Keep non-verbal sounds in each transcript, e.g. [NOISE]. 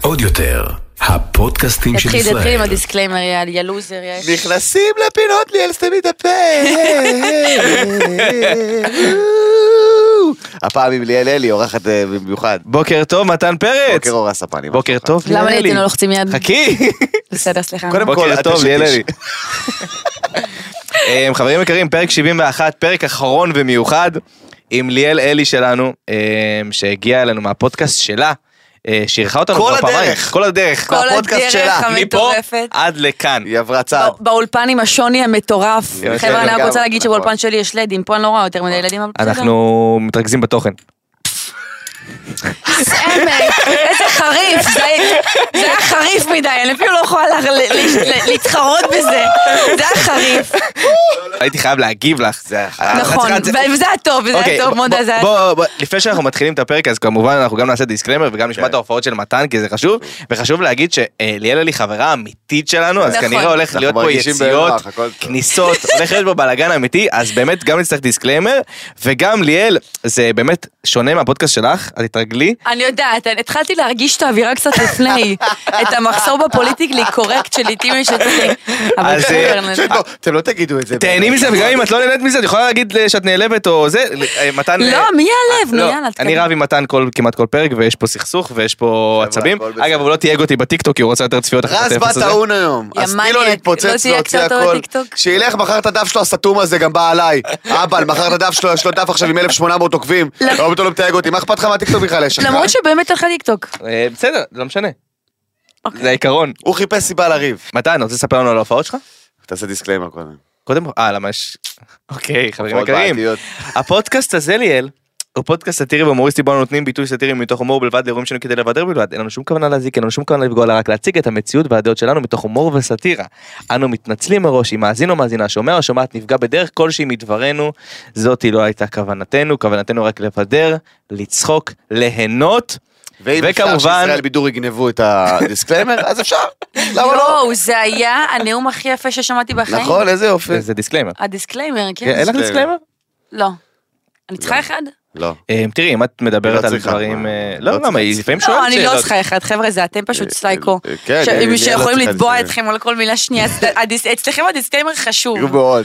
עוד יותר, הפודקאסטים של תתחיל, תתחיל עם ישראל. הדיסקליימר, יאל, יא לוזר, יא... נכנסים לפינות ליאל סתמי את הפה. הפעם עם ליאל אלי, אורחת אה, במיוחד. בוקר טוב, מתן פרץ. בוקר אור הספני. בוקר טוב, למה ליאלי. לעיתים לא לוחצים יד? חכי. בסדר, סליחה. קודם בוקר כל, אל טוב, תשתיש. ליאל אלי. אמ, חברים יקרים, פרק 71, פרק אחרון ומיוחד, עם ליאל אלי שלנו, אמ, שהגיעה אלינו מהפודקאסט שלה, אה, שאירחה אותנו כל כבר פעמיים. הדרך. כל הדרך. כל הפודקאסט הדרך שלה, מפה המטורפת. עד לכאן. היא עברה צעד. בא- באולפן עם השוני המטורף. כן, חבר'ה, אני רק לגמרי, רוצה להגיד נכון. שבאולפן שלי יש לדים, פה אני לא רואה יותר מדי ילדים, אבל בסדר. אנחנו מתרכזים בתוכן. אמת, איזה חריף, זה- זה היה חריף מדי, אני אפילו לא יכולה לה- ל- ל- להתחרות בזה, זה היה חריף. אה, הייתי חייב להגיב לך. זה אחת. אה, נכון, רצ- רצ- וזה היה טוב, זה אוקיי, היה טוב, מודה, זה היה... בוא, בוא, לפני שאנחנו מתחילים את הפרק אז כמובן אנחנו גם נעשה דיסקלמר וגם כן. נשמע את ההופעות של מתן כי זה חשוב וחשוב להגיד שליאל היא חברה אמיתית שלנו אז נכון. כנראה הולך אנחנו להיות פה מרגישים יציאות, בנוח, הכל טוב. כניסות, [LAUGHS] הולך להיות פה בלאגן אמיתי אז באמת גם נצטרך דיסקלמר וגם ליאל זה באמת שונה מהפודקאסט שלך את תתרגלי אני יודעת, אני התחלתי להרגיש את האווירה קצת לפני, את המחסור בפוליטיקלי קורקט שלעיתים יש אצלי. אבל אז, בסדר, אה, אני- שבו, אתם לא תגידו את זה. נכון. תהני מזה וגם אם את לא נהנית מזה את יכולה להגיד אה, שאת נעלבת או זה אה, מתן אה, לא, מי יעלב? נו, לא, יאללה, אני תקדם. רב עם מתן כל, כמעט כל פרק, ויש פה סכסוך, ויש פה חבר'ה, עצבים. הכל בסדר. אגב, הוא לא תייג אותי בטיקטוק, כי הוא רוצה יותר צפיות אחרי רז הטלפון בא הזה. טעון היום, יא אז כאילו תני לו מניאק, לא להתפוצץ, תהיה להוציא קצת אור הכל. לטיקטוק? שילך, מחר את הדף שלו, הסתום הזה גם בא עליי. אבל, מחר את הדף שלו, יש לו דף עכשיו עם 1,800 עוקבים. לא פתאום לא מתייג אותי, מה אכפת לך מהטיקטוק בכלל יש לך? אה? למרות שבאמת הלכה טיקטוק. אה, בסדר, לא משנה. אוקיי. זה העיקרון. הוא חיפש סיבה לריב. מתן, רוצה לספר לנו על ההופעות שלך? תעשה דיסקליימר קודם. קודם, אה, למה יש... אוקיי, חברים הופעות יקרים. בעייתיות. הפודקאסט הזה, ליאל, הוא פודקאסט סאטירי והומוריסטי בו אנו נותנים ביטוי סאטירי מתוך הומור בלבד לאירועים שלנו כדי לבדר בלבד. אין לנו שום כוונה להזיק, אין לנו שום כוונה לפגוע, אלא רק להציג את המציאות והדעות שלנו מתוך הומור וסאטירה. אנו מתנצלים מראש אם מאזין או מאזינה, שומע או שומעת, נפגע בדרך כלשהי מדברנו. זאתי לא הייתה כוונתנו, כוונתנו רק לבדר, לצחוק, ליהנות. ואם אפשר וכמובן- שישראל בידור יגנבו את הדיסקליימר, אז אפשר. למה לא? יואו, זה היה הנאום הכי יפה ששמעתי בחיים. נכון, איזה יופי. זה דיסקליימר. הדיסקליימר, כן. אין לך דיסקליימר. דיסקליימר? לא. אני צריכה אחד? לא. אה, תראי, אם את היא מדברת לא על צריכה, דברים... מה? אה, לא לא, למה? היא צריכה. לפעמים שואלת לא, שאלות. אני לא צריכה אחד, חבר'ה, זה אתם פשוט סלייקו. אה, כן, ש- אה, שיכולים אה, לא צריכה לתבוע דיסקליימר. אתכם על כל מילה שנייה. אז הדיס- אצלכם הדיסקליימר חשוב. הוא מאוד.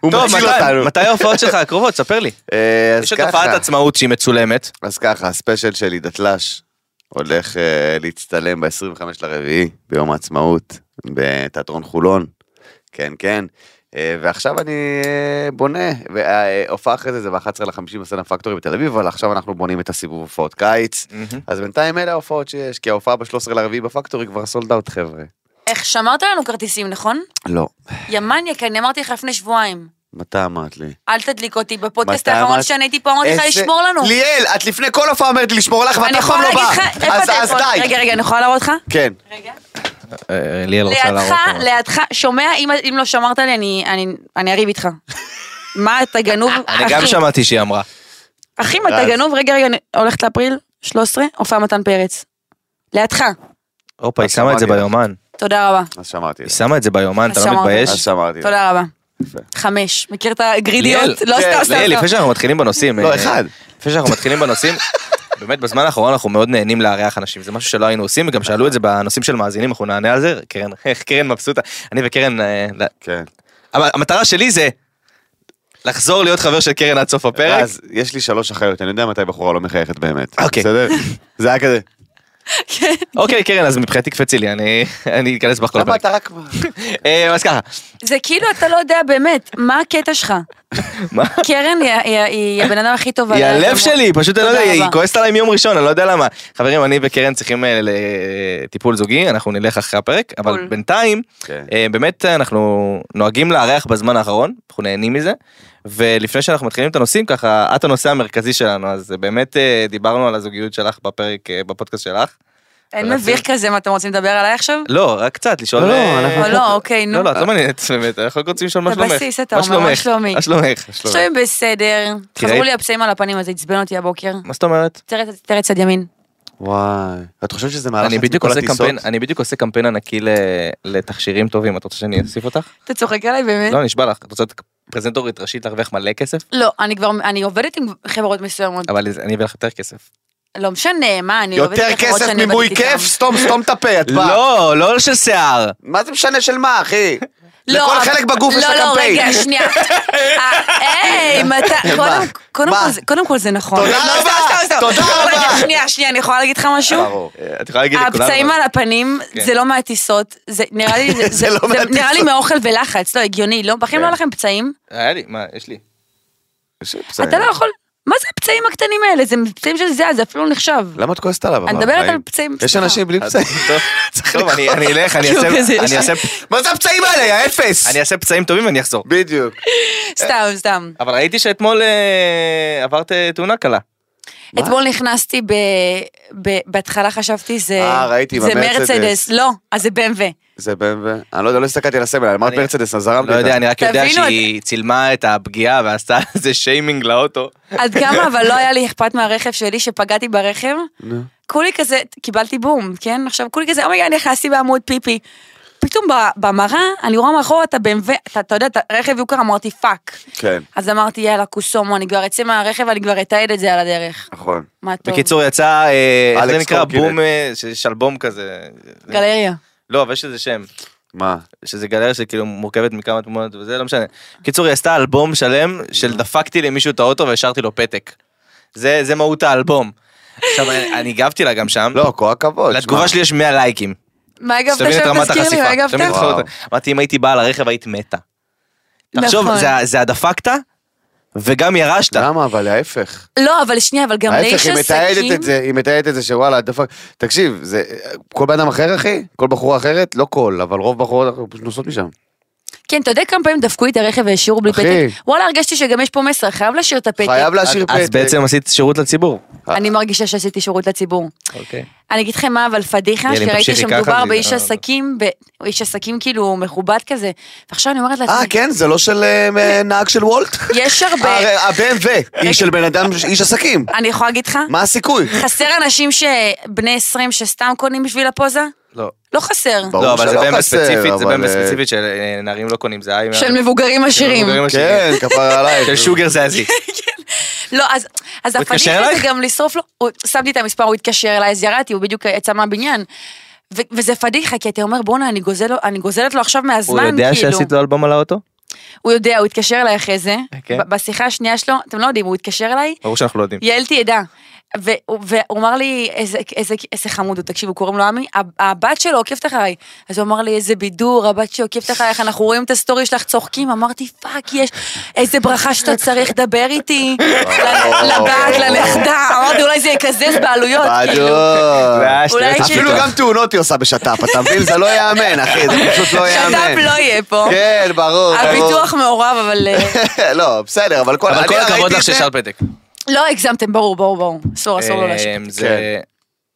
הוא טוב, מציל מתן, אותנו. מתי ההופעות שלך הקרובות? ספר לי. אה, אז יש את ככה. הופעת עצמאות שהיא מצולמת. אז ככה, הספיישל שלי, דתל"ש, הולך אה, להצטלם ב-25 לרביעי, ביום העצמאות, בתיאטרון חולון. כן, כן. אה, ועכשיו אני אה, בונה, וההופעה אחרי זה זה ב-11 ל-50 בסצנה פקטורי בתל אביב, אבל עכשיו אנחנו בונים את הסיבוב הופעות קיץ. אז בינתיים אלה ההופעות שיש, כי ההופעה ב-13 לרביעי בפקטורי כבר סולד אאוט חבר'ה. איך שמרת לנו כרטיסים, נכון? לא. יא מניאק, אני אמרתי לך לפני שבועיים. מתי אמרת לי? אל תדליק אותי בפודקאסט מתי האחרון אמרת? שאני הייתי פה, אמרתי לך איזה- לשמור לנו. ליאל, את לפני כל הופעה אומרת לי לשמור לך, אני ואת אף פעם יכולה לא להגיד באה. לך, איפה אז- אז הטלפון? די. רגע, רגע, אני יכולה להראות לך? כן. רגע. אה, ליאל רוצה לא, להראות. לידך, לנו. לידך, שומע, אם- אם לא שמרת לי, אני- אני- אני אריב איתך. מה, אתה גנוב? [LAUGHS] אני אחי. גם שמעתי שהיא אמרה. אחי, מה אתה רז. גנוב? רגע, רגע, אני הולכת לאפריל 13, הופעה מתן פרץ. לידך. הופה, היא אז שמה את זה שמעתי. ביומן. תודה רבה. אז שמרתי היא לך. שמה את זה ביומן, אז אתה לא שמרתי. מתבייש? אז שמרתי לך. תודה רבה. יפה. חמש. מכיר את הגרידיות? ליאל, לא כן, סתם סתם. ליאל, סתם. לפני שאנחנו מתחילים בנושאים... לא, אה, אחד. לפני שאנחנו [LAUGHS] מתחילים בנושאים, באמת בזמן האחרון אנחנו מאוד נהנים לארח אנשים, זה משהו שלא היינו עושים, וגם שאלו את זה בנושאים של מאזינים, אנחנו נענה על זה, קרן, [LAUGHS] איך קרן מבסוטה, אני וקרן, אה, לא- כן. אבל המטרה שלי זה לחזור להיות חבר של קרן עד סוף הפרק. אז יש לי שלוש אחיות, אני יודע מתי בחורה לא מחייכת באמת. אוקיי. בסדר? זה היה כזה. [LAUGHS] כן. אוקיי, קרן, אז מבחינתי קפצי לי, אני [LAUGHS] אני אכנס בך כל הפרק. רק... אה, אז ככה, זה כאילו אתה לא יודע באמת, מה הקטע שלך? מה? קרן היא- היא- היא הבן אדם הכי טוב. היא עליי, הלב כמובן. שלי, פשוט אני לא תודה יודע, היא רבה. כועסת עליי מיום ראשון, אני לא יודע למה. חברים, אני וקרן צריכים אה, לטיפול זוגי, אנחנו נלך אחרי הפרק, אבל בול. בינתיים, כן. אה, באמת אה, אנחנו נוהגים לארח בזמן האחרון, אנחנו נהנים מזה, ולפני שאנחנו מתחילים את הנושאים, ככה, את הנושא המרכזי שלנו, אז אה, באמת אה, דיברנו על הזוגיות שלך בפרק, אה, בפודקאסט שלך. אין מביך כזה, מה אתם רוצים לדבר עליי עכשיו? לא, רק קצת, לשאול... לא, אה, אנחנו- או לא, אוקיי, נו. לא, לא, את לא מעניינת באמת, אנחנו רק רוצים לשאול מה אתה שלומך. בסיס, אתה מה אומר, מה שלומך? שלומי? מה שלומך? עכשיו הם בסדר. כי חזרו ראית- לי הפצעים על הפנים, אז זה עצבן אותי הבוקר. מה זאת אומרת? תרץ- תרץ עד ימין. וואי. את חושבת שזה מהלך אני עצמי בדיוק כל עושה הטיסות? קמפיין, אני בדיוק עושה קמפיין ענקי ל- לתכשירים טובים, את רוצה שאני אוסיף אותך? אתה צוחק עליי באמת? לא, נשבע לך, את רוצה להיות פרזנטורית ראשית להרוויח מלא כסף? לא, אני כבר, אני עובדת עם חברות מסוימות. אבל אני אביא לך יותר כסף. לא משנה, מה, אני עובדת יותר בחברות כסף שאני מימוי עובדת כיף? איתן. סתום, סתום את הפה, את באה. לא, לא של שיער. מה זה משנה של מה, אחי? לא, לכל אבל- חלק בגוף יש לך לא, לא, קמפיין. רגע, [LAUGHS] שנייה. אה, היי, מתי... מה? קודם- קודם מה? כל זה- קודם כל זה נכון. תודה לא, סתם, רבה, סתם, סתם. תודה רגע, רבה. שנייה, שנייה, אני יכולה להגיד לך משהו? ברור. אה, את יכולה להגיד לכולם. הפצעים אבל- על הפנים זה לא מהטיסות, זה נראה [LAUGHS] לי זה- זה- כן. לא זה מהטיסות. כן. נראה לי מאוכל ולחץ, לא הגיוני, לא, בחיים לא היה לכם פצעים? היה לי, מה, יש לי. יש לי פצעים. אתה לא יכול, מה זה הפצעים הקטנים האלה? זה פצעים של זיעה, זה אפילו לא נחשב. למה את כועסת עליו? אני אבל, מדברת חיים? על פצעים, יש סליחה. אנשים בלי אז- פצעים. טוב, [LAUGHS] טוב, אני אני אלך, אני אעשה- כאילו כזה אני יש- [LAUGHS] אעשה- מה זה הפצעים האלה, יא אפס? אני אעשה פצעים טובים ואני אחזור. [LAUGHS] בדיוק. סתם, סתם. אבל ראיתי שאתמול אה, עברת אה, תאונה קלה. אתמול נכנסתי ב... ב... בהתחלה חשבתי זה... אה, ראיתי, עם זה המרצדס. מרצדס. לא, אז זה במבה. זה BMW. אני לא יודע, לא הסתכלתי על הסמל, אמרת אני- מרצדס, אז זרמתי. לא יודע, איתה. אני רק יודע תבינו את- שהיא צילמה את הפגיעה ועשתה איזה שיימינג לאוטו. עד כמה, אבל לא היה לי אכפת מהרכב שלי שפגעתי ברכב. כולי כזה, קיבלתי בום, כן? עכשיו כולי כזה, אומי, אני נכנסתי בעמוד פיפי. פתאום ב- במראה, אני רואה מאחורה את הבמבה, אתה, אתה יודע, את הרכב יוקר, אמרתי פאק. כן, אז אמרתי, יאללה, קוסומו, אני כבר אצא מהרכב, אני כבר אתעד את זה על הדרך. נכון. מה טוב. בקיצור, יצא, אה, איך זה אלכס נקרא? קורקינט. בום, אה, ש- שלבום כזה. גלריה. לא, אבל יש לזה שם. מה? שזה גלריה שכאילו מורכבת מכמה תמונות וזה, לא משנה. בקיצור, היא עשתה אלבום שלם של דפקתי למישהו את האוטו והשארתי לו פתק. זה זה מהות האלבום. עכשיו, אני- אני הגבתי לה גם שם. לא, כל הכבוד. שמע. לתגובה שלי יש 100 לייקים. מה הגבת שתבין את שם? רמת תזכיר לי, מה החשיפה. הגבת? שתבין את וואו. רמת- אמרתי, אם הייתי באה לרכב היית מתה. תחשוב, נכון. זה- זה הדפקת וגם ירשת. למה? אבל ההפך. לא, אבל שנייה, אבל גם לאיש ההפך, היא עסקים... מתעדת את זה, היא מתעדת את זה שוואלה, דפק. תקשיב, זה... כל בן אדם אחר, אחי? כל בחורה אחרת? לא כל, אבל רוב בחורות אנחנו פשוט נוסעות משם. כן, אתה יודע כמה פעמים דפקו לי את הרכב והשאירו בלי אחי. פתק? וואלה, הרגשתי שגם יש פה מסר, חייב להשאיר את הפתק. חייב להשאיר פתק. אז בעצם עשית שירות לציבור. אני מרגישה שעשיתי שירות לציבור. אוקיי. אני אגיד לכם מה, אבל פדיחה, יאללה, אם שראיתי תמשיכי ככה, שמדובר זה- באיש אה. עסקים, ב- הוא איש עסקים כאילו מכובד כזה, ועכשיו אני אומרת אה, לעצמי, כן, זה לא של אה, נהג של וולט? כן. [LAUGHS] יש הרבה, הרי ה-BMW היא של בן אדם, איש עסקים. אני יכולה להגיד לך, מה [LAUGHS] הסיכוי? חסר אנשים שבני 20 שסתם קונים בשביל הפוזה? לא. לא חסר. ברור לא, אבל זה שלא באמת חסר, ספציפית, זה אבל, באמת אה, ספציפית של אה, נערים לא קונים, זה היה... של מבוגרים עשירים. כן, כפרה עלייך. של שוגר [LAUGHS] זזי. לא, אז, אז הוא התקשר הפדיחה אלייך? זה גם לשרוף לו, הוא, שמתי את המספר, הוא התקשר אליי, אז ירדתי, הוא בדיוק יצא מהבניין. ו- וזה פדיחה, כי אתה אומר, בואנה, אני, גוזל, לו- אני גוזלת לו עכשיו הוא מהזמן, יודע כאילו. שעשית לו אלבום על האוטו? הוא יודע, הוא התקשר אליי אחרי זה, כן. ב- בשיחה השנייה שלו, אתם לא יודעים, הוא התקשר אליי, ברור שאנחנו לא יודעים. יעל תדע. והוא והוא אמר לי, איזה, איזה, איזה חמוד הוא, תקשיבו, קוראים לו עמי, ה- הבת שלו עוקבת אחריי. אז הוא אמר לי, איזה בידור, הבת שלו עוקבת אחרייך, אנחנו רואים את הסטורי שלך, צוחקים, אמרתי, פאק, יש, איזה ברכה שאתה צריך, דבר איתי, ל- לבת, לנכדה, אמרתי, אולי זה יקזז בעלויות, כאילו. בדיוק. זה היה שטויות אולי אפילו כאילו- פתאום. גם תאונות היא עושה בשת"פ, אתה מבין? זה לא יאמן, אחי, זה פשוט לא יאמן. שת"פ לא יהיה פה. כן, ברור, ברור. הביטוח מעורב, אבל... אה, [LAUGHS] לא, בסדר, אבל כל אבל אני כל הכבוד ראיתי לך את זה. ששאל פתק. לא הגזמתם, ברור, ברור, ברור. אסור, אסור לא להשאיר. אמ, אה, זה-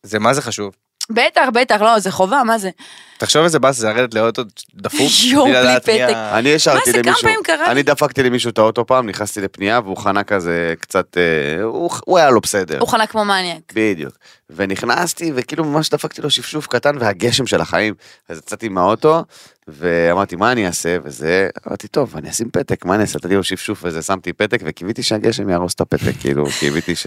זה מה זה חשוב. בטח, בטח, לא, זה חובה, מה זה? תחשוב איזה באס זה לרדת לאוטו [LAUGHS] דפוק. יואו, בלי בלי לדעת מי פתק. ה- אני השארתי מה זה, כמה למישהו, פעמים קרה לי? אני דפקתי למישהו את האוטו פעם, נכנסתי לפנייה והוא חנה כזה קצת, אה, הוא- הוא היה לא בסדר. הוא חנק כמו מניאק. בדיוק. ונכנסתי, וכאילו ממש דפקתי לו שפשוף קטן והגשם של החיים. אז יצאתי מהאוטו, ואמרתי, מה אני אעשה? וזה, אמרתי, טוב, אני אשים פתק, מה אני אעשה? נתתי לו שפשוף וזה, שמתי פתק, וקיוויתי שהגשם יהרוס את הפתק, כאילו, קיוויתי [LAUGHS] ש...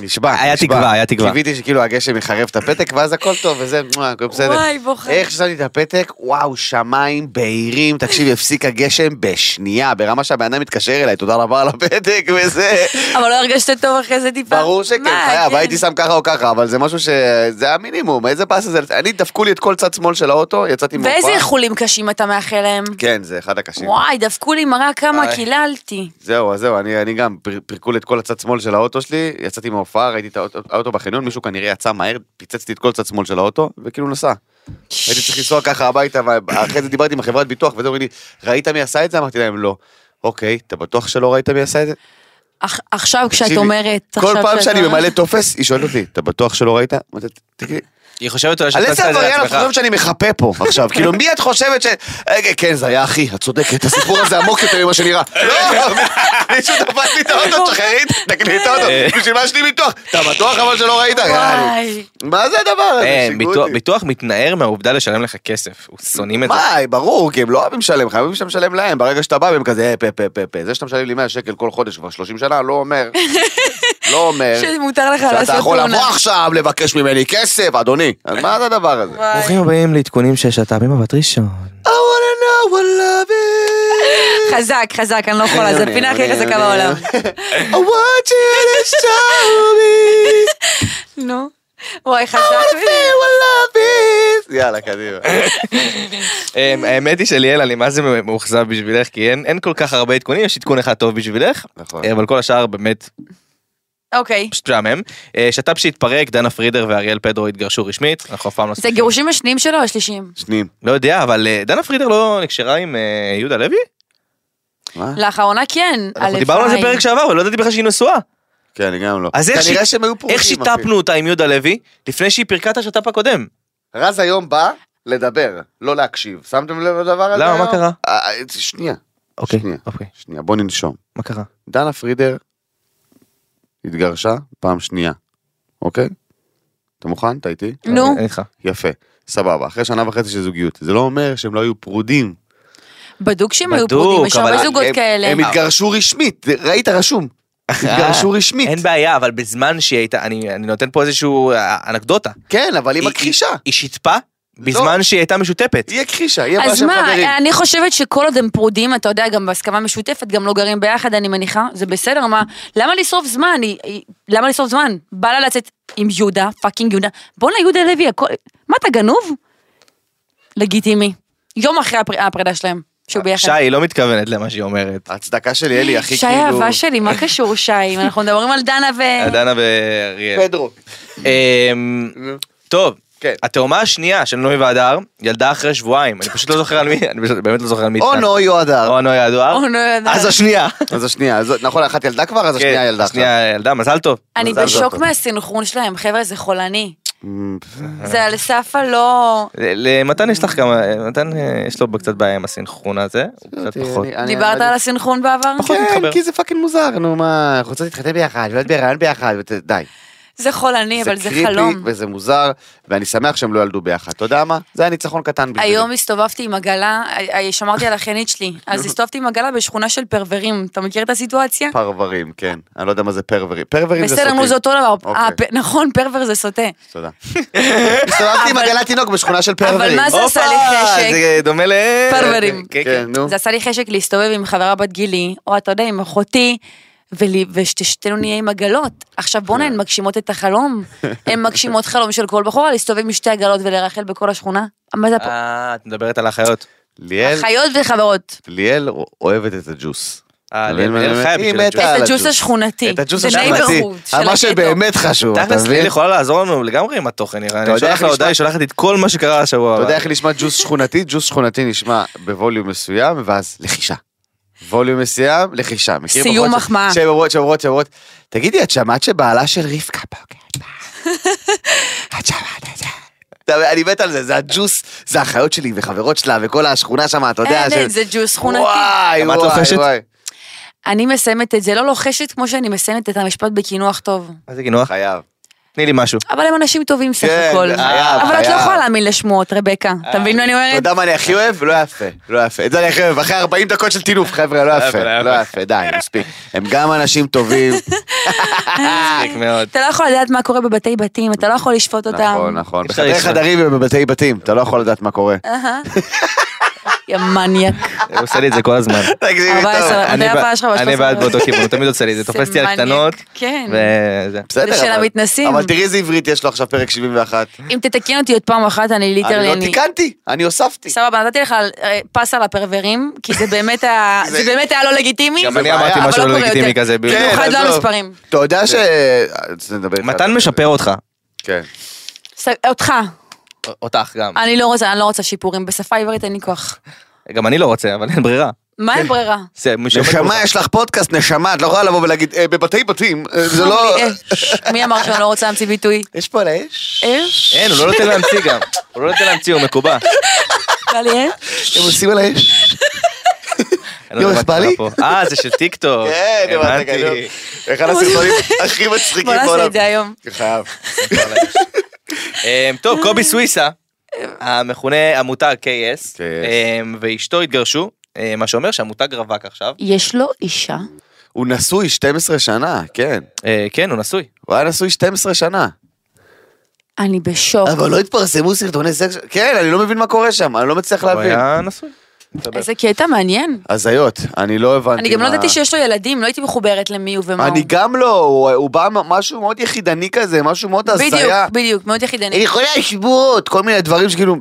נשבע, היה נשבע. תקווה, היה תקווה. קיוויתי שכאילו הגשם יחרב את הפתק, ואז הכל טוב, וזה, מואה, הכל בסדר. וואי, בוכה. איך ששמתי את הפתק, וואו, שמיים בהירים, תקשיב, הפסיק הגשם בשנייה, ברמה שהבן אדם מתקשר אליי, תודה רבה על הפתק, וזה. אבל לא הרגשת טוב אחרי זה טיפה? ברור שכן, מה, חייב, כן. הייתי שם ככה או ככה, אבל זה משהו ש... זה המינימום, איזה באסה זה... אני, דפקו לי את כל צד שמאל של האוטו, יצאתי מהופעה. ואיזה איחולים קשים אתה מאחל להם? כן, זה אחד הקשים. וואי, דפקו לי מראה כמה איי. קיללתי. זהו, אז זהו, אני, אני גם, פר- פירקו לי את כל הצד שמאל של האוטו שלי, יצאתי מההופעה, ראיתי את האוטו, האוטו בחניון, מישהו כנראה יצא מהר, פיצצתי את כל צד שמאל של האוטו, וכאילו נסע. הייתי צריך לנסוע ככה הביתה, ואחרי זה דיברתי עם החברת ביטוח, וזה אומרים לי, ראית מי עשה את זה? אמרתי להם, לא. אוקיי, אתה בטוח שלא ראית מי עשה את זה? אח- עכשיו כשאת תקשיבי, אומרת... כל עכשיו פעם כשאת שאני אומרת- ממלא טופס, היא שואלת אותי, אתה בטוח שלא ראית? אמרתי, לה, תגידי, היא חושבת אולי על שאתה איזה עשית את זה עבריין את לעצמך. חושבת שאני מחפה פה עכשיו? כאילו, מי את חושבת ש... רגע, כן, זה היה אחי, את צודקת, הסיפור הזה עמוק יותר ממה [LAUGHS] שנראה. אה, לא, מישהו דפק לי את האוטו, תשחררי, תקני את האוטו, אה. בשביל מה יש לי ביטוח? אתה בטוח אבל שלא ראית? וואי. מה זה הדבר הזה? שיגעו אין, אה, ביטוח- אותי. ביטוח מתנער מהעובדה לשלם לך כסף. הוא שונאים את זה. מה, ברור, כי הם לא אוהבים לשלם, חייבים שאתה משלם להם, ברגע שאתה בא והם כזה, אה, פה, פה, פה, פה. זה שאתה משלם לי 100 שקל כל חודש כבר 30 שנה, לא אומר. לא [LAUGHS] אומר שמותר לך לעשות שאתה תאונה. יכול לבוא עכשיו לבקש ממני כסף, אדוני. אז מה זה הדבר הזה? וואי. ברוכים הבאים לעדכונים של שת"פים בבת ראשון. I wanna know what love [LAUGHS] is. חזק, חזק, אני לא יכולה, זו הפינה הכי חזקה בעולם. I want you to show me. נו. וואי, חזק. I [LAUGHS] feel what love is. יאללה, קדימה. אמ, האמת היא שליאל, אני מה זה מאוכזב בשבילך, כי אין אין כל כך הרבה עדכונים, יש עדכון אחד טוב בשבילך, נכון. אבל כל השאר באמת אוקיי. פשוט משעמם. אה, שת"פ שהתפרק, דנה פרידר ואריאל פדרו התגרשו רשמית, אנחנו אף פעם לא... זה גירושים השניים שלו או השלישיים? שניים. לא יודע, אבל אה, דנה פרידר לא נקשרה עם אה, יהודה לוי? מה? לאחרונה כן. אנחנו דיברנו על זה אפרים. פרק שעבר, אבל לא ידעתי בכלל שהיא נשואה. כן, אני גם לא. אז איך כנראה ש- שהם היו פרושים. איך אפילו. שיתפנו אותה עם יהודה לוי לפני שהיא פירקה את השת"פ הקודם? רז היום בא לדבר, לא להקשיב. שמתם לב לדבר הזה למה? היום? מה קרה? אה, אה, שנייה, אוקיי, שנייה. אוקיי, שנייה, בוא ננשום. מה קרה? דנה פרידר התגרשה פעם שנייה, אוקיי? אתה מוכן? אתה איתי? נו. אני איתך. יפה, סבבה. אחרי שנה וחצי של זוגיות. זה לא אומר שהם לא היו פרודים. בדוק שהם היו בדוק, פרודים, יש הרבה אבל זוגות הם- כאלה. אה, הם התגרשו רשמית, זה- ראית רשום. התגרשו רשמית. אה, אין בעיה, אבל בזמן שהיא הייתה, אני אני נותן פה איזשהו אה, אנקדוטה. כן, אבל היא מכחישה. לא. היא שיתפה בזמן שהיא הייתה משותפת. היא הכחישה, היא אמרה אז שהם חברים. מה, אה, אני חושבת שכל עוד הם פרודים, אתה יודע, גם בהסכמה משותפת, גם לא גרים ביחד, אני מניחה, זה בסדר, מה, למה לשרוף זמן? היא- היא- למה לשרוף זמן? בא לה לצאת עם יהודה, פאקינג יהודה. בואנה, יהודה לוי, הכל... מה, אתה גנוב? לגיטימי. יום אחרי הפר- הפרידה שלהם, שהוא ביחד. שי, היא לא מתכוונת למה שהיא אומרת. ההצדקה שלי, אלי, הכי שי כאילו... אהבה שלי, מה קשור שי? אם אנחנו מדברים על דנה ו... [LAUGHS] דנה ואריאל. פדרו. אמ, טוב. כן. התאומה השנייה של נוי והדר ילדה אחרי שבועיים, אני פשוט לא זוכר על מי, [LAUGHS] אני פשוט- באמת לא זוכר על מי. או נוי או הדר. או נוי הדואר. או נוי הדר. אז השנייה. אז השנייה, אז- נכון, אחת ילדה כבר, אז השנייה ילדה עכשיו. אה, כן, השנייה ילדה, מזל טוב. אני מזל בשוק טוב. מהסינכרון שלהם, חבר'ה, זה חולני. אה, אמ, זה על סף הלא... למתן יש לך כמה, מתן אה, יש לו קצת בעיה עם הסינכרון הזה, הוא קצת פחות. אני- אני- דיברת אני- על הסינכרון בעבר? פחות. כן, מתחבר. כי זה פאקינג מוזר, נו מה, אנחנו רוצות להתחתן ביחד, ולהיות בהיריון ביחד, ואת- די. זה חולני, אבל זה קריפי חלום. וזה מוזר, ואני שמח שהם לא ילדו ביחד. אתה יודע מה? זה היה ניצחון קטן בשבילי. היום הסתובבתי עם עגלה, אה, אה, שמרתי על אחיינית שלי, אז הסתובבתי עם עגלה בשכונה של פרברים, אתה מכיר את הסיטואציה? פרברים, כן. אני לא יודע מה זה פרברים. פרברים זה סוטים. בסדר, נו, זה אותו דבר. אוקיי. אה, פ- נכון, פרבר זה סוטה. [LAUGHS] תודה. הסתובבתי עם עגלת תינוק בשכונה של פרברים. אבל מה זה עשה לי הופה, חשק? זה דומה ל... פרברים. כן, כן. כן, נו. זה עשה לי חשק להסתובב עם חברה בת גילי, או אתה יודע, עם אחותי. ולי- ושתינו נהיה עם עגלות. עכשיו בואנה, כן. הן מגשימות את [LAUGHS] החלום. הן מגשימות חלום של כל בחורה, להסתובב עם שתי עגלות ולרחל בכל השכונה. מה זה כן. הפ... אה, את מדברת על האחיות. ליאל, אחיות וחברות. ליאל אוהבת את הג'וס. אה, אתה מבין מה ליאל אני חיה אומר? היא בשביל מתה הג'וס. על את הג'וס השכונתי. את הג'וס זה השכונתי. אה, neighborhood של מה הגטו. שבאמת חשוב, אתה תכלס, מבין? ליאל יכולה לעזור לנו לגמרי עם התוכן, נראה אתה לי. יודע אני שולח איך לה נשמע- הודעה, היא שולחת לי את כל מה שקרה השבוע. אתה הבא. יודע איך נשמע ג'וס שכונתי? ג'וס שכונתי נשמע בווליום מסוים, ואז לחישה. ווליום מסוים, לחישה. מכיר סיום בחורות ש- מחמאה. שהן אומרות, שהן אומרות, שהן אומרות, תגידי, את שמעת שבעלה של רבקה בוגר? [LAUGHS] את שמעת את זה? אתה מבין, אני מת על זה, זה הג'וס, זה החיות שלי וחברות שלה וכל השכונה שם, אתה יודע. אין, אין, ש- זה ג'וס שכונתי. וואי, גם את וואי, לוחשת? וואי. אני מסיימת את זה, לא לוחשת כמו שאני מסיימת את המשפט בקינוח טוב. מה זה גינוח? חייב. תני לי משהו. אבל הם אנשים טובים סך כן, הכל. חייב, אבל את לא חייב. יכולה להאמין לשמועות, רבקה. אתה מבין מה אני אתה אומרת? יודע מה אני הכי אוהב? לא יפה, לא יפה. את זה אני הכי אוהב, אחרי 40 דקות של טינוף, חבר'ה, לא יפה, לא יפה, לא יפה, די, מספיק. הם גם אנשים טובים. מצחיק מאוד. אתה לא יכול לדעת מה קורה בבתי בתים, אתה לא יכול לשפוט אותם. נכון, נכון. אפשר בחדרי לשמוע. חדרים ובבתי בתים, אתה לא יכול לדעת מה קורה. אהה. יא מניאק. הוא עושה לי את זה כל [LAUGHS] הזמן. תקשיבי אבל טוב. עשר- אני מתי ב- ההופעה שלך? בשלוש אני עשרה? בעד באותו כיוון, הוא תמיד עושה לי את זה, זה תופס אותי על מניאק, קטנות. כן. וזה. בסדר, ושל אבל- המתנסים. אבל תראי איזה עברית יש לו עכשיו פרק 71. אם תתקן אותי עוד פעם אחת, אני אני ליטרלי... לא תיקנתי, אני הוספתי. סבבה, נתתי לך אה, פס על הפרברים, כי זה באמת ה- זה זה- באמת היה לא לגיטימי. גם זה אני בעיה, אמרתי אבל משהו לא לא קורה לגיטימי יותר. כזה. בדיוק. במיוחד לא על עזוב. מספרים. כן, אתה יודע ש... אז נדבר איתך. מתן משפר אותך. כן. ס- אה, אותך, אותך גם. אני לא רוצה, אני לא רוצה שיפורים, בשפה העברית אין לי כוח. גם אני לא רוצה, אבל אין ברירה. מה אין ברירה? זה, מי שעומד מולך. נשמה, יש לך פודקאסט, נשמה, את לא יכולה לבוא ולהגיד, "אה, בבתי בתים, אה, זה לא... אה, מי אמר שאני לא רוצה להמציא ביטוי? יש פה על האש? אש? אין, הוא לא נותן להמציא גם. הוא לא נותן להמציא, הוא מקובע. בא לי אש? הם עושים על האש? אני לא יואו, יודע איך מה בא קרה לי? פה. אה, זה של טיק טוק. כן, הבנת הבנתי. גדול. [LAUGHS] אחד הסרטונים הכי מצחיקים בוא בעולם. נעשה את זה היום. חייב. אמ, טוב, אה. קובי סוויסה, המכונה המותג KS, KS. אה, אמ, ואשתו התגרשו, אמ, מה שאומר שהמותג רווק עכשיו. יש לו אישה הוא נשוי 12 שנה, כן. אה, כן, הוא נשוי. הוא היה נשוי 12 שנה. אני בשוק. אבל לא התפרסמו סרטוני סקס, כן, אני לא מבין מה קורה שם, אני לא מצליח הוא להבין. היה נשוי. איזה קטע מעניין. הזיות, אני לא הבנתי אני גם לא מה- ידעתי שיש לו ילדים, לא הייתי מחוברת למי הוא ומה הוא. אני גם לא, הוא- הוא בא מ- משהו מאוד יחידני כזה, משהו מאוד בדיוק, הזיה. בדיוק, מאוד יחידני. היא יכולה לשבות, כל מיני דברים שכאילו,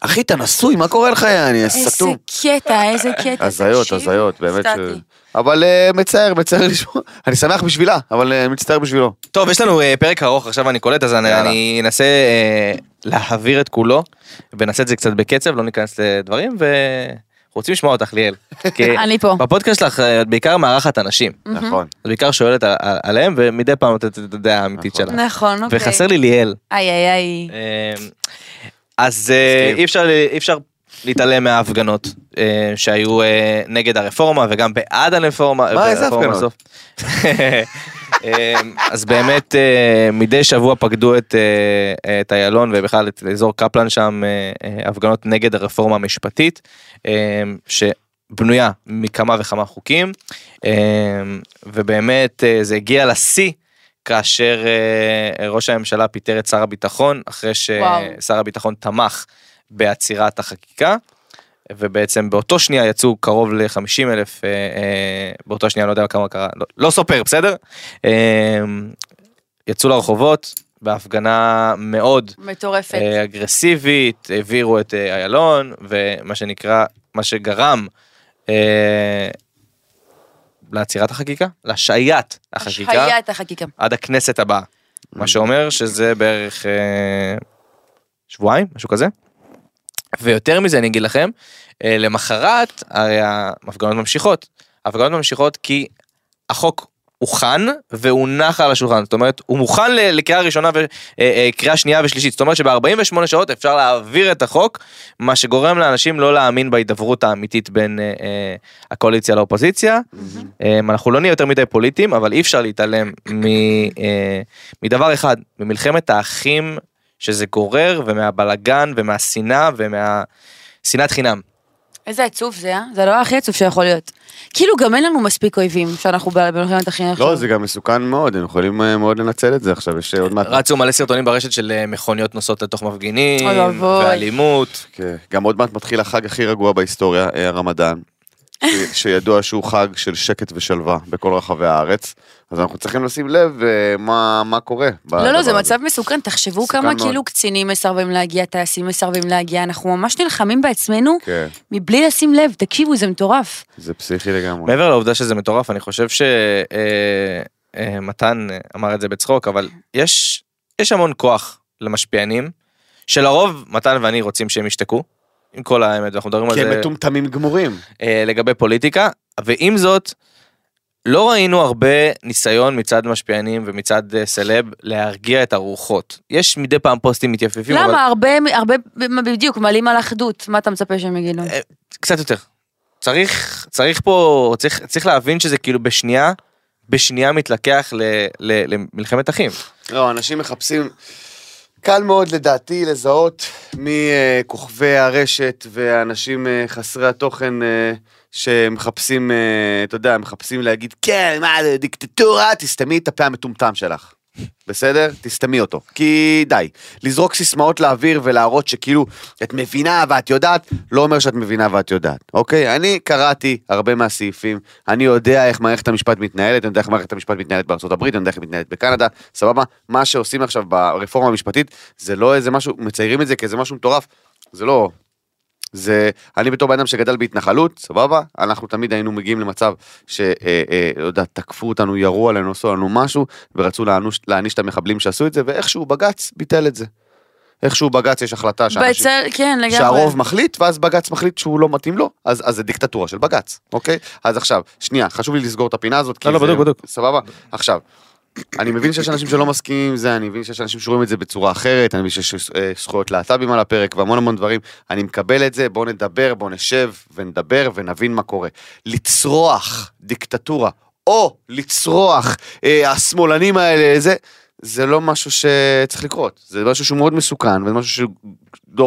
אחי, אתה נשוי, מה קורה לך, אני איזה סתום. קטע, איזה קטע. הזיות, תקשיב, הזיות, באמת ש... הופתעתי. אבל אה, מצער, מצער לשמוע. [LAUGHS] אני שמח בשבילה, אבל אה, מצטער בשבילו. טוב, יש לנו אה, פרק ארוך, עכשיו אני קולט, אז אני יאללה. אני אנסה אה, להעביר את כולו, ונעשה את זה קצת בקצב, לא ניכנס לדברים, ורוצים לשמוע אותך, ליאל. [LAUGHS] כי אני פה. בפודקאסט שלך אה, את בעיקר מארחת אנשים. נכון. את בעיקר שואלת ע- ע- עליהם, ומדי פעם נותנת את הדעה האמיתית נכון. שלה. נכון, אוקיי. וחסר לי ליאל. איי, איי, איי. אה, אז אה, מסכים. אי אפשר- אי אפשר להתעלם מההפגנות אה, שהיו אה, נגד הרפורמה וגם בעד הרפורמה. מה, איזה והרפורמה הפגנות? בסוף. אה, אז באמת אה, מדי שבוע פקדו את אה, אה, את איילון ובכלל את אזור קפלן שם אה, אה, הפגנות נגד הרפורמה המשפטית אה, שבנויה מכמה וכמה חוקים אה, ובאמת אה, זה הגיע לשיא כאשר אה, ראש הממשלה פיטר את שר הביטחון אחרי וואו. ששר הביטחון תמך בעצירת החקיקה. ובעצם באותו שנייה יצאו קרוב ל-50 אלף, אה, אה, באותה שנייה לא יודע כמה קרה, לא, לא סופר, בסדר? אה, יצאו לרחובות בהפגנה מאוד מטורפת. אה, אגרסיבית, העבירו את אה, איילון, ומה שנקרא, מה שגרם אה, לעצירת החקיקה, להשעיית החקיקה. היה את החקיקה. עד הכנסת הבאה. מה שאומר שזה בערך אה, שבועיים, משהו כזה. ויותר מזה אני אגיד לכם, אה, למחרת הרי ההפגנות ממשיכות. ההפגנות ממשיכות כי החוק הוכן והונח על השולחן, זאת אומרת הוא מוכן ל- לקריאה ראשונה וקריאה שנייה ושלישית, זאת אומרת שב-48 שעות אפשר להעביר את החוק, מה שגורם לאנשים לא להאמין בהידברות האמיתית בין אה, אה, הקואליציה לאופוזיציה. אמ, אנחנו לא נהיה יותר מדי פוליטיים, אבל אי אפשר להתעלם מ, אה, מדבר אחד, ממלחמת האחים שזה גורר, ומהבלגן, ומהשנאה, ומהשנאת חינם. איזה עצוב זה, אה? זה הדבר הכי עצוב שיכול להיות. כאילו גם אין לנו מספיק אויבים שאנחנו ב- במלחמת הכי לא, זה גם מסוכן מאוד, הם יכולים אה, מאוד לנצל את זה עכשיו, יש אה, עוד מעט. רצו מלא סרטונים ברשת של אה, מכוניות נוסעות לתוך מפגינים, אוי ואבוי. ואלימות. כן. גם עוד מעט מתחיל החג הכי רגוע בהיסטוריה, [LAUGHS] אה, הרמדאן. ש- שידוע שהוא חג של שקט ושלווה בכל רחבי הארץ, אז אנחנו צריכים לשים לב אה, מה מה קורה. לא, בדבר לא, זה הזה. מצב מסוכן, תחשבו מסוכן כמה מאוד. כאילו קצינים מסרבים להגיע, טייסים מסרבים להגיע, אנחנו ממש נלחמים בעצמנו כן, מבלי לשים לב, תקשיבו, זה מטורף. זה פסיכי לגמרי. מעבר לעובדה שזה מטורף, אני חושב אה, שמתן אה, אמר את זה בצחוק, אבל יש, יש המון כוח למשפיענים, שלרוב מתן ואני רוצים שהם ישתקו. עם כל האמת, אנחנו מדברים על כי זה. הם מטומטמים גמורים. אה, לגבי פוליטיקה, ועם זאת, לא ראינו הרבה ניסיון מצד משפיענים ומצד אה, סלב להרגיע את הרוחות. יש מדי פעם פוסטים מתייפפים, אבל למה? הרבה, הרבה, בדיוק, מעלים על אחדות, מה אתה מצפה שהם יגידו? אה, קצת יותר. צריך, צריך פה, צריך, צריך להבין שזה כאילו בשנייה, בשנייה מתלקח ל, ל, למלחמת אחים. לא, אנשים מחפשים, קל מאוד לדעתי לזהות מכוכבי הרשת והאנשים אה, חסרי התוכן אה, שמחפשים, אה, אתה יודע, מחפשים להגיד, כן, מה, זה דיקטטורה, תסתמי את הפה המטומטם שלך. בסדר? תסתמי אותו. כי די. לזרוק סיסמאות לאוויר ולהראות שכאילו את מבינה ואת יודעת, לא אומר שאת מבינה ואת יודעת, אוקיי? אני קראתי הרבה מהסעיפים, אני יודע איך מערכת המשפט מתנהלת, אני יודע איך מערכת המשפט מתנהלת בארצות הברית, אני יודע איך היא מתנהלת בקנדה, סבבה? מה שעושים עכשיו ברפורמה המשפטית, זה לא איזה משהו, מציירים את זה כאיזה משהו מטורף, זה לא... זה, אני בתור בן אדם שגדל בהתנחלות, סבבה? אנחנו תמיד היינו מגיעים למצב ש... אה, אה, לא יודע, תקפו אותנו, ירו עלינו, עשו לנו משהו, ורצו להענוש- להעניש את המחבלים שעשו את זה, ואיכשהו בג"ץ ביטל את זה. איכשהו בג"ץ יש החלטה שאנשים... בצל, כן, לגמרי. שהרוב מחליט, ואז בג"ץ מחליט שהוא לא מתאים לו, אז, אז זה דיקטטורה של בג"ץ, אוקיי? אז עכשיו, שנייה, חשוב לי לסגור את הפינה הזאת, כי לא, לא, זה... בדוק, בדוק. סבבה? עכשיו, אני מבין שיש אנשים שלא מסכימים עם זה, אני מבין שיש אנשים שרואים את זה בצורה אחרת, אני מבין שיש אה, זכויות להט"בים על הפרק והמון המון דברים, אני מקבל את זה, בואו נדבר, בואו נשב ונדבר ונבין מה קורה. לצרוח דיקטטורה, או לצרוח אה, השמאלנים האלה, זה... זה לא משהו שצריך לקרות, זה משהו שהוא מאוד מסוכן, וזה משהו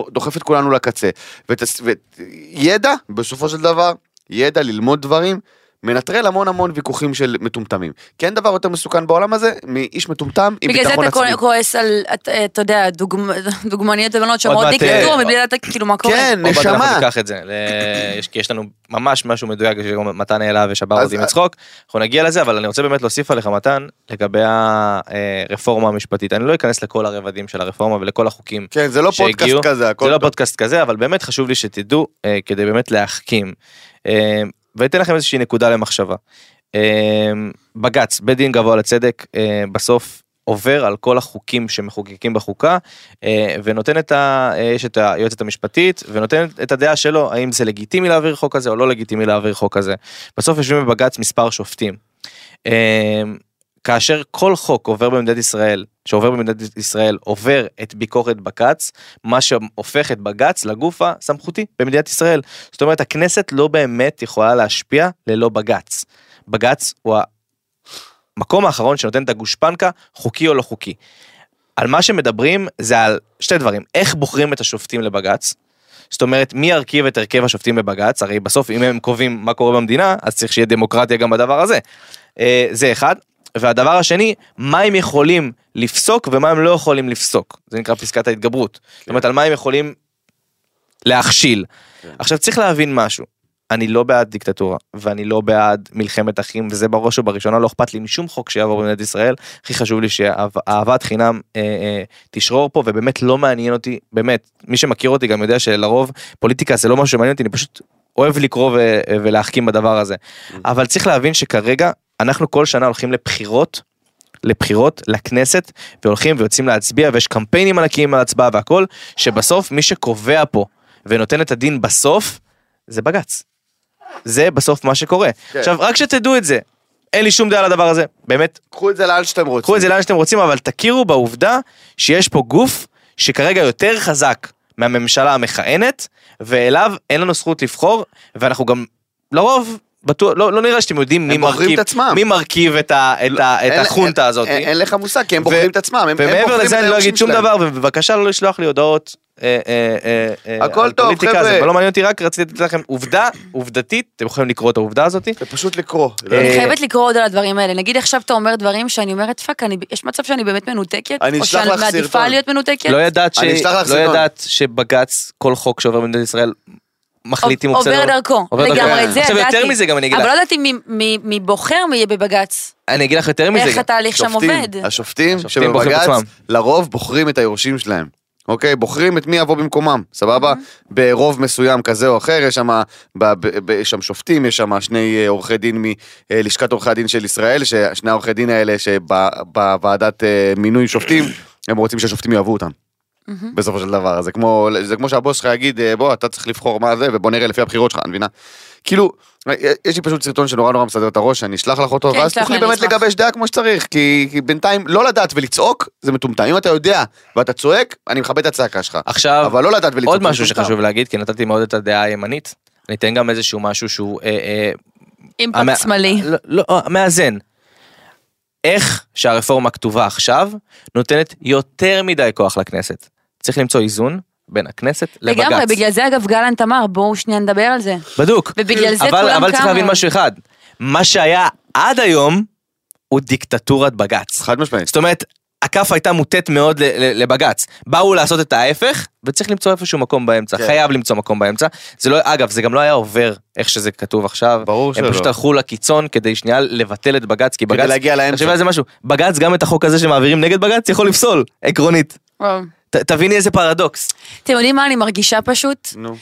שדוחף את כולנו לקצה. וידע, בסופו של דבר, ידע ללמוד דברים, מנטרל המון המון ויכוחים של מטומטמים. כי אין דבר יותר מסוכן בעולם הזה מאיש מטומטם עם בגלל זה ביטחון אתה עצמי. כועס על, אתה- אתה יודע, דוגמ- דוגמניות ובנות שאומרות מעט, דיקטטורה, אה, מבלי לדעת כאילו מה קורה. כן, עוד מעט אנחנו נשמה. ניקח את זה, ל- יש- כי יש לנו ממש משהו מדויק שגם מתן העלה ושבר אז- אותי מצחוק, אנחנו נגיע לזה אבל אני רוצה באמת להוסיף עליך מתן לגבי הרפורמה המשפטית, אני לא אכנס לכל הרבדים של הרפורמה ולכל החוקים כן, זה לא שהגיעו. פודקאסט כזה, הכל זה לא טוב. פודקאסט כזה אבל באמת חשוב לי שתדעו אה, כדי באמת להחכים. אה, ואתן לכם איזושהי נקודה למחשבה. אה, בג"ץ בית דין גבוה לצדק אה, בסוף עובר על כל החוקים שמחוקקים בחוקה אה, ונותן את ה... אה, יש את היועצת המשפטית ונותן את הדעה שלו האם זה לגיטימי להעביר חוק כזה או לא לגיטימי להעביר חוק כזה. בסוף יושבים בבג"ץ מספר שופטים. אה, כאשר כל חוק עובר במדינת ישראל, שעובר במדינת ישראל, עובר את ביקורת בג"ץ, מה שהופך את בג"ץ לגוף הסמכותי במדינת ישראל. זאת אומרת, הכנסת לא באמת יכולה להשפיע ללא בג"ץ. בג"ץ הוא המקום האחרון שנותן את הגושפנקה, חוקי או לא חוקי. על מה שמדברים זה על שתי דברים, איך בוחרים את השופטים לבג"ץ, זאת אומרת, מי ירכיב את הרכב השופטים בבג"ץ? הרי בסוף, אם הם קובעים מה קורה במדינה, אז צריך שיהיה דמוקרטיה גם בדבר הזה. אה, זה אחד. והדבר השני, מה הם יכולים לפסוק ומה הם לא יכולים לפסוק. זה נקרא פסקת ההתגברות. זאת אומרת, על מה הם יכולים להכשיל. עכשיו, צריך להבין משהו. אני לא בעד דיקטטורה, ואני לא בעד מלחמת אחים, וזה בראש ובראשונה לא אכפת לי משום חוק שיעבור במדינת ישראל. הכי חשוב לי שאהבת חינם אה, אה, תשרור פה, ובאמת לא מעניין אותי, באמת, מי שמכיר אותי גם יודע שלרוב פוליטיקה זה לא משהו שמעניין אותי, אני פשוט אוהב לקרוא ו- ולהחכים בדבר הזה. אבל צריך להבין שכרגע אנחנו כל שנה הולכים לבחירות, לבחירות לכנסת, והולכים ויוצאים להצביע, ויש קמפיינים ענקיים על הצבעה והכל, שבסוף מי שקובע פה ונותן את הדין בסוף, זה בג"ץ. זה בסוף מה שקורה. כן. עכשיו, רק שתדעו את זה, אין לי שום דעה על הדבר הזה, באמת, קחו את זה לאן שאתם רוצים. קחו את זה לאן שאתם רוצים, אבל תכירו בעובדה שיש פה גוף שכרגע יותר חזק מהממשלה המכהנת, ואליו אין לנו זכות לבחור, ואנחנו גם לרוב, בטוח, לא, לא נראה שאתם יודעים מי הם בוחרים מרכיב, את עצמם. לא, מי מרכיב את, ה, את, ה, את אין- החונטה אין- הזאת. אין אין לך מושג, כי הם ו- בוחרים את עצמם. הם- הם ומעבר בוחרים לזה את אני לא היורשים אגיד שום שלהם. דבר, ובבקשה לא לשלוח לי הודעות. אה, אה, אה, אה, הכל על טוב, פוליטיקה, חבר'ה. זה לא מעניין אותי, רק רציתי לתת לכם עובדה, עובדתית, אתם יכולים לקרוא את העובדה הזאת. זה לא פשוט לקרוא. אני אה, חייבת לקרוא עוד על הדברים האלה. נגיד עכשיו אתה אומר דברים שאני אומרת, פאק, אני- יש מצב שאני באמת מנותקת? אני או אשלח שאני לך מעדיפה סרטון. להיות מנותקת? לא ידעת, ש... אני אשלח לך לא סרטון. ידעת שבג"ץ, כל חוק שעובר במדינת ישראל, מחליט אם הוא בסדר. עובר דרכו, עובר דרכו. לגמרי, כן. זה ידעתי. עכשיו, יותר מזה גם אני אגיד אבל לך. לא ידעתי מי- מי מי בוחר מי יהיה בבג"ץ. אני אגיד לך יותר מזה. איך גם. התהליך שם עובד. השופטים, השופטים השופטים בוחרים שבבג"ץ, עצמם. לרוב בוחרים את היורשים שלהם. אוקיי, בוחרים את מי יבוא במקומם, סבבה? Mm-hmm. ברוב מסוים כזה או אחר, יש שם ב- ב- יש שם שופטים, יש שם שני אה, עורכי דין מלשכת עורכי הדין של ישראל, ששני העורכי דין האלה שבוועדת אה, מינוי שופטים, הם רוצים שהשופטים יאהבו אותם. Mm-hmm. בסופו של דבר, זה כמו, זה כמו שהבוס שלך יגיד, אה, בוא, אתה צריך לבחור מה זה, ובוא נראה לפי הבחירות שלך, אני מבינה? כאילו, יש לי פשוט סרטון שנורא נורא מסדר את הראש, אני אשלח לך אותו, כן, ואז שלח לי, תוכלי אני באמת אשמח. לגבש דעה כמו שצריך, כי, כי בינתיים לא לדעת ולצעוק זה מטומטם. אם אתה יודע ואתה צועק, אני מכבד את הצעקה שלך. עכשיו, אבל לא לדעת ולצעוק. עוד זה משהו מטומטם. שחשוב להגיד, כי נתתי מאוד את הדעה הימנית, אני אתן גם איזשהו משהו שהוא... אה, אה, המא- אימפקט שמאלי. לא, לא, מאזן. איך שהרפורמה כתובה עכשיו, נותנת יותר מדי כוח לכנסת. צריך למצוא איזון בין הכנסת לבג"ץ. לגמרי, בגלל זה אגב גלנט אמר, בואו שנייה נדבר על זה. בדוק. ובגלל זה אבל, כולם אבל צריך קמו. להבין משהו אחד, מה שהיה עד היום הוא דיקטטורת בג"ץ. חד משמעית. זאת אומרת, הכף הייתה מוטית מאוד ל- ל- לבג"ץ. באו לעשות את ההפך, וצריך למצוא איפשהו מקום באמצע. כן. חייב למצוא מקום באמצע. זה לא, אגב, זה גם לא היה עובר איך שזה כתוב עכשיו. ברור הם שלא. פשוט הלכו לקיצון כדי שנייה לבטל את בג"ץ, כי בג"ץ... כדי להגיע תחשבי על לאמצע. זה משהו, בג"ץ גם את החוק הזה שמעבירים נגד בג"ץ יכול לפסול, עקרונית. וואו. ת- תביני איזה פרדוקס. אתם יודעים מה אני מרגישה פשוט? נו.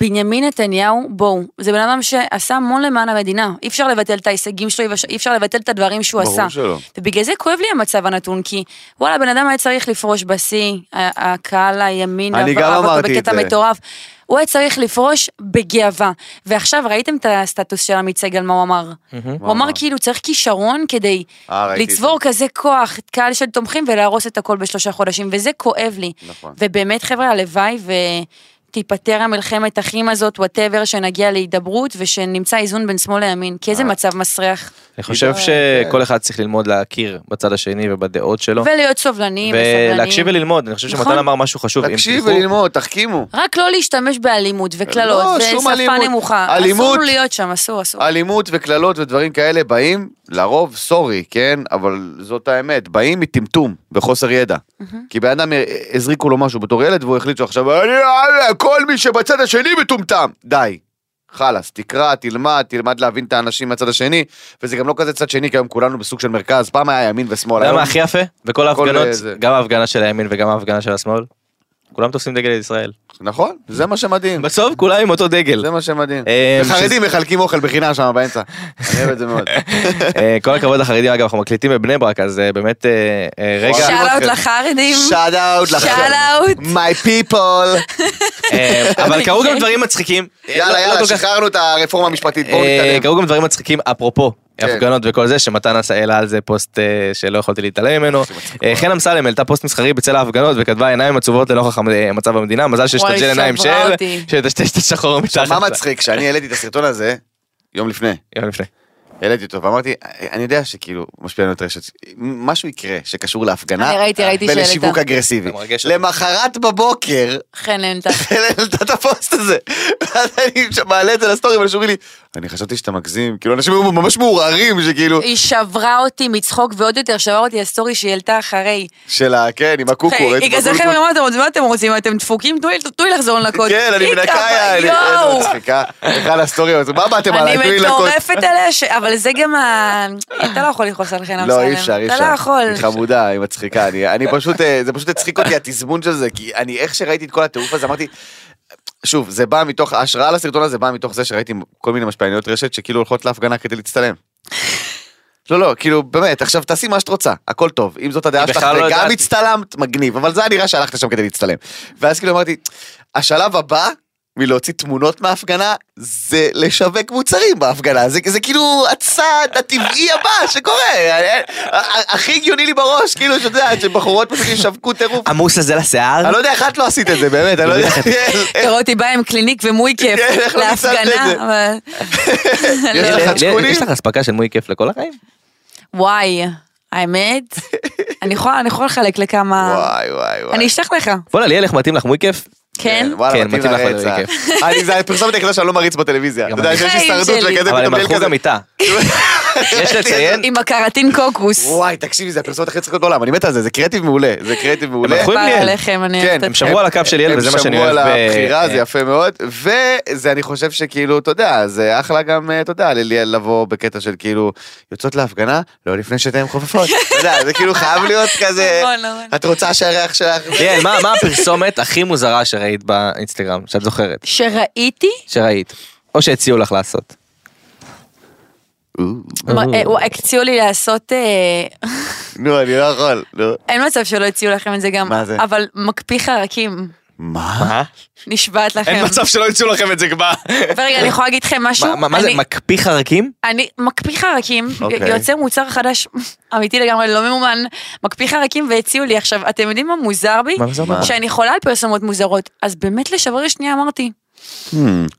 שבנימין נתניהו, בואו, זה בן אדם שעשה המון למען המדינה. אי אפשר לבטל את ההישגים שלו, אי אפשר לבטל את הדברים שהוא ברור עשה. שלא. ובגלל זה כואב לי המצב הנתון, כי וואלה, בן אדם היה צריך לפרוש בשיא, ה- הקהל הימין, אני אהב גם אותו אמרתי את בקטע זה. מטורף. הוא היה צריך לפרוש בגאווה. ועכשיו ראיתם את הסטטוס של עמית סגל, מה הוא אמר? הוא אמר כאילו צריך כישרון כדי אה, ראיתי את זה. לצבור כזה כוח, קהל של תומכים ולהרוס את הכל בשלושה חודשים, וזה כואב לי. נכון. ובאמת חבר'ה, הלוואי ו... תיפתר המלחמת אה. אחים הזאת, וואטאבר, שנגיע להידברות ושנמצא איזון בין שמאל לימין, כי איזה מצב מסריח. אני חושב שכל אחד צריך ללמוד להכיר בצד השני ובדעות לא. שלו. ולהיות סובלניים וסבלניים. ולהקשיב וללמוד, אני חושב נכון. שמתן אמר משהו חשוב. אם תקשיב תלכו- וללמוד, תחכימו. רק לא להשתמש באלימות וקללות, לא, שום ושפה אלימות. נמוכה. אלימות- אה, אסור להיות שם, אסור, אסור. אלימות וקללות ודברים כאלה באים, לרוב, סורי, כן? אבל זאת האמת, באים מטמטום וחוסר ידע. כי בן אדם אה, הזריקו לו משהו בתור ילד והוא החליט שעכשיו, "אני- אה, כל מי שבצד השני מטומטם. די. חלאס, תקרא, תלמד, תלמד להבין את האנשים מהצד השני, וזה גם לא כזה צד שני, כי היום כולנו בסוג של מרכז, פעם היה ימין ושמאל, אתה יודע היום אה, מה הכי יפה? בכל ההפגנות, זה. גם ההפגנה של הימין וגם ההפגנה של השמאל, כולם תופסים דגל ישראל. נכון, זה מה שמדהים, בסוף כולם עם אותו דגל. זה מה שמדהים. אה, וחרדים מחלקים אוכל בחינם שם באמצע, אני אוהב את זה מאוד. אה, כל הכבוד לחרדים, אגב, אנחנו מקליטים בבני ברק, אז אה, באמת, אה, אה, רגע, וואו. שאלה אלימות עוד כן. לחרדים. שאט אאוט לכם. Shout out. My people. אה, אבל קרו גם דברים מצחיקים. אה, לא- יאללה, לא יאללה, כל כך- שחררנו את הרפורמה המשפטית, בואו אה, נתקדם. קרו גם דברים מצחיקים אפרופו כן. הפגנות וכל זה שמתן עשה העלה על זה פוסט אה, שלא יכולתי להתעלם ממנו. אה, חן אמסלם העלתה פוסט מסחרי בצל ההפגנות וכתבה עיניים עצובות לנוכח המ- אה, מצב המדינה מזל וואי, שתשתג'ל עיניים שברה של אותי. שתשתש את השחור מתחת. מה לה." מצחיק, [LAUGHS] שאני העליתי את הסרטון הזה, יום לפני, יום לפני. העליתי אותו, ואמרתי, אני יודע שכאילו, משפיע עלינו את רשת, משהו יקרה שקשור להפגנה, אני ראיתי, ראיתי ולשיווק שהעלית. אגרסיבי. אתה מרגש אותי. למחרת למחרת בבוקר, [LAUGHS] חן אין את ה- העלת את הפוסט הזה, ואז אני שם מעלה את זה לסטורי, ואנשים אומרים לי, אני חשבתי שאתה מגזים, כאילו, אנשים היו ממש מעורערים, שכאילו, היא שברה אותי מצחוק, ועוד יותר שברה אותי הסטורי שהיא העלתה אחרי. של ה... כן, עם הקוקו, ראיתי היא את כזה הקוקו. חבר'ה, מה אתם רוצים? מה אתם רוצים? אתם דפוקים? תנו לי- תנו לי לחזור לנקות. כן, אני היא מנקה, כמה- אני- יואו! איזה מצחיקה, בכלל הסטורי, אז מה באתם עליי, תנו אני לי לקוט. מטורפת עליה, ש- אבל זה גם ה... אתה לא יכול לכעוס על חן אמסלם. לא, אי אפשר, אי אפשר. אתה לא יכול. היא חמודה, היא מצחיקה. אני, אני פשוט, אה, זה פשוט הצחיק אותי התזמון של זה, כי אני, איך שראיתי את כל הטירוף הזה, אמרתי, שוב, זה בא מתוך, ההשראה לסרטון הזה באה מתוך זה שראיתי כל מיני משפיעניות רשת שכאילו הולכות להפגנה כדי להצטלם. לא, לא, כאילו, באמת, עכשיו תעשי מה שאת רוצה, הכל טוב. אם זאת הדעה היא שלך בכלל לא וגם יודעת. הצטלמת, מגניב, אבל זה היה נראה שהלכת שם כדי להצטלם. ואז כאילו אמרתי, השלב הבא מלהוציא תמונות מההפגנה, זה לשווק מוצרים בהפגנה. זה, זה כאילו הצעד הטבעי הבא שקורה. הכי הגיוני לי בראש, כאילו, שאת יודעת, שבחורות פשוט ישווקו טירוף. המוס הזה לשיער. אני לא יודע איך את לא עשית את זה, באמת, אני לא יודע איך... אתה רואה אותי באה עם קליניק ומוי כיף כן, איך לא ניצלת את להפגנה. זה? אבל- יש לא. לך חצ'קונים? יש לך אספקה של מוי כיף לכל החיים? וואי, האמת, אני יכולה אני יכולה לחלק לכמה... וואי וואי וואי. אני אשלח לך, בואנה ליאל איך מתאים לך מוי כיף? כן? וואלה, כן, מתאים מתאים לך לך לרצח. את זה, אני, זה הפרסומת היחידה שאני לא מריץ בטלוויזיה. אתה גם יודע, אני. שיש חיים הישרדות שלי. וכזה, אבל הם פתאום הלכו ליל גם כזה. [LAUGHS] איתה. יש לציין עם הקרטין קוקוס. וואי, תקשיבי, זה הפרסומת הכי צחוקות בעולם, אני מת על זה, זה קריאטיב מעולה, זה קריאטיב מעולה. הלכו עם כפרה ליאל. עליכם, אני כן, אוהבת הם אתכם. שמרו על הקו של ליאל הם וזה מה שאני אוהב. שמרו על ב- הבחירה, זה אה, יפה מאוד, וזה אני חושב שכאילו, אתה יודע, זה אחלה גם, אה, אתה יודע, ל- ל- לבוא בקטע של כאילו, יוצאות להפגנה, לא לפני שאתן [LAUGHS] חופפות, אתה יודע, זה כאילו חייב להיות כזה, נכון, נכון. את רוצה שהריח שלך, ליאל, מה מה הפרסומת הכי מוזרה שראית באינסטגרם, שאת זוכרת, שראיתי, שראית, או שהציעו לך לעשות? מה, אה, וואי, הציעו לי לעשות, אה, נו, אני לא יכול, נו. אין מצב שלא הציעו לכם את זה גם, מה זה? אבל מקפיא חרקים, מה? נשבעת לכם. אין [LAUGHS] מצב שלא יצאו לכם את זה כבר. ורגע, אני יכולה להגיד לכם משהו? מה- מה מה זה, אני- מקפיא חרקים? אני מקפיא חרקים, אוקיי. יוצא מוצר חדש, אמיתי לגמרי, לא ממומן, מקפיא חרקים והציעו לי עכשיו, אתם יודעים מה מוזר בי? מה זה אומר? שאני חולה על פרסומות מוזרות, אז באמת לשבריר שנייה אמרתי, Hmm.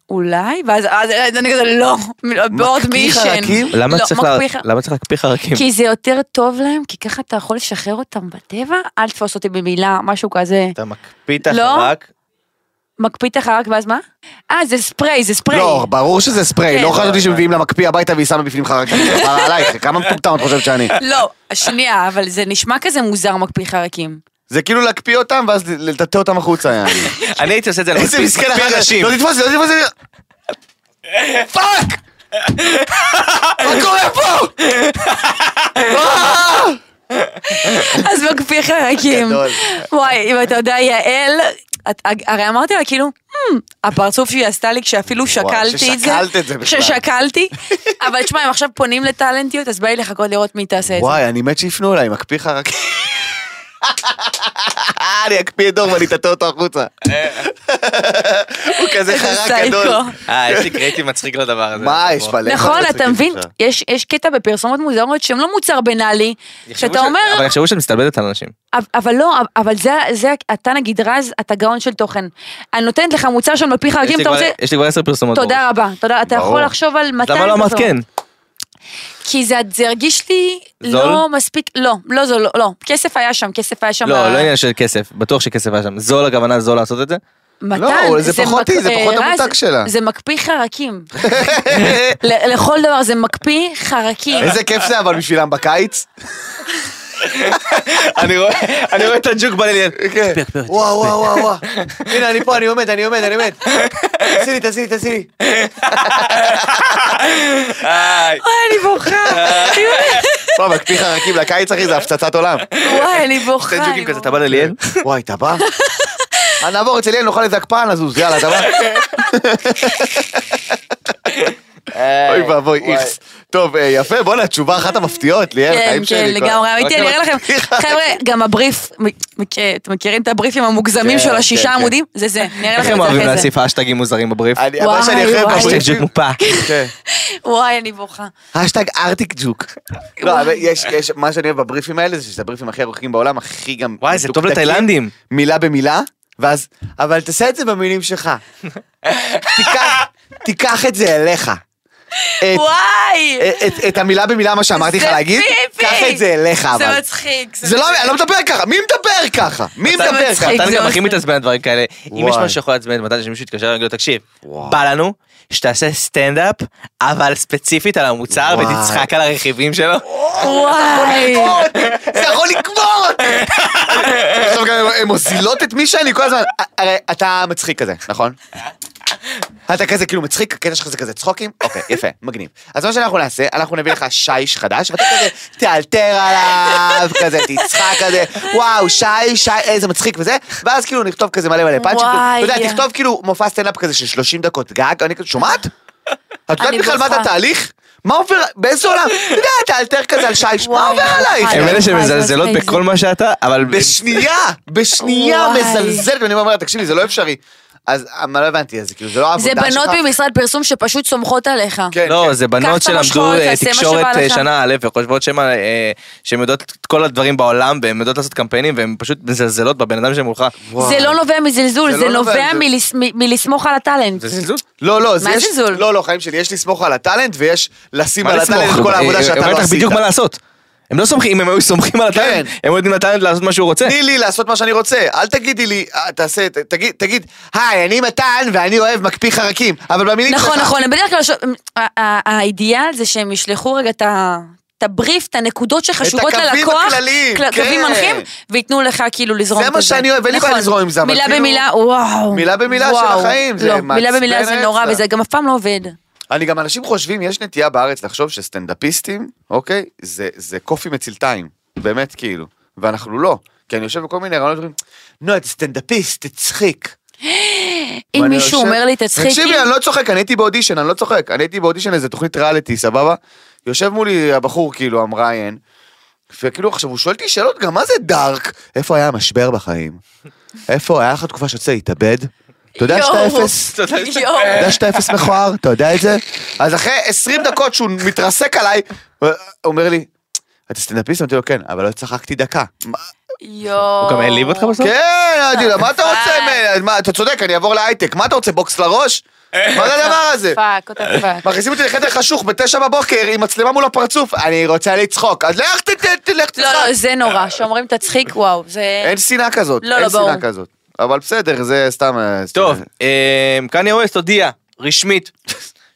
אולי? ואז אז- אז אני כזה, לא, בעוד מקפיא מישן. חרקים? למה לא, צריך לה- מקפיא ח- למה צריך להקפיא חרקים? כי זה יותר טוב להם, כי ככה אתה יכול לשחרר אותם בטבע, אל תתפוס אותי במילה, משהו כזה. אתה מקפיא את לא. החרק? מקפיא את החרק ואז מה? אה, זה ספרי, זה ספרי. לא, ברור שזה ספרי, כן. לא חשבתי שמביאים לה מקפיא הביתה והיא שמה [LAUGHS] בפנים חרקים, כפרה עלייך, כמה מטומטם את חושבת שאני? לא, שנייה, אבל זה נשמע כזה מוזר מקפיא חרקים. [LAUGHS] זה כאילו להקפיא אותם ואז לטאטא אותם החוצה, יעני. אני הייתי עושה את זה, איזה מסכן אחר לא תתפוס, לא תתפוס, לא- פאק! [LAUGHS] מה קורה פה? אז מקפיא חרקים. גדול. וואי, אם אתה יודע, יעל, את- הרי אמרתי לה, כאילו, "Hmm, הפרצוף שהיא עשתה לי כשאפילו שקלתי את זה. ששקלת את זה בכלל. [LAUGHS] ששקלתי, אבל תשמע, אם עכשיו פונים לטאלנטיות, אז בא לי לחכות לראות מי תעשה את זה. וואי, אני מת שיפנו אליי, מקפיא לך רק... [LAUGHS] אני אקפיא את דור ואני אטאטא אותו החוצה. הוא כזה איזה חרק גדול. סייקו. אה, יש לי קרייטי מצחיק לדבר הזה. מה, יש מלא... נכון, דברים אתה מצחיקים מבין? עכשיו. יש יש קטע בפרסומות מוזרות שהן לא מוצר בינאלי, שאתה אומר, אבל יחשבו שאת מסתלבטת על אנשים. אבל- אבל לא, אבל זה, זה, אתה נגיד רז, אתה גאון של תוכן. אני נותנת לך מוצר של מלפי יש חרקים, לי אה, אתה כבר- רוצה... יש לי כבר עשר פרסומות. תודה רבה, תודה, אתה ברור. יכול לחשוב על אז 200 למה לא אמרת פרסומות. כן? כי זה זה הרגיש לי זול? לא מספיק, לא, לא זול, לא, כסף היה שם, כסף היה שם. לא, ב- לא עניין של כסף, בטוח שכסף היה שם. זול הכוונה זול לעשות את זה? מתן, לא, זה פחותי, זה פחות אה, רז, המותג שלה. זה מקפיא [LAUGHS] חרקים. ל- לכל דבר זה מקפיא חרקים. איזה כיף זה אבל בשבילם בקיץ. אני רואה אני רואה את הג'וק בליליאל. כן. וואו וואו וואו וואו. הנה אני פה, אני עומד, אני עומד, אני עומד. [LAUGHS] תעשי לי, תעשי לי, תעשי לי. וואי, אני [LAUGHS] בוכה. וואו, מקפיא חרקים לקיץ אחי, זה הפצצת עולם. וואי, אני בוכה. שתי אני ג'וקים כזה, בוכה. אתה בא לליאל? וואי, אתה בא? אז נעבור אצל ילד, נאכל איזה הקפאה, נזוז, יאללה, אתה בא? אה, אוי ואבוי, איכס. טוב, אה, יפה, בואנה, תשובה אחת המפתיעות, ליאל, כן, חיים שלי. כן, כל- לגמרי, אמיתי, רק אני אראה לכם, מקפיא חרקים. חבר'ה, גם הבריף, מ- מכיר- אתם מכירים את הבריפים המוגזמים כן, של כן, הששישה כן. עמודים? זה זה, אני אראה איך לכם הם את אוהבים זה אחרי זה. להוסיף אשטגים מוזרים בבריף? אני- מה שאני וואי, אחרי וואי. אשטג ג'וק מופה. כן. וואי, אני בוכה. השטג ארטיק ג'וק. לא, אבל יש, יש, מה שאני אוהב בבריפים האלה זה שזה הבריפים הכי ארוכים בעולם, הכי גם... וואי, זה טוב מתוקתקים, לתאילנדים. מילה במילה, ואז, אבל תעשה את זה במילים שלך. תיקח, תיקח את זה אליך. את, וואי! את, את, את המילה במילה, מה שאמרתי לך זה להגיד, פיפי. קח את זה אליך, זה אה, אבל. מצחיק. זה לא, אני לא מדבר ככה, מי מדבר ככה? מי אתה מדבר מצחיק. ככה? מתן זה גם הכי עושה. מתעצבן על דברים כאלה. אם יש וואי. משהו שיכול לעצבן את מתן, שמישהו יתקשר ויגיד לו, תקשיב, וואי. בא לנו שתעשה סטנדאפ, אבל ספציפית על המוצר, וואי. ותצחק על הרכיבים אה, שלו. וואי! לא- [LAUGHS] זה יכול לקבור אותי. עכשיו גם הן מוזילות את מי שאני כל הזמן. אה, הרי אתה מצחיק כזה, נכון? אתה כזה כאילו מצחיק, הקטע שלך זה כזה צחוקים? אוקיי, יפה, מגניב. אז מה שאנחנו נעשה, אנחנו נביא לך שיש חדש, ואתה כזה תאלתר עליו, כזה תצחק כזה, וואו, שי, שי, איזה מצחיק וזה, ואז כאילו נכתוב כזה מלא מלא פאנצ'ים, וואי. אתה יודע, תכתוב כאילו מופע סטנדאפ כזה של 30 דקות גג, אני כזה, שומעת? את יודעת אני בכלל מה זה בוכה. התהליך? מה עובר, באיזה עולם? אתה יודע, תאלתר כזה על שי, מה וואי, עובר עלייך? וואי. הם אלה שמזלזלות וואי, זה בכל מה שאתה, אבל... בשנייה, בשנייה וואי. מזלזלת, ואני אומר, תקשיבי, זה לא אפשרי. אז מה לא הבנתי, אז כאילו, זה לא זה העבודה שלך. בנות ממשרד פרסום שפשוט סומכות עליך. כן, לא, כן. זה בנות קח את שלמדו המשכורת, אה, תעשה מה תקשורת שבא אה, לך. שנה א' וחושבות שהן, אה, שהן יודעות את כל הדברים בעולם והן יודעות לעשות קמפיינים והן פשוט מזלזלות בבן אדם שמולך. זה לא נובע מזלזול, זה זה לא נובע נובע מזלזול. מלס- מ- מלסמוך על הטאלנט. זה זלזול. לא, לא, זה מה יש... זלזול? לא, לא, חיים שלי, יש לסמוך על הטאלנט, ויש לשים מה על לסמוך? הטאלנט את כל העבודה אה, שאתה אומרת לא לך עשית. בדיוק מה לעשות. הם לא סומכים, אם הם היו סומכים על הטאלנט, כן. הם היו נותנים לטאלנט לעשות מה שהוא רוצה. תני לי לעשות מה שאני רוצה, אל תגידי לי, אה, תעשה, ת- תגיד, תגיד, היי, אני מתן ואני אוהב מקפיא חרקים, אבל במילים נכון, שלך- נכון, הם בדרך כלל... ש- ה- ה- האידיאל זה שהם ישלחו רגע את ה... את הבריף, את הנקודות שחשובות את הקווים ללקוח, הכלליים, כל- קווים כן. מנחים, וייתנו לך כאילו לזרום זה את מה שאני אוהב, אין לי בעיה נכון. לזרום עם זה, אבל מילה כאילו- במילה, וואו. מילה במילה של וואו. החיים, זה לא, מילה במילה זה מעצבן נורא, רצח. וזה גם אף פעם לא עובד. אני גם, אנשים חושבים, יש נטייה בארץ לחשוב שסטנדאפיסטים, אוקיי, זה, זה קופי מצלתיים, באמת כאילו, ואנחנו לא, כי אני יושב בכל מיני רעיונות, אומרים, נו, את סטנדאפיסט, תצחיק. אם ואני מישהו יושב- אומר לי, תצחיקי, תקשיבי, אני לא צוחק, אני הייתי באודישן, אני לא צוחק, אני הייתי באודישן איזה תוכנית ריאליטי, סבבה? יושב מולי הבחור, כאילו, המראיין, וכאילו עכשיו הוא שואל אותי שאלות גם, מה זה דארק? איפה היה המשבר בחיים? איפה היה לך תקופה שרצית להתאבד? אתה יודע שאתה יואו. אפס? יואו. אתה יודע שאתה אפס מכוער, אתה יודע את זה? אז אחרי 20 דקות שהוא מתרסק עליי, הוא אומר לי, אתה סטנדאפיסט? אמרתי לו, כן, אבל לא צחקתי דקה. "מה?" יואו. הוא גם העליב אותך בסוף? כן, אמרתי לו, מה אתה רוצה? אה. ממני? מה, אתה צודק, אני אעבור להייטק. מה אתה רוצה, בוקס לראש? מה זה הדבר הזה? פאק, אותה פאק. מכניסים אותי לחדר חשוך בתשע בבוקר עם מצלמה מול הפרצוף, אני רוצה לצחוק, אז לך ת- ת- תלך לא, לא, תצחק. זה נורא, שאומרים תצחיק, וואו, זה... אין שנאה כזאת, לא, לא, אין שנאה ברור. כזאת. אבל בסדר, זה סתם... אה, טוב, סתם. אמ, קניה ווסט הודיע רשמית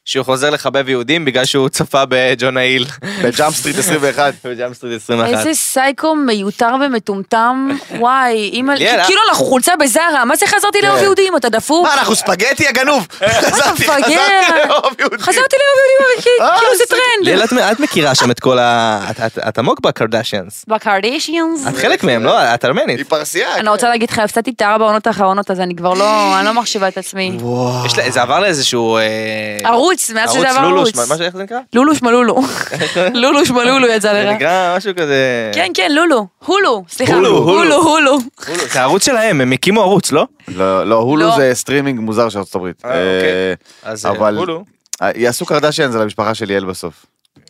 שהוא חוזר לחבב יהודים בגלל שהוא צפה בג'ון האיל. בג'אמפ סטריט 21. [LAUGHS] בג'אם סטריט 21. איזה סייקו מיותר [LAUGHS] ומטומטם, וואי, אימא, ליאלה. כאילו אנחנו חולצה בזארה, מה זה חזרתי לאהוב כן. יהודים, אתה דפוק? מה, אנחנו ספגטי הגנוב? חזרתי, מפגר? חזרתי לאהוב יהודים. חזרתי לאהוב יהודים, כי- אה, כאילו זה סייקו. טרנד. ליאל, את- את מכירה שם את כל ה... את- את- את עמוק בקרדשיאנס. בקרדישיאנס. את חלק מהם, לא? את ארמנית. היא פרסייה. כן. אני רוצה להגיד לך, הפסדתי את הארבע עונות האחרונות, אז אני כבר [LAUGHS] לא, אני לא מחשיבה את עצמי. יש לה- זה עבר לאיזשהו... אה, ערוץ, מאז שזה עבר לולוש, ערוץ. מה- מה ש- איך זה נקרא? לולו [LAUGHS] שמלולו. לולו שמלולו יצא זה לך. נקרא משהו כזה... כן, כן, לולו. הולו, סליחה. הולו, הולו. הולו, הולו. הולו, זה הערוץ שלהם, הם הקימו ערוץ, לא? לא, לא, הולו לא. זה סטרימינג מוזר של ארצות הברית. אה, אוקיי. אה, אז, אה, אבל... הולו. אה, יעשו קרדשיאן זה למשפחה של ליאל בסוף.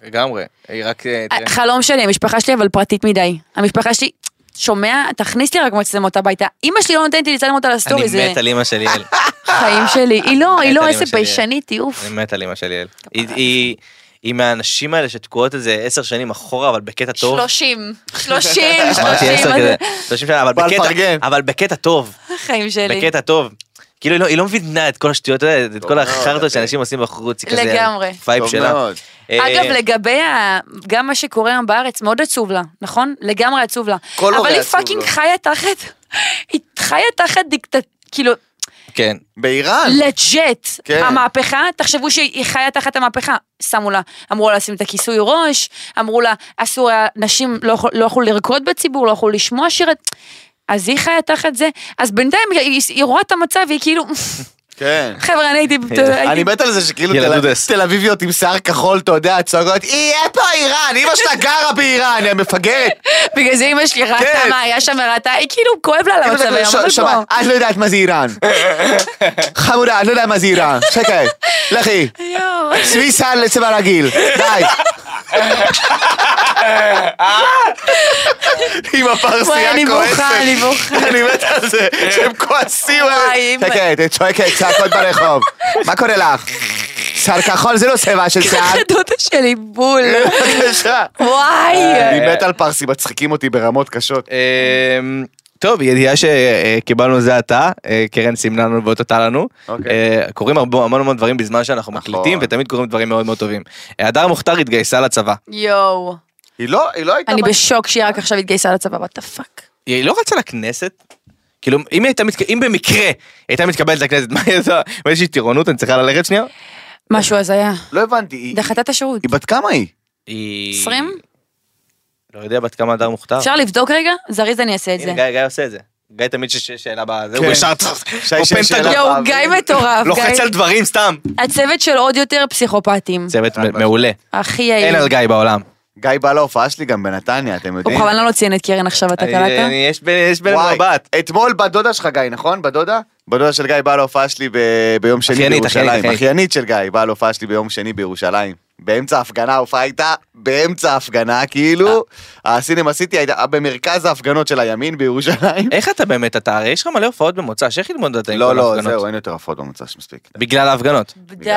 לגמרי. היא רק... אה, תראה. חלום שלי, המשפחה שלי אבל פרטית מדי. המשפחה שלי, שומע? תכניס לי רק מצלמות הביתה. אמא שלי לא נותנת לי לצלם אותה לסטורי, אני זה מת על אימא של ליאל. חיים שלי. היא לא, אני היא מת לא על איזה אמא שלי. ביישנית, היא אוף. אני מת על אימא של ליאל. היא- היא- היא מהאנשים האלה שתקועות איזה עשר שנים אחורה, אבל בקטע טוב. [LAUGHS] 30, 30, אמרתי 30, עשר מה כזה, זה? 30 שנה, אבל בא בקטע, לפרגן. אבל בקטע טוב, החיים שלי. בקטע טוב. כאילו היא לא, היא לא מבינה את כל השטויות האלה, טוב את כל מאוד, אחי. החרטות שאנשים עושים בחוץ, היא כזה, לגמרי. הפייב טוב שלה. מאוד. אה, אגב, לגבי ה- גם מה שקורה היום בארץ, מאוד עצוב לה, נכון? לגמרי עצוב לה. כל הורה אבל היא עצוב פאקינג לו. חיה תחת, היא חיה תחת דיקטט... כאילו, כן. באיראן. לא. לג'ט, כן. המהפכה, תחשבו שהיא חיה תחת המהפכה, שמו לה, אמרו לה לשים את הכיסוי ראש, אמרו לה, אסור, היה- נשים לא יכול- לא יכלו לרקוד בציבור, לא יכלו לשמוע שירת, אז היא חיה תחת זה, אז בינתיים היא- היא- היא רואה את המצב, היא כאילו, [LAUGHS] כן. חבר'ה, אני הייתי, אני הייתי- מת על זה שכאילו ילד תל- דודס. תל אביביות עם שיער כחול, אתה יודע, צועקות, יהיה פה איראן, אמא שלה גרה באיראן, היא מפגרת. בגלל זה אמא שלי ראתה כן. מה היה שם וראתה, היא כאילו, כואב לה על [LAUGHS] המצב היום, אבל בוא. את לא יודעת מה זה [LAUGHS] איראן. חמודה, את לא יודעת מה זה איראן. שקט, [LAUGHS] לכי. יואו. [LAUGHS] סוויסה לצבע רגיל, די. עם וואי, הפרסייה אני כועסת. בוכה, אני בוכה. אני מת על זה, שהם כועסים. וואי, אימא. שקט, את צועקת צעקות ברחוב. מה קורה לך? שיער כחול זה לא צבע של שיער. דודה שלי בול. בבקשה. וואי. כן. אה, אני מת על פרסים, מצחיקים אותי ברמות קשות. אמ, טוב, ידיעה שקיבלנו זה עתה, אה, קרן סימנה לנו והוטטה לנו. אוקיי. אה, קורים הרבה- המון המון דברים בזמן שאנחנו מקליטים, ותמיד קורים דברים מאוד מאוד טובים. אה, הדר מוכתר התגייסה לצבא. יואו. היא לא, היא לא הייתה... אני בת- בשוק שהיא רק עכשיו התגייסה לצבא, וואטה פאק. היא לא רצה לכנסת? כאילו, אם היא הייתה מתק- אם במקרה היא הייתה מתקבלת לכנסת, [LAUGHS] מה היא עושה? מה, איזושהי טירונות, אני צריכה ללכת שנייה? משהו הזיה. לא הבנתי, היא- דחתה את השירות. היא בת כמה היא? היא... 20? לא יודע בת כמה הדר מוכתר. אפשר לבדוק רגע? זריז אני אעשה את זה. הנה, גיא- גיא עושה את זה. גיא תמיד שיש שאלה בזה, הוא כן. ישר... שי, כמו שי, פנטגון. שאלה. יואו, אבל- גיא מטורף, לוחץ גיא. על דברים סתם. הצוות של עוד יותר פסיכופטים. צוות מ- מעולה. הכי אין יעיל. על גיא בעולם. גיא בא להופעה שלי גם בנתניה, אתם הוא יודעים. בכוונה לא ציין את קרן עכשיו, אתה אני- אני- קלטת? יש ב- יש בינינו וואי, מבט. אתמול בת דודה שלך גיא, נכון? בת דודה? בת דודה של גיא באה להופעה שלי ב- ביום שני אחיינית, אחיינית, בירושלים. אחיינית. אחיינית של גיא באה להופעה שלי ביום שני בירושלים. באמצע ההפגנה, ההופעה הייתה באמצע ההפגנה, כאילו, הסינמה סיטי הייתה במרכז ההפגנות של הימין בירושלים. איך אתה באמת, אתה הרי יש לך מלא הופעות במוצ"ש, איך ללמוד את זה עם לא, כל לא, ההפגנות? זהו, אין יותר הפרעות במוצא שמספיק. בגלל ההפגנות. בגלל די.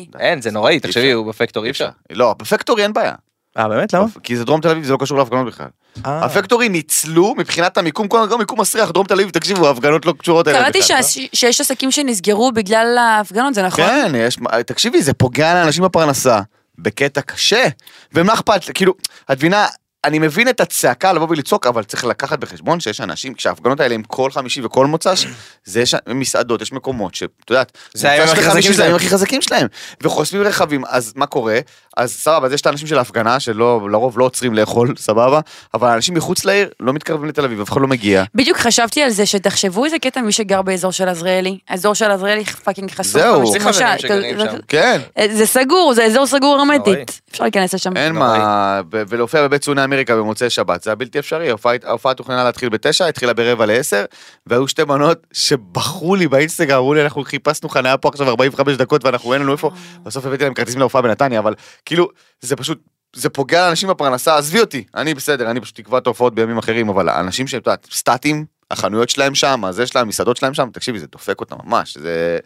ההפגנה. אין, זה נוראי, תחשבי, אפשר. הוא בפקטור, אי אפשר. לא, בפקטורי אין בעיה. אה, באמת? למה? כי זה דרום תל אביב, זה לא קשור להפגנות בכלל. אה. הפקטורי ניצלו מבחינת המיקום, כל הזמן מיקום מסריח, דרום תל אביב, תקשיבו, ההפגנות לא קשורות אליהם קראתי בכלל. שה- שיש עסקים שנסגרו בגלל ההפגנות, זה נכון? כן, יש, תקשיבי, זה פוגע לאנשים בפרנסה, בקטע קשה, ומה אכפת, כאילו, את מבינה, אני מבין את הצעקה לבוא ולצעוק, אבל צריך לקחת בחשבון שיש אנשים, כשההפגנות האלה הם כל חמישי וכל מוצ"ש, זה יש מסעדות, יש מקומות שאת יודעת, זה הימים מוצ"ש הכי וחמישי חזקים זה הימים שלהם. הכי חזקים שלהם, וחוסמים רכבים, אז מה קורה? אז סבבה, אז יש את האנשים של ההפגנה, שלא, לרוב לא עוצרים לאכול, סבבה, אבל האנשים מחוץ לעיר לא מתקרבים לתל אביב, אף אחד לא מגיע. בדיוק חשבתי על זה, שתחשבו איזה קטע מי שגר באזור של עזריאלי. האזור של עזריאלי פאקינג חשוף. זהו. חמישים יש לי חברים שלושה, שגרים אתה- שם. כן. זה סגור, זה אזור סגור נוראי. הרמטית. אפשר להיכנס לשם. אין נוראי. מה, ב- ולהופיע בבית צוני אמריקה במוצאי שבת, זה היה בלתי אפשרי, ההופעה הת- ההופעה תוכננה להתחיל בתשע, התחילה ברבע לעשר, והיו שתי בנות שבחרו לי באינסטגרם, אמרו לי, אנחנו חיפשנו חניה פה עכשיו 45 דקות ואנחנו אין לנו איפה, בסוף הבאתי להם כרטיסים להופעה בנתניה, אבל כאילו, זה פשוט, זה פוגע לאנשים בפרנסה, עזבי אותי, אני בסדר, אני פשוט אקבע את ההופעות בימים אחרים, אבל האנשים שהם, את יודעת, סטטים, החנויות שלהם שם, הזה שלהם, המסעדות שלהם שם, תקשיבי, זה דופק אותם ממש, זה...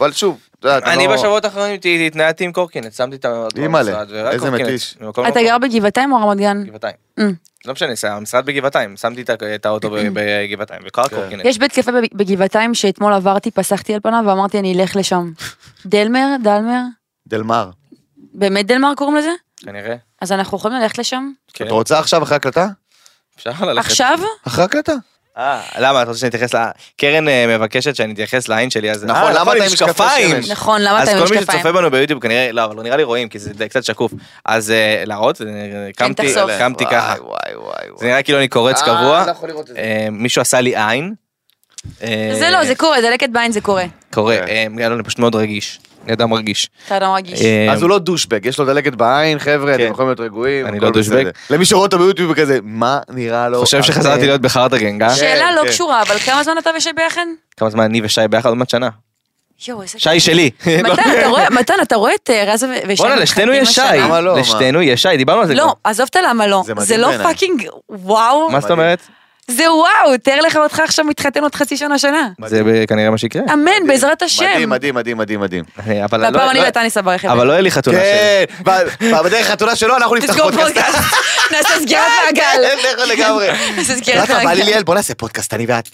אבל שוב, את יודעת, אני לא- בשבועות האחרונים ת- התנהלתי עם קורקינט, שמתי את האוטו אימא'לה, במשרד, ורק איזה קורקינט, מתיש. ממקום אתה גר למקום. בגבעתיים או רמת גן? גבעתיים. Mm. לא משנה, זה המשרד בגבעתיים, שמתי את ה- את האוטו ב- כן. בגבעתיים, וקרא כן. קורקינט. יש בית קפה בג- בגבעתיים שאתמול עברתי, פסחתי על פניו ואמרתי אני אלך לשם. דלמר? דלמר? דלמר, באמת דלמר קוראים לזה? כנראה. אז אנחנו יכולים ללכת לשם? כן. את רוצה עכשיו אחרי הקלטה? אפשר ללכת. עכשיו? אחרי הקלטה. אה, למה? את רוצה שאני אתייחס ל... קרן אה, מבקשת שאני אתייחס לעין שלי, אז... נכון, אה, למה אתה עם עם משקפי משקפיים? שמש? נכון, למה אז אתה עם כל מי משקפיים? שצופה בנו ביוטיוב כנראה, לא, אבל נראה לי רואים, כי זה קצת שקוף. אז אה, להראות? אה, קמתי- תחשוף. קמתי וואי, ככה. וואי וואי וואי. זה נראה כאילו אני קורץ אה, קבוע. לא יכול לראות את זה. אה, מישהו עשה לי עין. אה, זה לא, זה קורה, דלקת בעין זה קורה. קורה. כן. אה, לא, אני פשוט מאוד רגיש. אני אדם רגיש. אתה לא מרגיש. אה, אז הוא לא דושבג, יש לו דלקת בעין, חבר'ה, אתם כן. יכולים להיות רגועים. אני הכל לא דושבג. בסדר. למי שרואה אותו ביוטיוב כזה, מה נראה לו? חושב אתם?" שחזרתי להיות בחרטה גנג, אה? שאלה לא כן. קשורה, אבל כמה זמן אתה ושי ביחד? כמה זמן אני ושי ביחד עוד מעט שנה. יואו, איזה... [LAUGHS] שי שלי. לא. מתן, אתה רואה- מתן, אתה רואה את אה, רז ו- ושי? בואנה, לשתינו יש שי. מתחתנים השנה? למה לא? מה? לשתינו יש שי, דיברנו על זה כבר. לא, עזוב את הלמה לא. זה מדהים זה לא בעיניי. פאקינג וואו. מה זאת אומרת? זה וואו, תאר לך אותך עכשיו מתחתן עוד חצי שנה שנה. זה ב- כנראה מה שיקרה. אמן, כן, בעזרת השם. מדהים, מדהים, מדהים, מדהים, מדהים. אה, אבל לא- והפעם אני לא- וטניס אברך את זה. אבל לא יהיה לי חתונה שלי. כן, ב- ב- בדרך התונה שלו אנחנו נפתח נסגור פודקאסט. [LAUGHS] פודקאסט. נעשה סגירת מעגל. כן, נכון, [LAUGHS] לגמרי. נעשה סגירת את יודעת מה, בא לי מעגל. ליאל, בוא נעשה פודקאסט, אני ואת.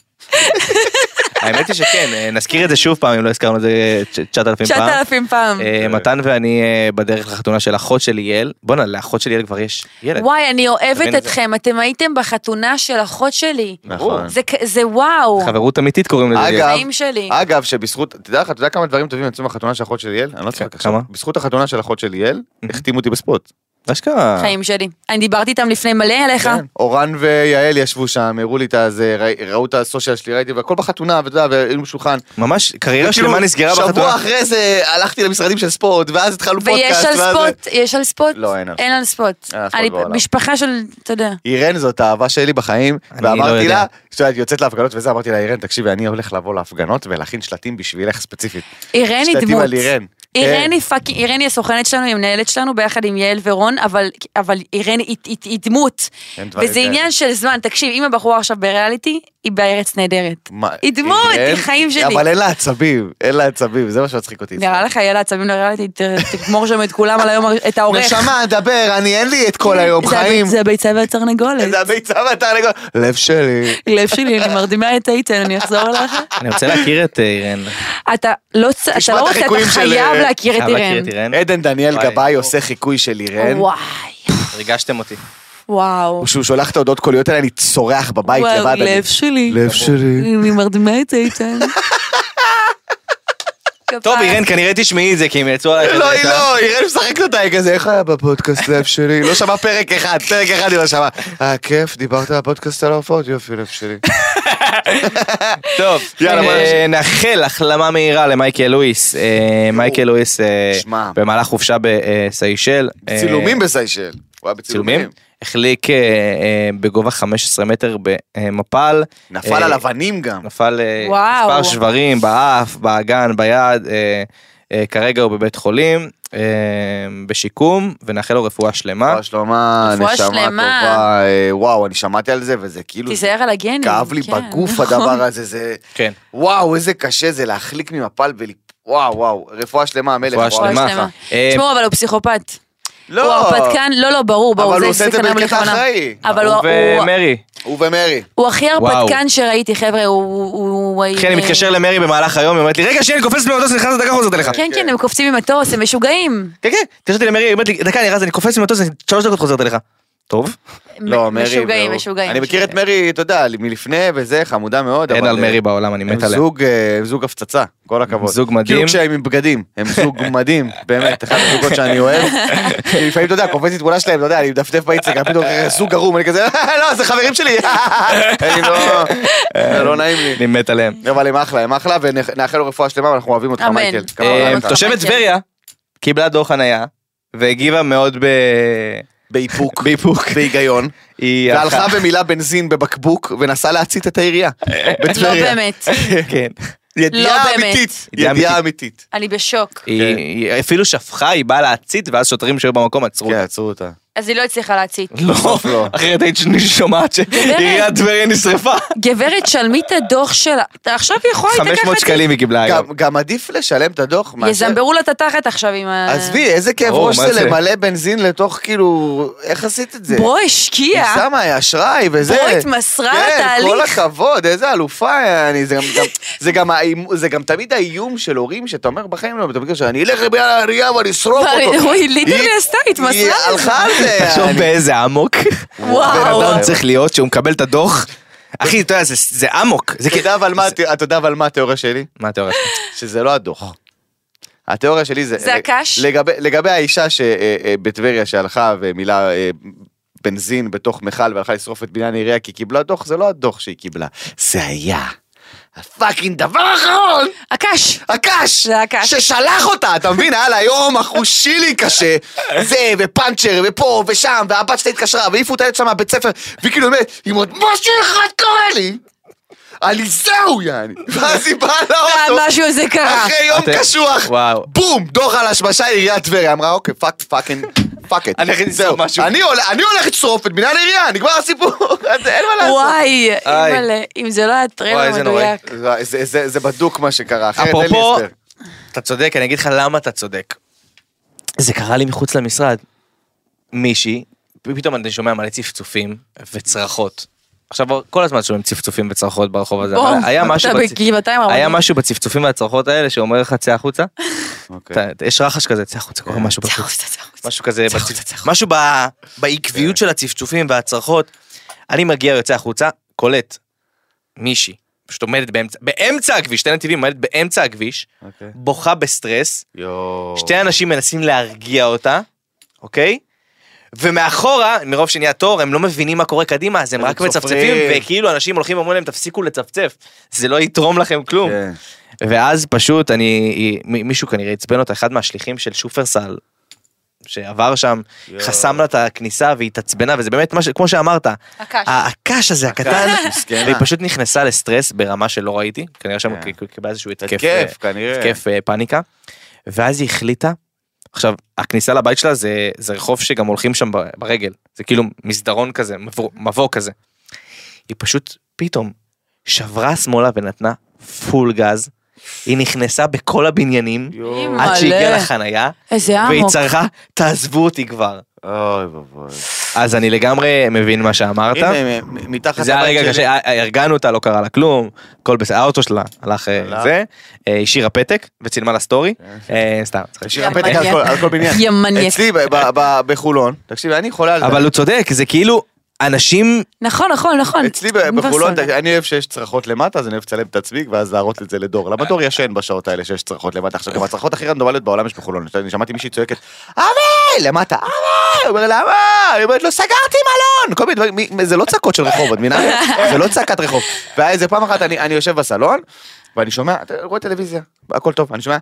האמת היא שכן, אה, נזכיר את זה שוב פעם אם לא הזכרנו את זה צ'- 9,000 פעם. 9,000 פעם. אה, מתן ואני אה, בדרך לחתונה של אחות של ליאל. בואנה, לאחות של ליאל כבר יש ילד. וואי, אני אוהבת מבין את זה? אתכם, אתם הייתם בחתונה של אחות שלי. נכון. זה כ- זה וואו. חברות אמיתית קוראים לזה. ליאל. אגב, חיים שלי. אגב, שבזכות, תדע לך, אתה יודע כמה דברים טובים יצאו מהחתונה של אחות של ליאל? אני לא צוחק עכשיו. כן, כמה? בזכות החתונה של אחות של ליאל, החתימו אותי בספוט. אשכרה. חיים שלי. אני דיברתי איתם לפני מלא עליך. כן. אורן ויעל ישבו שם, הראו לי את הזה, ראי- ראו את הסושיאל שלי, ראיתי, והכל בחתונה, ואתה יודע, והיינו בשולחן. ממש קריירה וכאילו, שלמה נסגרה שבוע בחתונה. אחרי זה הלכתי למשרדים של ספורט, ואז התחלנו ויש פודקאסט. על ואז- ספוט, יש על ספוט? לא, אין על אין על ספוט. אין על ספוט אני- בעולם. משפחה של, אתה יודע. אירן זאת האהבה שלי בחיים, אני לא ואמרתי יודע. לה, שאת יודעת, יוצאת להפגנות וזה, אמרתי לה, אירן, תקשיבי, אני הולך לבוא להפגנות ולהכין שלטים בשבילך ספציפית. אירן היא שלטים דמות. על אירן. אירן כן. היא פאקינג, אירן היא הסוכנת שלנו, היא המנהלת שלנו ביחד עם יעל ורון, אבל, אבל אירן היא, היא, היא דמות. אין דברים וזה כאלה. עניין של זמן, תקשיב, אם הבחורה עכשיו בריאליטי, היא בארץ נהדרת. מה, היא דמות, היא אירן? חיים שלי. אבל אין לה עצבים, אין לה עצבים, זה מה שמצחיק אותי. נראה לך, יאללה, עצבים לריאליטי, ת- תגמור שם את כולם על היום, הר- את העורך. נשמה, דבר, אני אין לי את כל היום, זה הב- חיים. זה הביצה והתרנגולת. זה הביצה והתרנגולת. לב שלי. לב שלי, אני מרדימה את איתן, אני אחזור אליך. אני רוצה להכיר את אה, אירן. אתה לא צ- אתה תשמע לא את רוצה, החיקויים אתה של, חייב אה, להכיר את חייב להכיר אירן. את אירן. עדן דניאל וואי, גבאי ברור. עושה חיקוי של אירן. וואי, ריגשתם אותי. וואו. כשהוא שולח את ההודעות קוליות האלה, אני צורח בבית וואו, לבד. אני- לב שלי. לב שלי. אני מרדימה את איתן. טוב אה. כן. אירן כנראה תשמעי את זה כי הם יצאו עלייך. לא, היא לא, אירן משחקת אותה, היא כזה, איך היה בפודקאסט לב שלי? לא שמע פרק אחד, פרק אחד היא לא שמעה. אה, כיף, דיברת בפודקאסט על ההופעות, יופי, לב שלי. טוב, יאללה, בוא אה, נאחל החלמה מהירה למייקל לואיס. אה, מייקל לואיס אה, שמע. במהלך חופשה בסיישל. אה, צילומים בסיישל. הוא היה צילומים. בצילומים. החליק אה, אה, בגובה 15 מטר במפל. נפל אה, על אבנים גם. נפל אה, וואו. מספר שברים באף, באגן, ביד. אה, אה, כרגע הוא בבית חולים, אה, בשיקום, ונאחל לו רפואה שלמה. רפואה שלמה, רפואה נשמה שלמה. טובה, אה, וואו, אני שמעתי על זה, וזה כאילו... תיזהר על הגנים. כאב לי כן, בגוף נכון. הדבר הזה, זה... כן. וואו, איזה קשה זה להחליק ממפל ול... וואו, וואו, רפואה שלמה, המלך. רפואה וואו. שלמה. אה, תשמעו, אבל הוא פסיכופת. לא. הוא הרפתקן, לא, לא, ברור, ברור. אבל הוא עושה את זה סכנה בקטע בביטחונה. אחראי. אבל הוא- הוא- ומרי. הוא ומרי. הוא הכי וואו. הרפתקן שראיתי, חבר'ה, הוא- הוא... הוא- הוא- אה, אחי, כן, אני מתקשר למרי במהלך היום, היא אומרת לי, רגע, שנייה, אני קופץ ממטוס, אני נכנס לדקה חוזרת אליך. כן, כן, הם קופצים ממטוס, הם משוגעים. כן, כן, התקשרתי למרי, היא אומרת לי, דקה, אני רז, אני קופץ ממטוס, אני שלוש דקות חוזרת אליך. טוב. לא, מ- מרי. משוגעים, והוא- משוגעים. אני מכיר את משוגעים. מרי, אתה יודע, מלפני וזה, חמודה מאוד. אין אבל, על אה, מרי בעולם, אני הם מת עליה. זוג, אה, הם זוג הפצצה, כל הכבוד. זוג מדהים. כאילו כשהם עם בגדים, הם [LAUGHS] זוג מדהים, באמת, אחד הזוגות שאני אוהב. כי לפעמים, אתה יודע, קופצת תמונה שלהם, אתה יודע, אני מדפדף באינסטגרם, פתאום אה, זוג ערום, אני כזה, [LAUGHS] "אה, לא, זה חברים שלי. [LAUGHS] אני לא, [LAUGHS] זה לא נעים לי. אני מת עליהם. אבל הם אחלה, הם אחלה, ונאחל לו רפואה שלמה, ואנחנו אוהבים אותך, אמן. מייקל. כפרה אה, אה, עליך. תושב- תושבת טבריה קיבלה דור חנייה, והגיבה מאוד ב... באיפוק, באיפוק. בהיגיון. היא והלכה ומילה בנזין בבקבוק, ונסעה להצית את העירייה. לא בטבריה. באמת, [LAUGHS] כן. ידיעה לא באמת. אמיתית. ידיעה ידיעה אמיתית. אני בשוק. היא- היא אפילו שפכה, היא באה להצית, ואז שוטרים שהיו במקום עצרו. כן, אותה. עצרו אותה. אז היא לא הצליחה להצית. לא, לא. אחרת היית שומעת שעיריית טבריה נשרפה. גברת, שלמי את הדוח שלה. אתה עכשיו יכול להתקח 500 את זה. שקלים היא קיבלה היום. גם- גם עדיף לשלם את הדוח מאשר... יזמברו לה את התחת עכשיו עם ה... עזבי, איזה כאב ברור, ראש מה זה זה? למלא בנזין לתוך כאילו... איך עשית את זה? ברו השקיע. היא שמה היא אשראי וזה. ברו התמסרה כן, כל לתהליך. הכבוד, איזה אלופה אני. זה גם- גם- זה גם האימ- זה גם תמיד האיום של הורים שאתה אומר בחיים לא, אתה מכיר שאני אלך לבעל העירייה ואני אשרוף אבל אותו. היא ליטרלי היא- עשתה, היא התמסרה היא לזה. הלכה על זה. תחשוב אה, אני- באיזה אמוק. וואו. בן אדם צריך להיות שהוא מקבל את הדוח. אחי, אתה יודע, זה- זה אמוק. זה אתה כאילו... יודע אבל מה- אתה יודע אבל מה התיאוריה שלי? מה אתה אומר? שזה לא הדוח. התיאוריה שלי זה... זה הקש? לגבי, לגבי האישה שבטבריה שהלכה ומילה אה, בנזין בתוך מכל והלכה לשרוף את בניין העירייה כי היא קיבלה דוח, זה לא הדוח שהיא קיבלה, זה היה. הפאקינג דבר האחרון! הקש. הקש! זה הקש. ששלח אותה, אתה מבין? היה לה יום אחושי לי קשה. זה, ופאנצ'ר, ופה, ושם, והבת שלה התקשרה, והעיפו את הילד שם מהבית ספר, והיא כאילו אומרת, אם עוד משהו אחד קורה לי, אני זהו, יעני. ואז היא באה לאוטו. משהו זה קרה. אחרי יום אתם- קשוח, וואו. בום, דוח על השמשה עיריית טבריה, אמרה אוקיי, פאק פאקינג, פאק את. אני הכי נשרוף משהו. אני הולך- אני הולך לשרוף את בניין העירייה, נגמר הסיפור. [LAUGHS] אז אין מה לעשות. וואי, איי. אימא'לה, אם זה לא היה וואי, טריילר זה נוראי. מדויק. זה- זה- זה- זה בדוק מה שקרה, אחרת אין לי אפרופו, הסבר. אתה צודק, אני אגיד לך למה אתה צודק. זה קרה לי מחוץ למשרד. מישהי, פתאום אני שומע מלא צפצופים וצרחות. עכשיו כל הזמן שומעים צפצופים וצרחות ברחוב הזה, בום, אבל היה אתה משהו, בצ- בגבעתיים הרמונים. היה משהו בצפצופים והצרחות האלה שאומר לך צא החוצה, אתה- יש רחש כזה צא החוצה, קורה משהו צא בחוץ. החוצה, צא החוצה. משהו כזה, צא בצ- החוצה, צא החוצה. משהו ב- אה. בעקביות של הצפצופים והצרחות. אני מגיע, יוצא החוצה, קולט מישהי, פשוט עומדת באמצע, באמצע הכביש, שתי נתיבים, עומדת באמצע הכביש, אוקיי. בוכה בסטרס, יואו. שתי אנשים מנסים להרגיע אותה, אוקיי? ומאחורה, מרוב שנהיה תור, הם לא מבינים מה קורה קדימה, אז הם הם רק צופרים. מצפצפים, וכאילו אנשים הולכים ואומרים להם, תפסיקו לצפצף, זה לא יתרום לכם כלום. כן. ואז פשוט אני, היא- מ- מישהו כנראה עצבן אותה, אחד מהשליחים של שופרסל, שעבר שם, יואו. חסם לה את הכניסה והיא התעצבנה, וזה באמת, מה ש- כמו שאמרת, אה, הקש. הקש הזה הקטן, מסכנה. והיא פשוט נכנסה לסטרס ברמה שלא ראיתי, כנראה שם כן. היא קיבלה איזשהו התקף, אה, התקף, כנראה. התקף אה, פאניקה, ואז היא החליטה, עכשיו, הכניסה לבית שלה זה, זה רחוב שגם הולכים שם ב- ברגל, זה כאילו מסדרון כזה, מבוא, מבוא כזה. היא פשוט פתאום שברה שמאלה ונתנה פול גז, היא נכנסה בכל הבניינים, יואו. עד שהיא מלא. הגיעה לחנייה, איזה והיא אמוק. צרחה, תעזבו אותי כבר. אוי ואבוי. אז אני לגמרי מבין מה שאמרת. הנה, מ- מ- מתחת זה היה לבית רגע שלי. קשה, אה, הרגענו אותה, לא קרה לה כלום, הכל בסדר, האוטו שלה הלך אה, הלך. זה, אה, השאירה פתק וצילמה לה סטורי, אה, סתם, צחק. תשאיר הפתק על כל- על כל בניין. יא מניאק. אצלי ב- ב- ב- בחולון, תקשיב, אני חולה על זה. אבל הוא צודק, זה כאילו אנשים, נכון, נכון, נכון. אצלי ב- בחולון, אוניברסל. אני אוהב שיש צרחות למטה, אז אני אוהב לצלם את עצמי, ואז להראות את זה לדור. למה דור ישן בשעות האלה שיש צרחות למטה? עכשיו, גם הצרחות הכי רנדומליות בעולם יש בחולון. אני שמעתי מישהי צועקת, אבי! למטה, אבי! הוא אומר לה, אבי! היא אומרת לו, סגרתי מלון! כל מיני דברים, מי- מי- זה לא צעקות של רחוב, את מבינה? זה לא צעקת רחוב. והיה איזה פעם אחת, אני אני יושב בסלון, ואני שומע, אתה רואה טלוויזיה, הכל טוב, אני שומע,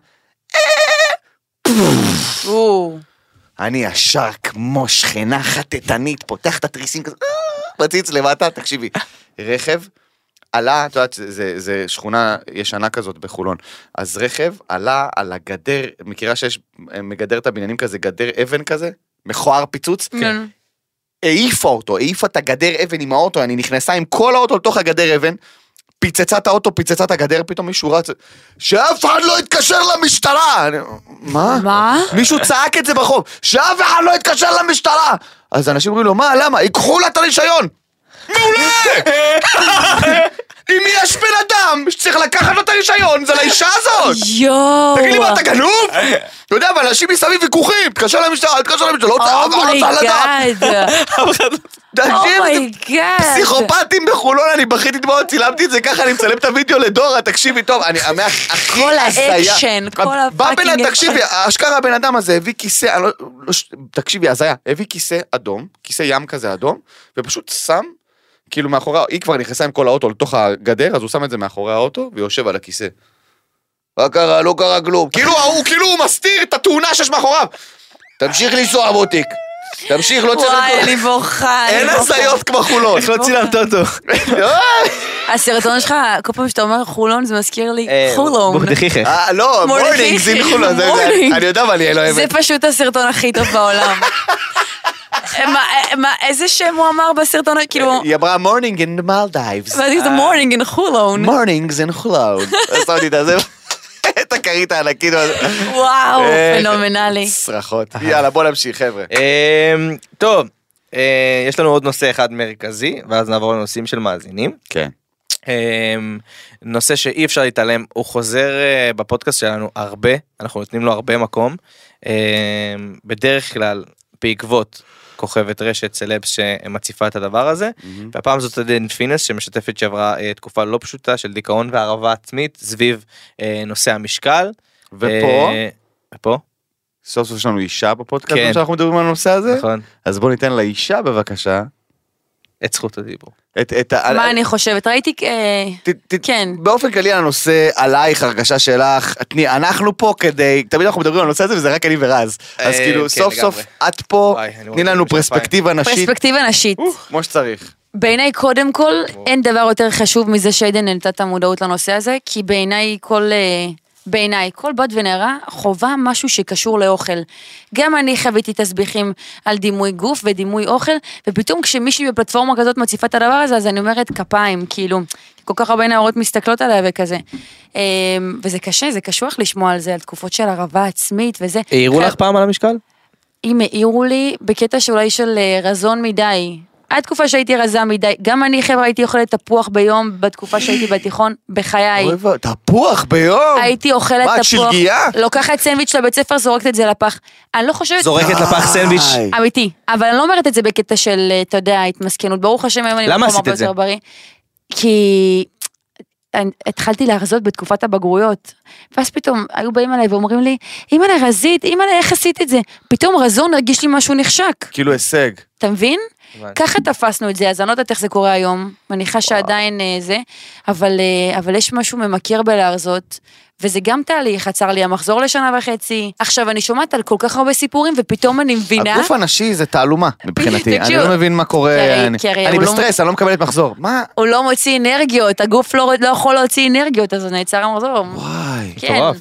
או, אני ישר כמו שכנה חטטנית, פותח את התריסים כזה, אה, מציץ למטה, תקשיבי, רכב עלה, את יודעת, זה- זה, זה שכונה ישנה כזאת בחולון, אז רכב עלה על הגדר, מכירה שיש, מגדר את הבניינים כזה, גדר אבן כזה, מכוער פיצוץ, נו, העיפה אותו, העיפה את הגדר אבן עם האוטו, אני נכנסה עם כל האוטו לתוך הגדר אבן, פיצצה את האוטו, פיצצה את הגדר, פתאום מישהו רץ, שאף אחד לא יתקשר למשטרה! אני- מה? מה? מישהו צעק את זה ברחוב, שאף אחד לא יתקשר למשטרה! אז אנשים אומרים לו, מה, למה? ייקחו לה את הרישיון! מעולה! [LAUGHS] אם יש בן אדם שצריך לקחת לו את הרישיון, זה לאישה [LAUGHS] הזאת! יואו. תגיד לי מה, אתה גנוב? אתה יודע, אבל אנשים מסביב ויכוחים, תתקשר למשטרה, תתקשר למשטרה, לא Oh צריך- לא צריך לדעת! אומייגאד. Oh תקשיב, אתם אומייגאד. פסיכופטים בחולון, אני בכיתי דמעות, צילמתי את זה ככה, אני מצלם את הוידאו לדורה, תקשיבי טוב, אני המאה הכי כל הזיה. האקשן, כל בא בן אדם, הפאקינג תקשיבי, אשכרה הבן אדם הזה הביא כיסא, אני לא- לא ש- תקשיבי, הזיה, הביא כיסא אדום, כיסא ים כזה אדום, ופשוט שם, כאילו מאחורי, היא כבר נכנסה עם כל האוטו לתוך הגדר, אז הוא שם את זה מאחורי האוטו, ויושב על הכיסא. מה קרה? לא קרה כלום. כאילו ההוא, כאילו הוא מסתיר את התאונה שיש מאחוריו. תמשיך לנסוע מותיק. תמשיך, לא צריך... וואי, לקרוא. אני בוכה. אני אין בוכה. הזיות כמו חולון. איך לא צילמת אותו? הסרטון שלך, כל פעם שאתה אומר חולון, זה מזכיר לי אה, חולון. בורדכיכך. אה, לא, מורניק. מורנינג, זין חולון. זה- מורניק. אני יודע, אבל אני לא אוהב זה את פשוט הסרטון הכי טוב בעולם. אה, מה, מה, איזה שם הוא אמר בסרטון, כאילו, היא אמרה מורנינג אין מלדייבס. ואני כזה מורנינג אין חולון. מורנינג זין חולון. נכון." אז שמתי את הזה, את הכרית הענקית. וואו, אה, פנומנלי. צרחות. יאללה, בוא נמשיך, חבר'ה. אמ, טוב, אה, יש לנו עוד נושא אחד מרכזי, ואז נעבור לנושאים של מאזינים. כן. אמ, נושא שאי אפשר להתעלם, הוא חוזר אה, בפודקאסט שלנו הרבה, אנחנו נותנים לו הרבה מקום. אמ, בדרך כלל, בעקבות כוכבת רשת סלבס שמציפה את הדבר הזה, והפעם זאת עדן פינס שמשתפת שעברה אה, תקופה לא פשוטה של דיכאון והערבה עצמית סביב אה, נושא המשקל. ופה, אה, ופה, סוף סוף יש לנו אישה בפודקאסט כן. שאנחנו מדברים על הנושא הזה, נכון, אז בוא ניתן לאישה בבקשה. את זכות הדיבור. את, את ה... מה אני חושבת? ראיתי, אה, ת- ת- כן. באופן כללי על הנושא, עלייך, הרגשה שלך, תני, אנחנו פה כדי, תמיד אנחנו מדברים על הנושא הזה וזה רק אני ורז. אז אה, כאילו כן, סוף סוף לגמרי. את פה, וואי, אני תני רוצה לנו משקפיים. פרספקטיבה נשית פרספקטיבה נשית. כמו שצריך. בעיניי קודם כל אין דבר יותר חשוב מזה שעדן העלתה את המודעות לנושא הזה, כי בעיניי כל אה, בעיניי, כל בת ונערה חווה משהו שקשור לאוכל. גם אני חוויתי תסביכים על דימוי גוף ודימוי אוכל, ופתאום כשמישהי בפלטפורמה כזאת מציפה את הדבר הזה, אז אני אומרת כפיים, כאילו, כל כך הרבה נערות מסתכלות עליה וכזה. אה, וזה קשה, זה קשוח לשמוע על זה, על תקופות של הרעבה עצמית וזה. העירו חי- לך פעם על המשקל? אם העירו לי בקטע שאולי של אה, רזון מדי. הייתה תקופה שהייתי רזה מדי, גם אני חברה הייתי אוכלת תפוח ביום בתקופה שהייתי בתיכון, בחיי. אוי ואבוי, תפוח ביום! הייתי אוכלת מה, את תפוח, שלגיה? לוקחת סנדוויץ' של הבית ספר, זורקת את זה לפח. אני לא חושבת, זורקת לפח סנדוויץ'. די. אמיתי, אבל אני לא אומרת את זה בקטע של, אה, אתה יודע, התמסכנות. ברוך השם, היום אני למה במקום עשית הרבה את זה? יותר בריא. כי אני- התחלתי להרזות בתקופת הבגרויות, ואז פתאום היו באים אליי ואומרים לי, אימא'לה רזית, אימא'לה איך עשית את זה? פתאום רזון הרגיש לי משהו נחשק, כאילו הישג. אתה מבין? הבנתי. ככה תפסנו את זה, אז אני לא יודעת איך זה קורה היום, מניחה שעדיין אה, זה, אבל, אה, אבל יש משהו ממכר בלהרזות, וזה גם תהליך, עצר לי המחזור לשנה וחצי. עכשיו, אני שומעת על כל כך הרבה סיפורים, ופתאום אני מבינה... הגוף הנשי זה תעלומה [LAUGHS] מבחינתי, אני תקשיבו. לא מבין מה כי הרי- קורה, אני- כי הרי אני הוא לא- בסטרס, אני לא מקבלת מחזור, מה? הוא לא מוציא אנרגיות, הגוף לא, לא יכול להוציא אנרגיות, אז נעצר המחזור. וואי. כן. מטורף.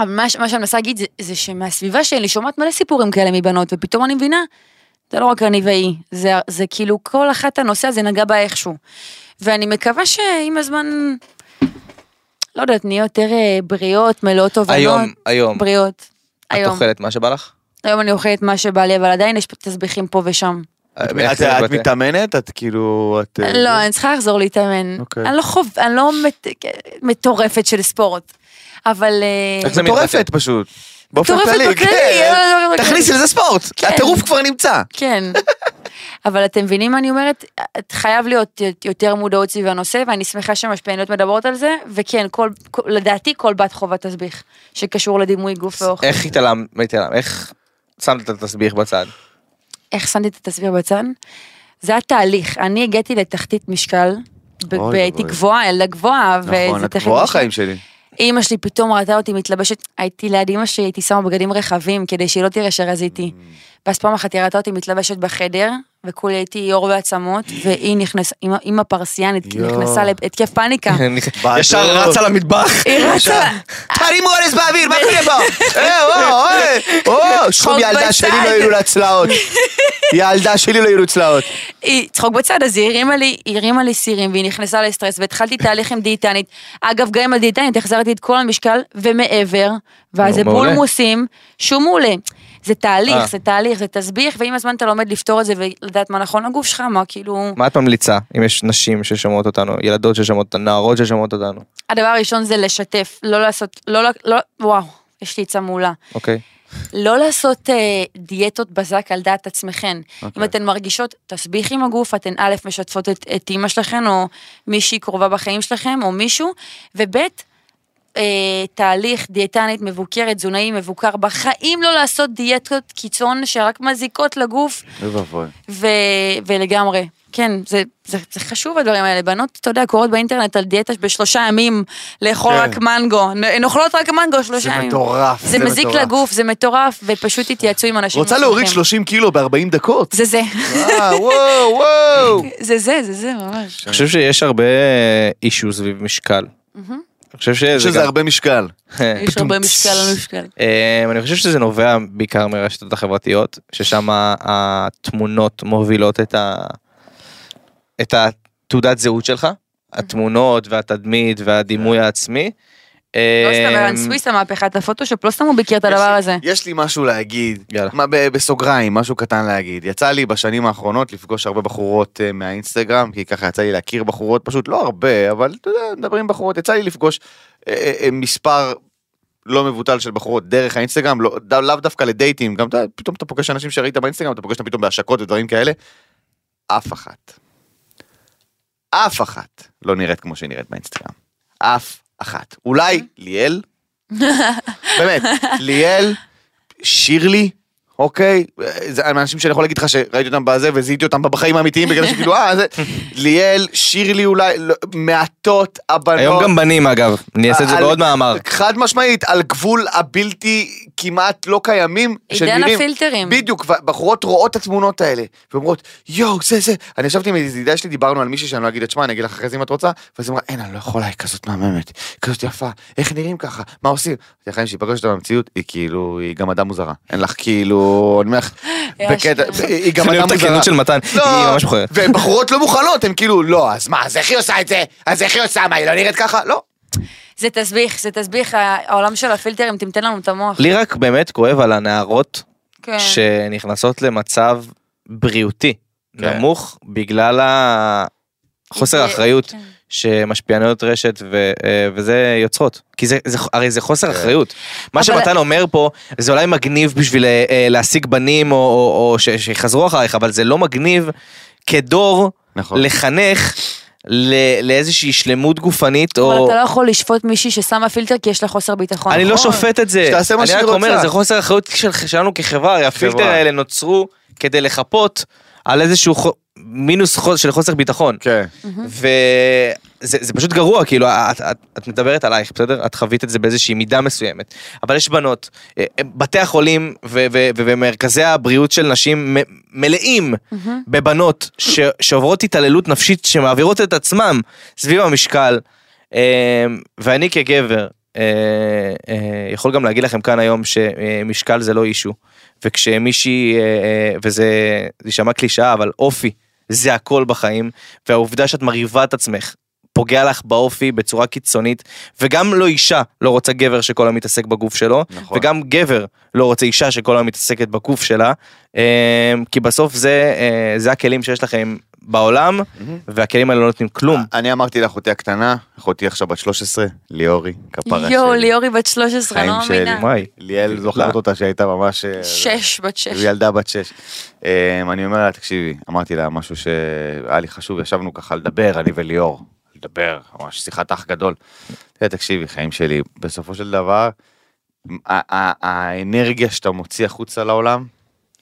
אבל מה, ש- מה שאני מנסה להגיד זה, זה שמהסביבה שלי אני שומעת מלא סיפורים כאלה מבנות, ופתאום אני מבינה, זה לא רק אני והיא, זה, זה כאילו כל אחת הנושא הזה נגע בה איכשהו. ואני מקווה שעם הזמן, לא יודעת, נהיה יותר אה, בריאות, מלאות תובנות. היום, היום. בריאות. את היום. אוכלת מה שבא לך? היום אני אוכלת מה שבא לי, אבל עדיין יש תסביכים פה ושם. אה, איך את זה את מתבטא? מתאמנת? את כאילו... את... אה, לא, אני צריכה לחזור להתאמן. אוקיי. אני לא חוב... אני לא מת... מטורפת של ספורט. אבל... אה, איך זה מטורפת מתבטא? פשוט. באופן מטורפת כללי, בכללי, כן. אה, אה, תכניסי לזה ספורט, כן. הטירוף כבר נמצא. כן. אבל אתם מבינים מה אני אומרת? את חייב להיות יותר מודעות סביב הנושא, ואני שמחה שמשפיעניות מדברות על זה, וכן, כל, כל, לדעתי כל בת חובה תסביך, שקשור לדימוי גוף ואוכל. איך התעלם, מה התעלם? איך שמת את התסביך בצד? איך שמתי את התסביר בצד? זה היה תהליך, אני הגעתי לתחתית משקל, ב- אוי, והייתי אוי. גבוהה, ילדה גבוהה, נכון, וזה את תחתית גבוהה משקל. חיים שלי. אימא שלי פתאום ראתה אותי מתלבשת, הייתי ליד אימא שלי, הייתי שמה בגדים רחבים כדי שהיא לא תראה שרזיתי. ואז פעם אחת היא ראתה אותי מתלבשת בחדר, וכולי הייתי יור בעצמות, והיא נכנסה, אימא- אימא פרסיאנית יואו. נכנסה להתקף פאניקה. כן. ישר רץ על המטבח. אה. היא רצה, תרימו אונס באוויר, מה קורה [LAUGHS] פה? אה, או, אוי, או, שום חוק ילדה בצד. שלי לא יהיו לה [LAUGHS] צלעות. ילדה שלי לא יהיו לה צלעות. היא צחוק בצד, אז היא הרימה לי, היא הרימה לי סירים, והיא נכנסה לסטרס, והתחלתי תהליך עם דיאטנית. אגב, גם עם הדיאטנית החזרתי את כל המשקל ומעבר, ואז נו, זה מעולה. בולמוסים, שהוא מעולה. זה אה. תהליך, זה תהליך, זה תסביך, ועם הזמן אתה לומד לפתור את זה ולדעת מה נכון לגוף שלך, מה כאילו... מה את ממליצה אם יש נשים ששומעות אותנו, ילדות ששומעות אותנו, נערות ששומעות אותנו, הדבר הראשון זה לשתף, לא לעשות, לא, לא, לא וואו, יש לי עצה מעולה. אוקיי? לא לעשות אה, דיאטות בזק על דעת עצמכן. Okay. אם אתן מרגישות, תסביך עם הגוף, אתן א', משתפות את, את אימא שלכן, או מישהי קרובה בחיים שלכם, או מישהו, וב', אה, תהליך דיאטנית מבוקרת, תזונאי מבוקר, בחיים לא לעשות דיאטות קיצון שרק מזיקות לגוף, אוי ואבוי. ו, ולגמרי. כן, זה, זה, זה חשוב הדברים האלה. בנות, אתה יודע, קוראות באינטרנט על דיאטה בשלושה ימים לאכול כן. רק מנגו. הן אוכלות רק מנגו שלושה זה ימים. מטורף. זה מזיק מטורף. לגוף, זה מטורף, ופשוט התייעצו עם אנשים. רוצה להוריד מוסמכים. 30 קילו ב-40 דקות. זה זה. אה, [LAUGHS] וואו, וואו. [LAUGHS] זה זה, זה זה, ממש. אני חושב שיש הרבה אישו סביב משקל. אני חושב שזה שזה גם... הרבה משקל. אה, יש הרבה משקל על משקל. אמ, אני חושב שזה נובע בעיקר מהרשתות החברתיות, ששם התמונות מובילות את ה... את התעודת זהות שלך, התמונות והתדמית והדימוי אה. העצמי. לא סתם, אמ, ערן סוויסה מהפכת הפוטושופ, לא סתם הוא ביקר את הדבר הזה. יש לי משהו להגיד, יאללה. מה, ב- בסוגריים, משהו קטן להגיד. יצא לי בשנים האחרונות לפגוש הרבה בחורות אה, מהאינסטגרם, כי ככה יצא לי להכיר בחורות, פשוט לא הרבה, אבל אתה יודע, מדברים עם בחורות, יצא לי לפגוש אה, אה, אה, מספר לא מבוטל של בחורות דרך האינסטגרם, לא- ד- לאו דווקא לדייטים, גם אתה, פתאום אתה פוגש אנשים שראית באינסטגרם, אתה פוגש אותם פתאום בהשקות ודברים כאלה. אף אחת. אף אחת לא נראית כמו שהיא נראית באינסטגרם. אף אחת. אולי ליאל, באמת, ליאל, שירלי, אוקיי? זה אנשים שאני יכול להגיד לך שראיתי אותם בזה וזיהיתי אותם בחיים האמיתיים בגלל שכאילו, אה, זה... ליאל, שירלי אולי, לא, מעטות אה, הבנות. לא. היום גם בנים אגב, אני אעשה את זה על- בעוד מאמר. חד משמעית, על גבול הבלתי, כ- כמעט לא קיימים של עידן מילים. הפילטרים. בדיוק, בחורות רואות את התמונות האלה, ואומרות, יואו, זה זה. אני ישבתי עם איזה ידידה שלי, דיברנו על מישהי שאני לא אגיד את שמה, אני אגיד לך אחרי זה אם את רוצה, ואז היא אמרה, אין, אני לא יכולה, היא כזאת מהממת, היא כזאת יפה, איך נראים ככה, מה עושים? אמרתי לך, אם שהיא פגשת אותה במציאות, היא כאילו, היא גם אדם מוזרה. אין לך כאילו, [LAUGHS] אני אומר לך, אה, בקטע, אשכרה. היא גם אני אדם אוהב מוזרה. את לא, הכנות של מתן, לא. היא ממש מכוערת. ובחורות לא מוכנות, הן כאילו, לא, אז מה, אז איך היא עושה את זה? אז איך היא עושה? מה, היא לא נראית ככה? לא. זה תסביך, זה תסביך, העולם של הפילטרים טמטם לנו את המוח. לי אה, רק באמת כואב על הנערות כן. שנכנסות למצב בריאותי כן. נמוך בגלל החוסר זה- האחריות כן. שמשפיעניות רשת ו- אה, וזה יוצרות כי זה, זה הרי זה חוסר אחריות מה אבל- שמתן אומר פה זה אולי מגניב בשביל אה, אה, להשיג בנים או, או, או ש- שיחזרו אחרייך אבל זה לא מגניב כדור נכון. לחנך ל- לאיזושהי שלמות גופנית אבל או אתה לא יכול לשפוט מישהי ששמה פילטר כי יש לה חוסר ביטחון. אני לא נכון. שופט את זה, שתעשה מה אני שהיא רק אומר, רוצה. זה חוסר אחריות של- שלנו כחברה, הרי הפילטר האלה נוצרו כדי לחפות על איזשהו חו- מינוס חו- של חוסר ביטחון. כן. וזה זה פשוט גרוע, כאילו, את, את, את מדברת עלייך, בסדר? את חווית את זה באיזושהי מידה מסוימת. אבל יש בנות, אה, בתי החולים ו- ו- ו- ומרכזי הבריאות של נשים מ- מלאים בבנות ש- שעוברות התעללות נפשית, שמעבירות את עצמם סביב המשקל. אה, ואני כגבר אה, אה, יכול גם להגיד לכם כאן היום שמשקל זה לא אישו. וכשמישהי, אה, אה, וזה זה יישמע קלישאה, אבל אופי זה הכל בחיים, והעובדה שאת מרהיבה את עצמך. פוגע לך באופי בצורה קיצונית, וגם לא אישה לא רוצה גבר שכל היום מתעסק בגוף שלו, נכון. וגם גבר לא רוצה אישה שכל היום מתעסקת בגוף שלה, אה, כי בסוף זה, אה, זה הכלים שיש לכם בעולם, והכלים האלה לא נותנים כלום. אני אמרתי לאחותי הקטנה, אחותי עכשיו בת 13, ליאורי, כפרה שלי. יואו, ליאורי בת 13, אני לא חיים שלי. מאמינה. וואי. ליאל זוכרת אותה שהייתה ממש... אה, שש, בת שש. ילדה בת שש. אמ, אני אומר לה, תקשיבי, אמרתי לה משהו שהיה לי חשוב, ישבנו ככה לדבר, אני וליאור, לדבר, ממש שיחת אח גדול. "תראה, תקשיבי, חיים שלי, בסופו של דבר, ה- ה- האנרגיה שאתה מוציא החוצה לעולם,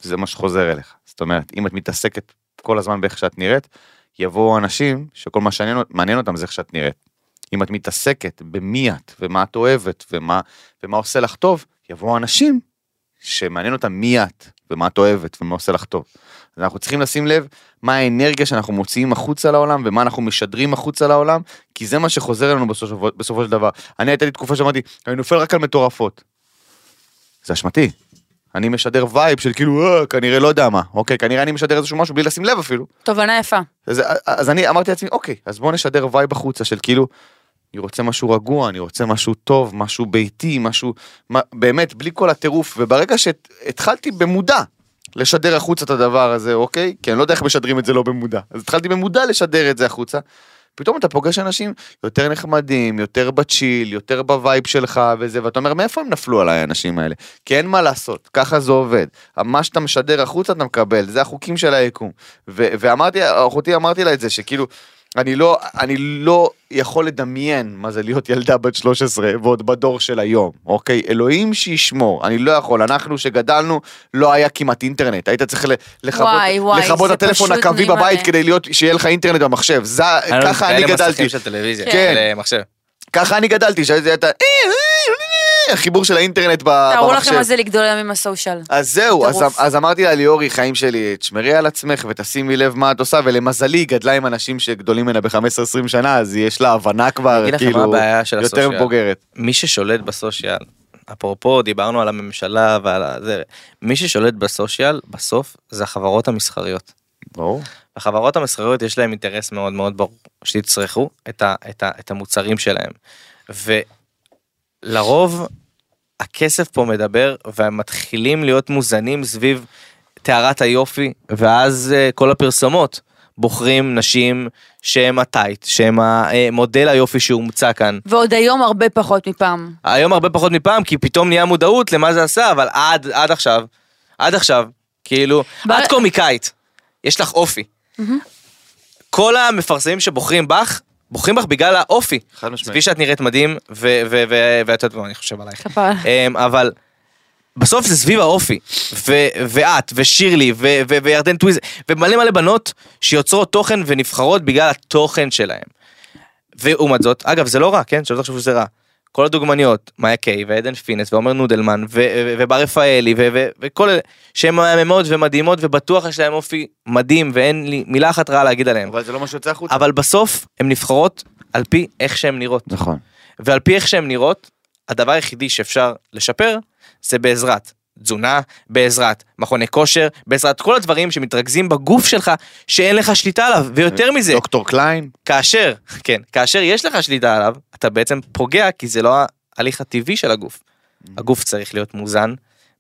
זה מה שחוזר אליך. זאת אומרת, אם את מתעסקת כל הזמן באיך שאת נראית, יבואו אנשים שכל מה שמעניין אותם זה איך שאת נראית. אם את מתעסקת במי את, ומה את אוהבת, ומה, ומה עושה לך טוב, יבואו אנשים שמעניין אותם מי את, ומה את אוהבת, ומה עושה לך טוב. אז אנחנו צריכים לשים לב מה האנרגיה שאנחנו מוציאים החוצה לעולם, ומה אנחנו משדרים החוצה לעולם, כי זה מה שחוזר אלינו בסופו, בסופו של דבר. אני הייתה לי תקופה שאמרתי, אני נופל רק על מטורפות. זה אשמתי. אני משדר וייב של כאילו, אה, כנראה לא יודע מה. אוקיי, כנראה אני משדר איזשהו משהו בלי לשים לב אפילו. תובנה יפה. אז, אז אני אמרתי לעצמי, אוקיי, אז בוא נשדר וייב החוצה של כאילו, אני רוצה משהו רגוע, אני רוצה משהו טוב, משהו ביתי, משהו, מה, באמת, בלי כל הטירוף, וברגע שהתחלתי במודע לשדר החוצה את הדבר הזה, אוקיי? כי אני לא יודע איך משדרים את זה לא במודע. אז התחלתי במודע לשדר את זה החוצה. פתאום אתה פוגש אנשים יותר נחמדים, יותר בצ'יל, יותר בווייב שלך וזה, ואתה אומר, מאיפה הם נפלו עליי האנשים האלה? כי אין מה לעשות, ככה זה עובד. מה שאתה משדר החוצה אתה מקבל, זה החוקים של היקום. ו- ואמרתי, אחותי אמרתי לה את זה, שכאילו, אני לא, אני לא יכול לדמיין מה זה להיות ילדה בת 13 ועוד בדור של היום, אוקיי? אלוהים שישמור, אני לא יכול, אנחנו שגדלנו, לא היה כמעט אינטרנט, היית צריך ל- לכבות, וואי, וואי, לכבות זה הטלפון פשוט הקווי נמאס. בבית כדי להיות, שיהיה לך אינטרנט במחשב, זה, אה, ככה אני גדלתי. כן. כן. מחשב. ככה אני גדלתי, שזה אה, היה את ה- אה, החיבור של האינטרנט ב- במחשב. תארו לכם מה זה לגדול היום עם הסושיאל. אז זהו, אז, טירוף. אז אמרתי לה ליאורי, חיים שלי, תשמרי על עצמך ותשימי לב מה את עושה, ולמזלי היא גדלה עם אנשים שגדולים ממנה ב-15-20 שנה, אז יש לה הבנה אני כבר, אגיד לכם מה כאילו, הבעיה של יותר הסושיאל. בוגרת. מי ששולט בסושיאל, אפרופו דיברנו על הממשלה ועל ה- זה, מי ששולט בסושיאל בסוף זה החברות המסחריות. ברור. החברות המסחריות יש להם אינטרס מאוד מאוד ברור שיצרכו את, ה, את, ה, את המוצרים שלהם. ולרוב הכסף פה מדבר והם מתחילים להיות מוזנים סביב טהרת היופי ואז אה, כל הפרסומות בוחרים נשים שהם הטייט שהם המודל היופי שהומצא כאן. ועוד היום הרבה פחות מפעם. היום הרבה פחות מפעם כי פתאום נהיה מודעות למה זה עשה אבל עד עד עכשיו עד עכשיו כאילו בר- את קומיקאית יש לך אופי. כל המפרסמים שבוחרים בך בוחרים בך בגלל האופי. חד משמעית. כפי שאת נראית מדהים ו- ו- ו- ואת יודעת מה אני חושב עלייך. כפרה. אמ, אבל בסוף זה סביב האופי ו- ואת ושירלי ו- ו- וירדן טוויז ומלא מלא בנות שיוצרות תוכן ונבחרות בגלל התוכן שלהם. ולעומת זאת, אגב זה לא רע, כן? שלא תחשבו שזה רע. כל הדוגמניות, מאיה קיי ועדן פינס ועומר נודלמן ו- ו- ובר רפאלי ו- ו- וכל אלה שהן מהממות ומדהימות ובטוח יש להן אופי מדהים ואין לי מילה אחת רעה להגיד עליהן. אבל זה לא מה שיוצא החוצה. אבל בסוף הן נבחרות על פי איך שהן נראות. נכון. ועל פי איך שהן נראות, הדבר היחידי שאפשר לשפר זה בעזרת תזונה, בעזרת מכוני כושר, בעזרת כל הדברים שמתרכזים בגוף שלך שאין לך שליטה עליו, ויותר מזה, דוקטור קליין, כאשר, כן, כאשר יש לך שליטה עליו, אתה בעצם פוגע כי זה לא ההליך הטבעי של הגוף. Mm-hmm. הגוף צריך להיות מוזן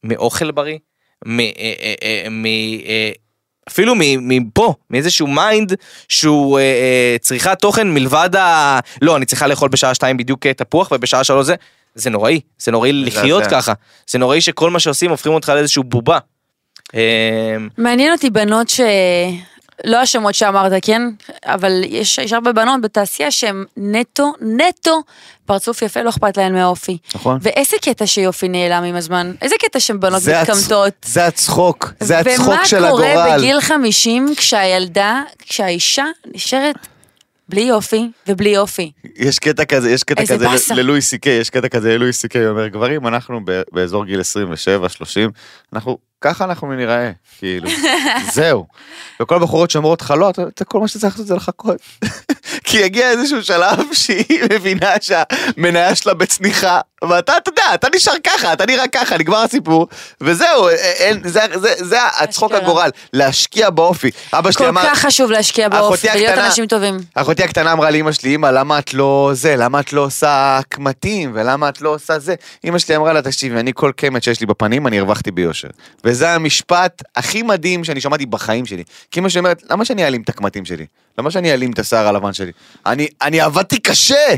מאוכל בריא, מ... אה, אה, אה, מ אה, אפילו מ- מפה, מאיזשהו מיינד שהוא אה, אה, צריכה תוכן מלבד ה... לא, אני צריכה לאכול בשעה שתיים בדיוק אה, תפוח ובשעה שלוש זה, זה נוראי, זה נוראי לחיות זה. ככה, זה נוראי שכל מה שעושים הופכים אותך לאיזשהו בובה. אה, מעניין אותי בנות ש... לא השמות שאמרת, כן? אבל יש, יש הרבה בנות בתעשייה שהן נטו, נטו, פרצוף יפה, לא אכפת להן מהאופי. נכון. ואיזה קטע שיופי נעלם עם הזמן? איזה קטע שבנות זה הצ- מתקמטות? זה הצחוק, זה הצחוק של הגורל. לא ומה קורה בגיל 50 כשהילדה, כשהאישה נשארת בלי יופי ובלי יופי? יש קטע כזה, יש קטע איזה כזה ל- באסה. ללואי סי קיי, יש קטע כזה ללואי סי קיי, אומר גברים, אנחנו ב- באזור גיל 27-30, אנחנו, ככה אנחנו נראה, [LAUGHS] כאילו, זהו. וכל הבחורות שאומרות לך לא, אתה- אתה כל מה שצריך לעשות זה לחכות. [LAUGHS] כי יגיע איזשהו שלב שהיא [LAUGHS] מבינה שהמניה שלה בצניחה, ואתה, אתה יודע, אתה נשאר ככה, אתה נראה ככה, נגמר הסיפור, וזהו, א- אין, זה, זה, זה הצחוק אשכרה. הגורל, להשקיע באופי. אבא שלי כל אמר, כך חשוב להשקיע באופי אחותי ולהיות הקטנה- אנשים טובים. אחותי הקטנה אמרה לאמא שלי, אמא, למה את לא זה? למה את לא עושה קמטים? ולמה את לא עושה זה? אמא שלי אמרה לה, תקשיבי, אני כל קמת שיש לי בפנים, אני הרווחתי ביושר. וזה המשפט הכי מדהים שאני שמעתי בחיים שלי. כי אמא שלי אומרת, למה שאני אעלים את הקמטים שלי? למה שאני אעלים את השיער הלבן שלי? אני, אני עבדתי קשה!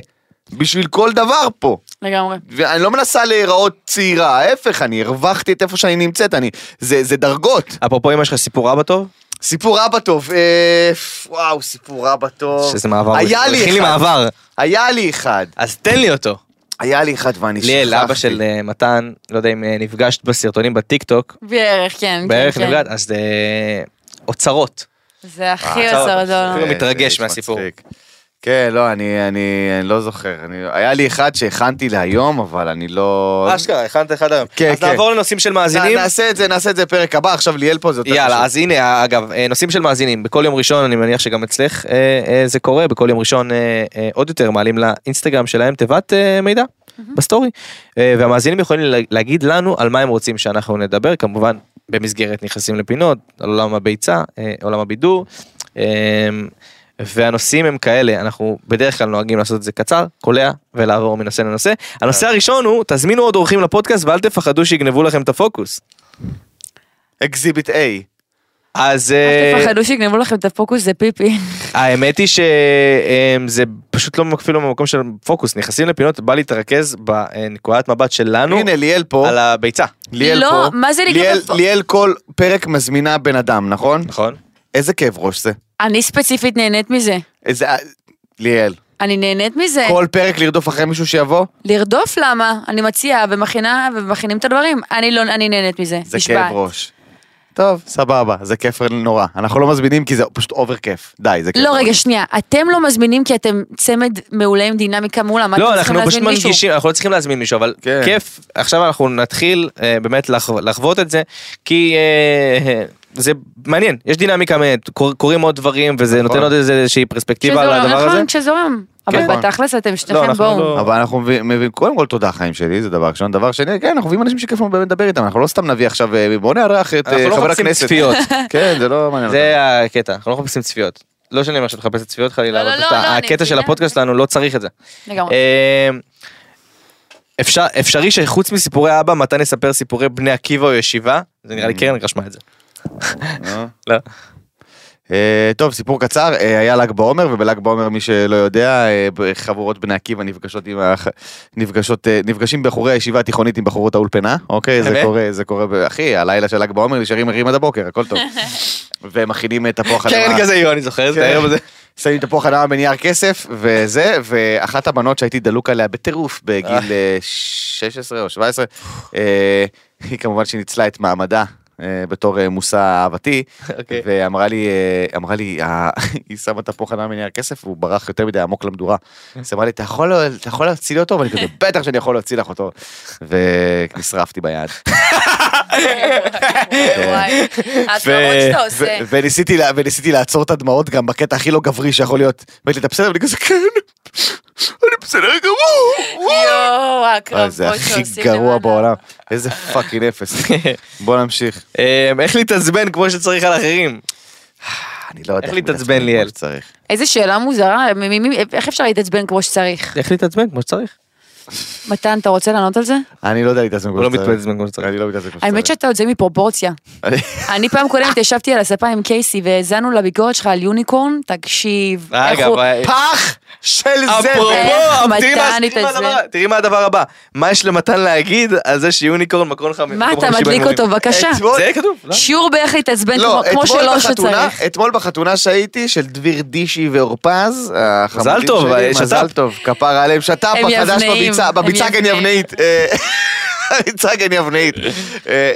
בשביל כל דבר פה. לגמרי. ואני לא מנסה להיראות צעירה, ההפך, אני הרווחתי את איפה שאני נמצאת, אני... זה, זה דרגות. אפרופו אמא שלך סיפור אבא טוב? סיפור אבא טוב, אה... וואו, סיפור אבא טוב. שזה מעבר, היה לי הכין לי אחד. מעבר, היה לי אחד, אז תן לי אותו. היה לי אחד ואני שכחתי. ליאל, אבא של אה, מתן, לא יודע אם אה, נפגשת בסרטונים בטיקטוק, בערך, כן. בערך כן, כן. נפגשת, אז אה, אוצרות. זה הכי אה, עוזר טוב. דולר. אפילו אה, מתרגש זה איש מהסיפור. מצחיק. כן, לא, אני, אני, אני לא זוכר. אני, היה לי אחד שהכנתי להיום, אבל אני לא... אשכרה, הכנת אחד היום. כן, אז כן. נעבור לנושאים של מאזינים. נ- נעשה את זה, נעשה את זה פרק הבא, עכשיו ליאל פה, זה יותר יאללה, חשוב. אז הנה, אגב, אה, נושאים של מאזינים. בכל יום ראשון, אני מניח שגם אצלך אה, אה, זה קורה, בכל יום ראשון אה, אה, עוד יותר מעלים לאינסטגרם שלהם תיבת אה, מידע בסטורי. אה, והמאזינים יכולים לה- להגיד לנו על מה הם רוצים שאנחנו נדבר, כמובן במסגרת נכנסים לפינות, על עולם הביצה, אה, עולם הבידור. אה, והנושאים הם כאלה, אנחנו בדרך כלל נוהגים לעשות את זה קצר, קולע ולעבור מנושא לנושא. הנושא הראשון הוא, תזמינו עוד אורחים לפודקאסט ואל תפחדו שיגנבו לכם את הפוקוס. אקזיביט A. אז... אל אה, תפחדו שיגנבו לכם את הפוקוס, זה פיפי. האמת היא שזה פשוט לא אפילו במקום של פוקוס, נכנסים לפינות, בא להתרכז בנקודת מבט שלנו הנה, ליאל פה. על הביצה, ליאל לא, פה. מה זה לגמרי ליאל- פה? ליאל כל פרק מזמינה בן אדם, נכון? נכון? איזה כאב ראש זה. [LAUGHS] אני ספציפית נהנית מזה. איזה... ליאל, אני נהנית מזה. כל פרק לרדוף אחרי מישהו שיבוא? לרדוף למה? אני מציעה ומכינה ומכינים את הדברים. אני לא, אני נהנית מזה. זה נשבעת. כאב ראש. טוב, סבבה, זה כיף נורא. אנחנו לא מזמינים כי זה פשוט אובר כיף. די, זה כיף. לא, נורא. רגע, שנייה. אתם לא מזמינים כי אתם צמד מעולה עם דינמיקה מולה. מה אתם לא, צריכים אנחנו פשוט להזמין מישהו? מנגישים, אנחנו לא צריכים להזמין מישהו, אבל כן. כיף, עכשיו אנחנו נתחיל אה, באמת לחו- לחוות את זה, כי אה, זה מעניין, יש דינמיקה, מעניינת, קור- קורים עוד דברים וזה נותן עוד איזה- איזושהי פרספקטיבה על שזורם, הדבר הזה. נכון, שזורם. כן. אבל בתכלס אתם לא, שניכם אנחנו בואו. לא- אבל אנחנו מבינים, קודם כל תודה חיים שלי, זה דבר ראשון. דבר שני, כן, אנחנו מביאים אנשים שכיף לנו באמת לדבר איתם, אנחנו לא סתם נביא עכשיו, אה, בואו נארח את אנחנו אה, לא חבר מחפשים הכנסת. צפיות, [LAUGHS] נכון. כן, זה לא מעניין אותנו. זה הקטע, אנחנו לא מחפשים צפיות. לא שאני אומר שאת מחפשת צפיות חלילה, לא, אבל לא, פשוט לא, אני הקטע של מבינה. הפודקאסט שלנו לא צריך את זה. לגמרי. אמ, אפשר, אפשרי שחוץ מסיפורי אבא מתן יספר סיפורי בני עקיבא או ישיבה? זה נראה לי קרן רשמה את זה. לא. אה, טוב, סיפור קצר, אה, היה ל"ג בעומר, ובל"ג בעומר, מי שלא יודע, אה, ב- חבורות בני עקיבא נפגשות עם ה... נפגשות, אה, נפגשים בחורי הישיבה התיכונית עם בחורות האולפנה, אוקיי? זה באמת? קורה, זה קורה, ב- אחי, הלילה של ל"ג בעומר נשארים ערים עד הבוקר, הכל [LAUGHS] טוב. והם מכינים אה, תפוח אדמה. קרן כזה יו, אני זוכר את כן. הערב הזה. שמים תפוח אדמה בנייר כסף וזה ואחת הבנות שהייתי דלוק עליה בטירוף בגיל אה, 16 או 17 אה, היא כמובן שניצלה את מעמדה אה, בתור אה, מושא אהבתי, אוקיי. ואמרה לי, אה, אמרה לי, אה, [LAUGHS] היא שמה את הפוך עליו מנייר כסף, הוא ברח יותר מדי עמוק למדורה. אז אמרה לי, אתה יכול לה- אתה יכול להציל אותו? ואני כזה, בטח שאני יכול להציל לך אותו. ונשרפתי ביד. [LAUGHS] וואי, ההצהרות שאתה עושה. ו- וניסיתי לה- וניסיתי לעצור את הדמעות גם בקטע הכי לא גברי שיכול להיות. אמרתי לי, אתה בסדר? ואני כזה, כן, [LAUGHS] אני בסדר גמור. יואו, וואי, אה, הקרבות זה הכי שעושים גרוע למען בעולם. איזה פאקינג אפס. בוא נמשיך. אמ, איך להתעצבן כמו שצריך על [LAUGHS] אחרים. אני לא יודע. איך להתעצבן, ליאל? כמו שצריך. איזה שאלה מוזרה, מ- מ- מ- איך אפשר להתעצבן כמו שצריך? איך להתעצבן כמו שצריך. מתן, אתה רוצה לענות על זה? אני לא יודע להתעצבן כמו הוא לא שצריך. מתעצבן כמו שצריך. אני לא מתעצבן כמו שצריך. האמת שאתה יוצא מפרופורציה. אני פעם קודמת ישבתי על הספה עם קייסי והאזנו לביקורת שלך על יוניקורן, תקשיב. איך אגב, הוא- אה, פח של אפרופו, איך אבל תראי מה- אה, מתן תראי מה התעצבן. הדבר- תראי מה הדבר הבא, מה יש למתן להגיד על זה שיוניקורן מקום לך מה אתה מדליק אותו בבקשה? זה כתוב, לא? שיעור באיך להתעצבן כמו- כמו לא, אתמול שלא בחתונה- שצריך. אתמול בחתונה שהייתי של דביר דישי ואורפז, אה, החמודים טוב, אה, שלי, שת"פ. מזל טוב, כפר עליהם, שת"פ הם החדש יבנאים, בביצה, הם בביצה גן יבנאים. יבנאית. אה, [LAUGHS] בביצה גן יבנאית. אה,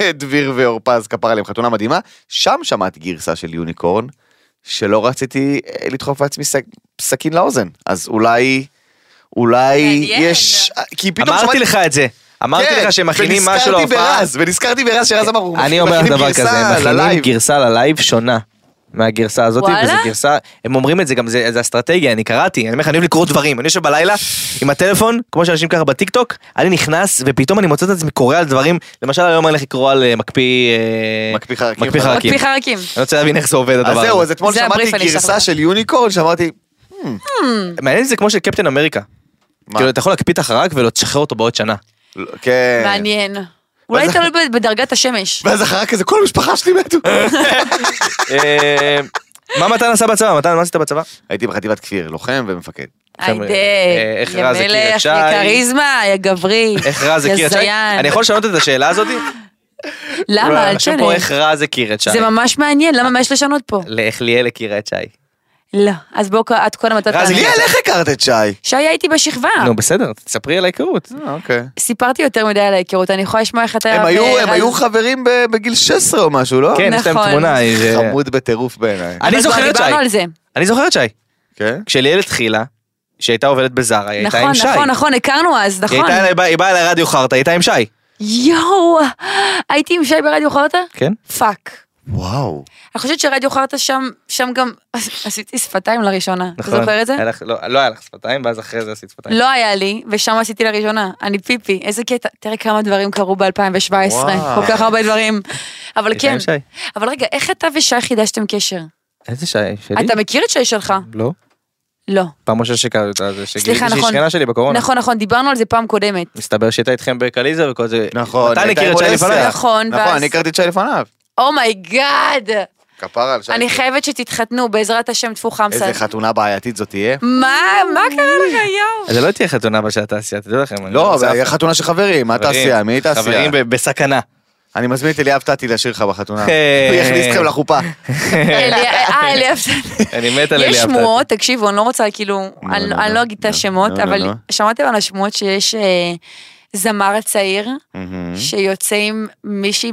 אה, [LAUGHS] דביר ואורפז, כפר עליהם, חתונה מדהימה. שם שמעתי גרסה של יוניקורן, שלא רציתי אה, לדחוף לעצמי סק- סכין לאוזן, אז אולי... אולי מעניין. יש, אה, כי פתאום אמרתי שמעתי- לך את זה, אמרתי כן, לך שהם מכינים משהו ונזכרתי להופעה. ברז, ונזכרתי ברז שרז אמר, הוא אני אומר לך מכינים דבר גרסה כזה, הם מכינים ללייב. גרסה ללייב שונה. מהגרסה הזאת, וואלה? וזו גרסה, הם אומרים את זה גם, זה, זה אסטרטגיה, אני קראתי, אני אומר לך, אני אוהב לקרוא דברים, אני יושב בלילה עם הטלפון, כמו שאנשים ככה בטיקטוק, אני נכנס, ופתאום אני מוצא את עצמי קורא על דברים, למשל היום אני הולך לקרוא על אה, מקפיא, אה, מקפיא חרקים. מקפיא חרקים. מקפיא חרקים. אני רוצה להבין איך זה עובד הדבר אז הזה. זהו, אז אתמול זה שמעתי הבריף, אני אשלח גרסה לך. של יוניקורן, שאמרתי, מעניין אם זה כמו של קפטן אמריקה. מה? כאילו אתה יכול להקפיא את החרק ולשחרר אותו בעוד [LAUGHS] שנה. לא, אה. כן. מעניין. אולי ואז- תלוי ב- בדרגת השמש. ואז אחר כזה, כל המשפחה שלי מתו. [LAUGHS] אה, מה מתן עשה בצבא? מתן, מה עשית בצבא? הייתי בחטיבת כפיר, לוחם ומפקד. חבר'ה, היידה, אה, איך יא רז הכיר את מלך, שי? יא כריזמה, יא גברי, איך רז יא הכיר את שי? זיין. אני יכול לשנות את השאלה הזאתי? למה? אל רשום תשנה. לא, פה איך רז הכיר את שי. זה ממש מעניין, למה מה יש לשנות פה? לאיך ליאל הכירה את שי. לא. אז בואו, את קודם אתה רז, תענה. ליאל, איך הכרת את שי? שי הייתי בשכבה. נו בסדר, תספרי על ההיכרות. אה, אוקיי. סיפרתי יותר מדי על ההיכרות, אני יכולה לשמוע איך אתה... אה, הם היו- הם ורז- היו חברים ב- בגיל 16 או משהו, לא? כן, יש להם נכון. תמונה. היא- זה- אה, חמוד בטירוף בעיניי. אבל אני כבר זוכר את דיברנו על שי. זה. אני זוכר את שי. כן? כשליאל התחילה, שהיא הייתה עובדת בזארה, היא הייתה נכון, עם שי. נכון, נכון, הכרנו אז, היא נכון. הייתה אליי- היא באה לרדיו חרטא, היא הייתה עם שי. יואו, הייתי עם שי ברדיו חרטא? כן? פאק. וואו. אני חושבת שרדיו חרטא שם, שם גם [LAUGHS] עשיתי שפתיים לראשונה. אתה זוכר את זה? היה לך- לא לא היה לך שפתיים, ואז אחרי זה עשית שפתיים. לא היה לי, ושם עשיתי לראשונה. אני פיפי, איזה קטע. תראה כמה דברים קרו ב-2017, וואו. כל כך הרבה דברים. אבל הייתה כן, עם שי. אבל רגע, איך אתה ושי חידשתם קשר? איזה שי? שלי? אתה מכיר את שי שלך? לא. לא. פעם ראשונה שהכרתי אותה, זה שגיליתי סליחה, שהיא נכון. שכנה שלי בקורונה. נכון, נכון, דיברנו על זה פעם קודמת. מסתבר שהייתה איתכם בקליזר וכל זה. נכון, מתן הייתה הכיר עם את שי עוד לפניי. עשר. נכון, נכון, ואז- אני הכרתי את שי לפניו. אומייגאד! כפרה על שי. Oh אני חייבת שתתחתנו, בעזרת השם, טפו חמסה. איזה חתונה בעייתית זאת תהיה. מה, מה קרה לך, יואו? זה לא תהיה חתונה בשל התעשייה, תדעו לכם. אני לא, זה עזבתי. היה חתונה של חברים, מה חברים, תעשייה? מי תעשייה? חברים ב- בסכנה. אני מזמין את אליאב טאטי לשיר לך בחתונה. אה. הוא יכניס אתכם לחופה. אליה- [LAUGHS] אה, אליה- [LAUGHS] אני מת על אליאב. יש טאטי. שמועות, תקשיבו, אני לא רוצה, כאילו, נו, אני נו, אני נו. לא אגיד את נו, השמות, נו, אבל נו, נו. שמעתם על השמועות שיש אה, זמר צעיר מהמם. שיוצא עם מישהי,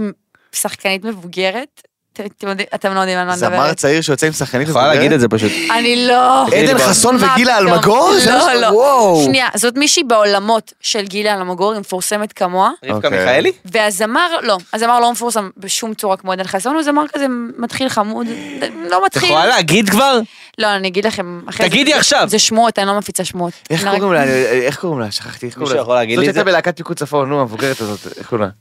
שחקנית מבוגרת? אתם- אתם יודעים- אתם לא יודעים על מה אני זמר מדברת. צעיר שיוצא עם שחקנית. את יכולה להגיד את זה פשוט. אני לא... עדן חסון מה וגילה פתאום? אלמגור? זה מה ש- לא, לא. וואו. שנייה, זאת מישהי בעולמות של גילה אלמגור, היא מפורסמת כמוה. רבקה אוקיי. מיכאלי? והזמר, לא, הזמר לא מפורסם בשום צורה כמו עדן חסון, הוא זמר כזה מתחיל חמוד, לא את מתחיל. יכולה להגיד כבר? לא, אני אגיד לכם. אחרי זה- תגידי זה- עכשיו. זה שמועות, אני לא מפיצה שמועות. איך אני רק- קוראים לה? איך קוראים לה? שכחתי איך קוראים לה. מישהו יכול להגיד לי את זאת זה? שהייתה בלהקת פיקוד צפון, נו, המבוגרת הזאת, איך קוראים לה?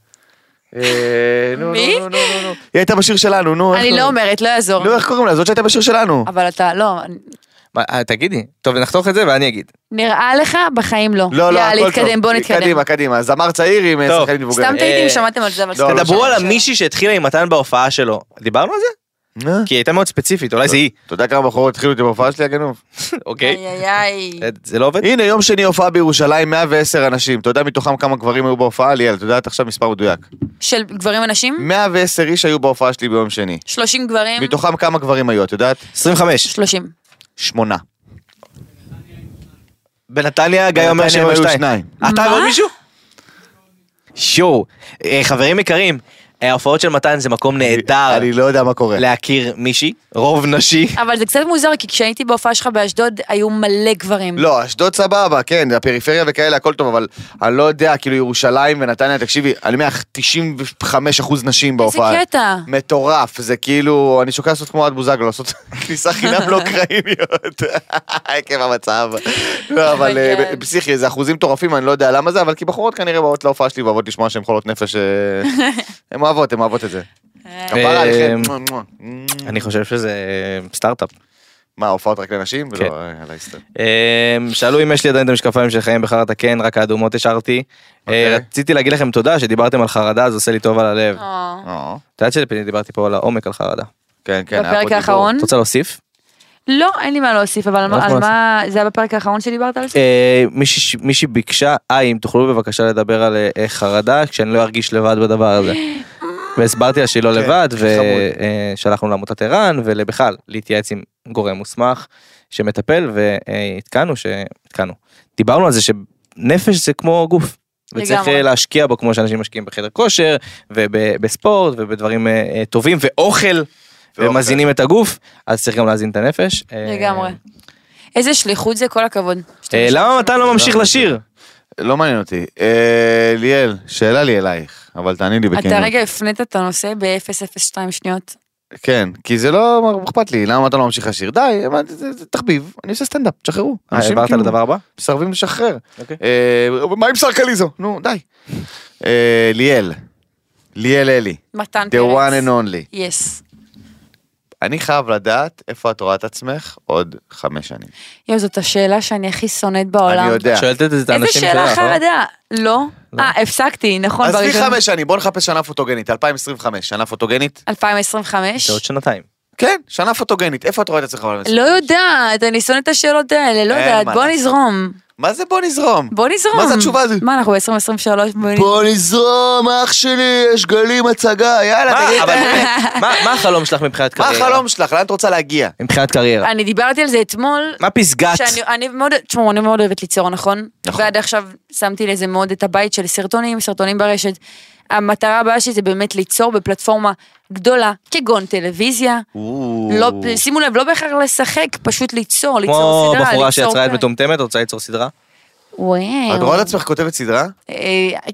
אה, נו, נו, מי? נו, נו, נו, נו. היא הייתה בשיר שלנו, נו. איך אני לא קוראים לה? אומרת, לא יעזור. נו, איך קוראים לה? זאת שהייתה בשיר שלנו. אבל אתה, לא, מה, אה, תגידי. טוב, נחתוך את זה ואני אגיד. נראה לך, בחיים לא. לא, לא, הכל יאללה, טוב. להתקדם, בוא נתקדם. קדימה, קדימה. זמר צעיר עם אה, טוב. שחקנית מבוגרת. סתם תהיתי אה, אם שמעתם על זה, אבל... לא, לא תדברו שמעתי. על המישהי שהתחילה עם מתן בהופעה שלו. דיברנו [LAUGHS] על זה? אה, כי היא הייתה מאוד ספציפית, אולי זה היא. אתה יודע כמה בחורות התחילו אותי בהופעה שלי, הגנוב? אוקיי. איי איי איי. אה. זה לא עובד? הנה, יום שני הופעה בירושלים, 110 אנשים. אתה יודע מתוכם כמה גברים היו בהופעה? ליאל, את יודעת עכשיו מספר מדויק. של גברים אנשים? 110 איש היו בהופעה שלי ביום שני. 30 גברים? מתוכם כמה גברים היו, את יודעת? 25. 30. שמונה. בנתניה גיא בנתניה אומר הם שהם היו היו שתיים. שניים. אתה מה? ועוד מישהו? שואו. אה, חברים יקרים, ההופעות של מתן זה מקום נהדר אני לא יודע מה קורה. להכיר מישהי, רוב נשי. [LAUGHS] אבל זה קצת מוזר, כי כשהייתי בהופעה שלך באשדוד, היו מלא גברים. לא, אשדוד סבבה, כן, הפריפריה וכאלה, הכל טוב, אבל אני לא יודע, כאילו ירושלים ונתניה, תקשיבי, אני אומר לך, 95% נשים בהופעה. קטע. מטורף, זה כאילו, אני שוקל לעשות כמו אוהד בוזגלו, לעשות [LAUGHS] כניסה חינם לא קראימיות, [LAUGHS] עקב המצב. לא, אבל אה, מגעד. ב- פסיכי, זה אחוזים מטורפים, אני לא יודע למה זה, אבל כי בחורות כנראה באות להופעה שלי ואוהבות לשמוע שהן [LAUGHS] חולות נפש, אה, הן אוהבות, הן אוהבות את זה. אה. כפרה עליכם. אני חושב שזה אה, סטארט-אפ. מה, הופעות רק לנשים? כן. ולא, אה, על ההיסטוריה. אה, שאלו אם יש לי עדיין את המשקפיים של חיים בחרטה כן, רק האדומות השארתי. אה, אוקיי. רציתי להגיד לכם תודה שדיברתם על חרדה, זה עושה לי טוב על הלב. את אה. אה, יודעת שדיברתי פה על העומק על חרדה. כן, כן, היה פה בפרק דיבור. האחרון? את רוצה להוסיף? לא, אין לי מה להוסיף, אבל על לא מה- אנחנו על מה... זה היה בפרק האחרון שדיברת על זה? אה, מישהי מישהי ביקשה, אה, אם תוכלו בבקשה לדבר על אה, חרדה, כשאני לא ארגיש לבד בדבר הזה. [LAUGHS] והסברתי לה שהיא לא כן, לבד, אה, חמוד. ושלחנו לעמותת ער"ן, ובכלל, להתייעץ עם גורם מוסמך שמטפל, אה, והתקענו, שהתקענו. דיברנו על זה שנפש זה כמו גוף. וצריך לגמרי. אה, להשקיע בו כמו שאנשים משקיעים בחדר כושר ובספורט ובדברים אה, אה, טובים ואוכל ומזינים את הגוף אז צריך גם להזין את הנפש. אה, לגמרי. איזה שליחות זה, כל הכבוד. אה, למה מתן לא ממשיך לא, לשיר? לא מעניין אותי. אה, ליאל, שאלה לי אלייך, אבל תעני לי בכנות. אתה רגע הפנית את הנושא ב-0.02 שניות. כן, כי זה לא אכפת לי, למה אתה לא ממשיך לשיר? די, אבל זה- זה- זה תחביב, אני עושה סטנדאפ, תשחררו. אה, אנשים העברת כאילו לדבר הבא? מסרבים לשחרר. אוקיי. אה, מה עם סרקליזו? נו, די. אה, ליאל, ליאל אלי, מתן the פרץ. one and only. יס. אני חייב לדעת איפה את רואה את עצמך עוד חמש שנים. יואו, זאת השאלה שאני הכי שונאת בעולם. אני יודע. שואלת את זה את איזה האנשים שאלה שלך, לא? חרדה. לא? אה, הפסקתי, נכון. עזבי בראשון- חמש שנים, בוא נחפש שנה פוטוגנית, 2025, שנה פוטוגנית? 2025? זה עוד שנתיים. כן, שנה פוטוגנית, איפה את רואה את עצמך? עוד חמש שנים? לא יודעת, אני שונאת את השאלות האלה, לא אין יודעת, מה בוא לעשות. נזרום. מה זה בוא נזרום? בוא נזרום. מה זה התשובה הזו? מה, אנחנו ב-2023? בוא נזרום, אח שלי, יש גלים הצגה, יאללה, תגיד. מה, אה, אבל [LAUGHS] באמת, מה מה החלום שלך מבחינת מה קריירה? החלום שלך? לאן את רוצה להגיע? מבחינת קריירה. אני דיברתי על זה אתמול. מה פסגת? שאני, אני מאוד, תשמעו, אני מאוד אוהבת ליצור, נכון? נכון. ועד עכשיו שמתי לזה מאוד את הבית של סרטונים, סרטונים ברשת. המטרה הבאה שלי זה באמת ליצור בפלטפורמה גדולה, כגון טלוויזיה. לא, שימו לב, לא בהכרח לשחק, פשוט ליצור, ליצור כמו סדרה, ליצור... בחורה שיצרה את פרק. מטומטמת רוצה ליצור סדרה? וואו. את רואה את עצמך כותבת סדרה? אה,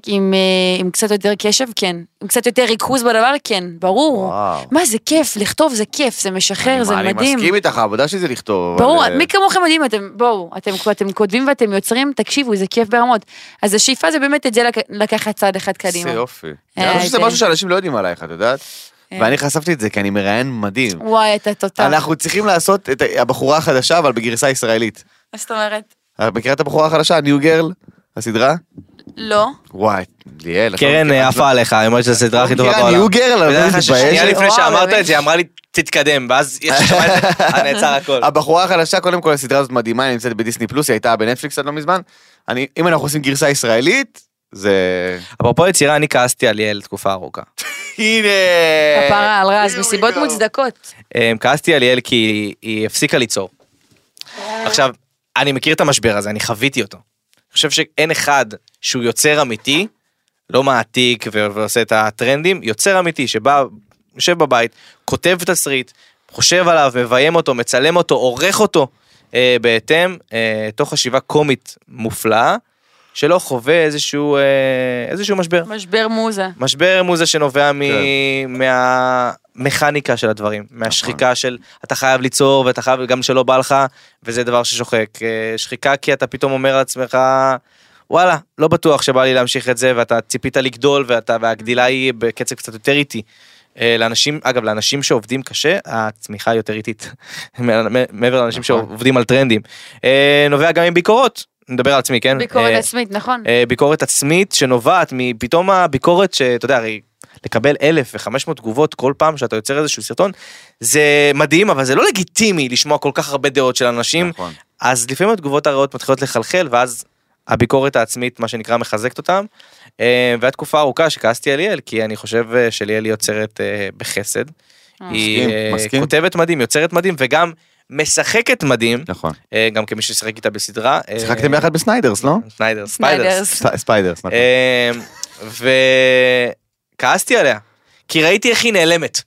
עם, אה, עם קצת יותר קשב, כן. עם קצת יותר ריכוז בדבר, כן, ברור. וואו. מה, זה כיף, לכתוב זה כיף, זה משחרר, זה מה, מדהים. אני מסכים איתך, העבודה שלי זה לכתוב. אבל, ברור, אה, מי כמוכם יודעים, אתם, בואו, אתם, אתם כותבים ואתם יוצרים, תקשיבו, זה כיף ברמות. אז השאיפה זה באמת את זה לק- לקחת צעד אחד איזה קדימה. יופי. אה, אני חושב שזה זה- משהו שאנשים לא יודעים עלייך, את יודעת? ואני חשפתי את זה כי אני מראיין מדהים. וואי, אתה תותח. אנחנו צריכים לעשות את הבחורה החדשה, אבל בגרסה ישראלית. מה זאת אומרת? את מכירה את הבחורה החדשה, ניו גרל? הסדרה? לא. וואי, ליאל. את לא קרן מכירה- אה, עפה עליך, היא אומרת שזו הסדרה הכי טובה מכירה בעולם. ניו גרל, אבל ודע אני לך מתבייש. ששנייה לפני וואו, שאמרת באמת. את זה, היא אמרה לי תתקדם, ואז היא שמעה את [LAUGHS] זה, אה, נעצר הכל. הבחורה החדשה, קודם כל הסדרה הזאת מדהימה, היא נמצאת בדיסני פלוס, היא הייתה בנטפליקס עד לא מזמן. אני, אם אנחנו עושים גרסה ישראלית, זה... אפרופו יצירה, אני כעסתי על יעל תקופה ארוכה. הנה! הפרה אה, על רז, Here we מסיבות go. מוצדקות. אמ, כעסתי על יעל כי היא- היא הפסיקה ליצור. עכשיו, אני מכיר את המשבר הזה, אני חוויתי אותו. אני חושב שאין אחד שהוא יוצר אמיתי, לא מעתיק ו- ועושה את הטרנדים, יוצר אמיתי שבא, יושב בבית, כותב תסריט, חושב עליו, מביים אותו, מצלם אותו, עורך אותו אה, בהתאם, אה, תוך חשיבה קומית מופלאה, שלא חווה איזשהו, אה, איזשהו משבר. משבר מוזה. משבר מוזה שנובע מ... מהמכניקה של הדברים, מהשחיקה של אתה חייב ליצור ואתה חייב גם שלא בא לך, וזה דבר ששוחק. אה, שחיקה כי אתה פתאום אומר לעצמך, וואלה, לא בטוח שבא לי להמשיך את זה, ואתה ציפית לגדול, ואתה, והגדילה היא בקצב קצת יותר איטי. אה, לאנשים, אגב, לאנשים שעובדים קשה, הצמיחה היא יותר איטית, [LAUGHS] מעבר מעבר לאנשים שעובדים על טרנדים. אה, נובע גם מביקורות, נדבר על עצמי, כן? ביקורת אה, עצמית, נכון. אה, ביקורת עצמית שנובעת מפתאום הביקורת שאתה יודע הרי לקבל 1,500 תגובות כל פעם שאתה יוצר איזשהו סרטון זה מדהים אבל זה לא לגיטימי לשמוע כל כך הרבה דעות של אנשים נכון. אז לפעמים התגובות הרעות מתחילות לחלחל ואז הביקורת העצמית מה שנקרא מחזקת אותם. אה, והתקופה הארוכה שכעסתי על ליאל כי אני חושב אה, שליאל יוצרת אה, בחסד. היא מסכים, אה, מסכים. כותבת מדהים יוצרת מדהים וגם משחקת מדהים נכון. אה, גם כמי ששיחק איתה בסדרה. אה, שיחקתם ביחד בסניידרס, לא? סניידר ספיידרס. אה, סניידרס. סט- ספיידרס, נכון. אמ, וכעסתי עליה. כי ראיתי איך היא נעלמת.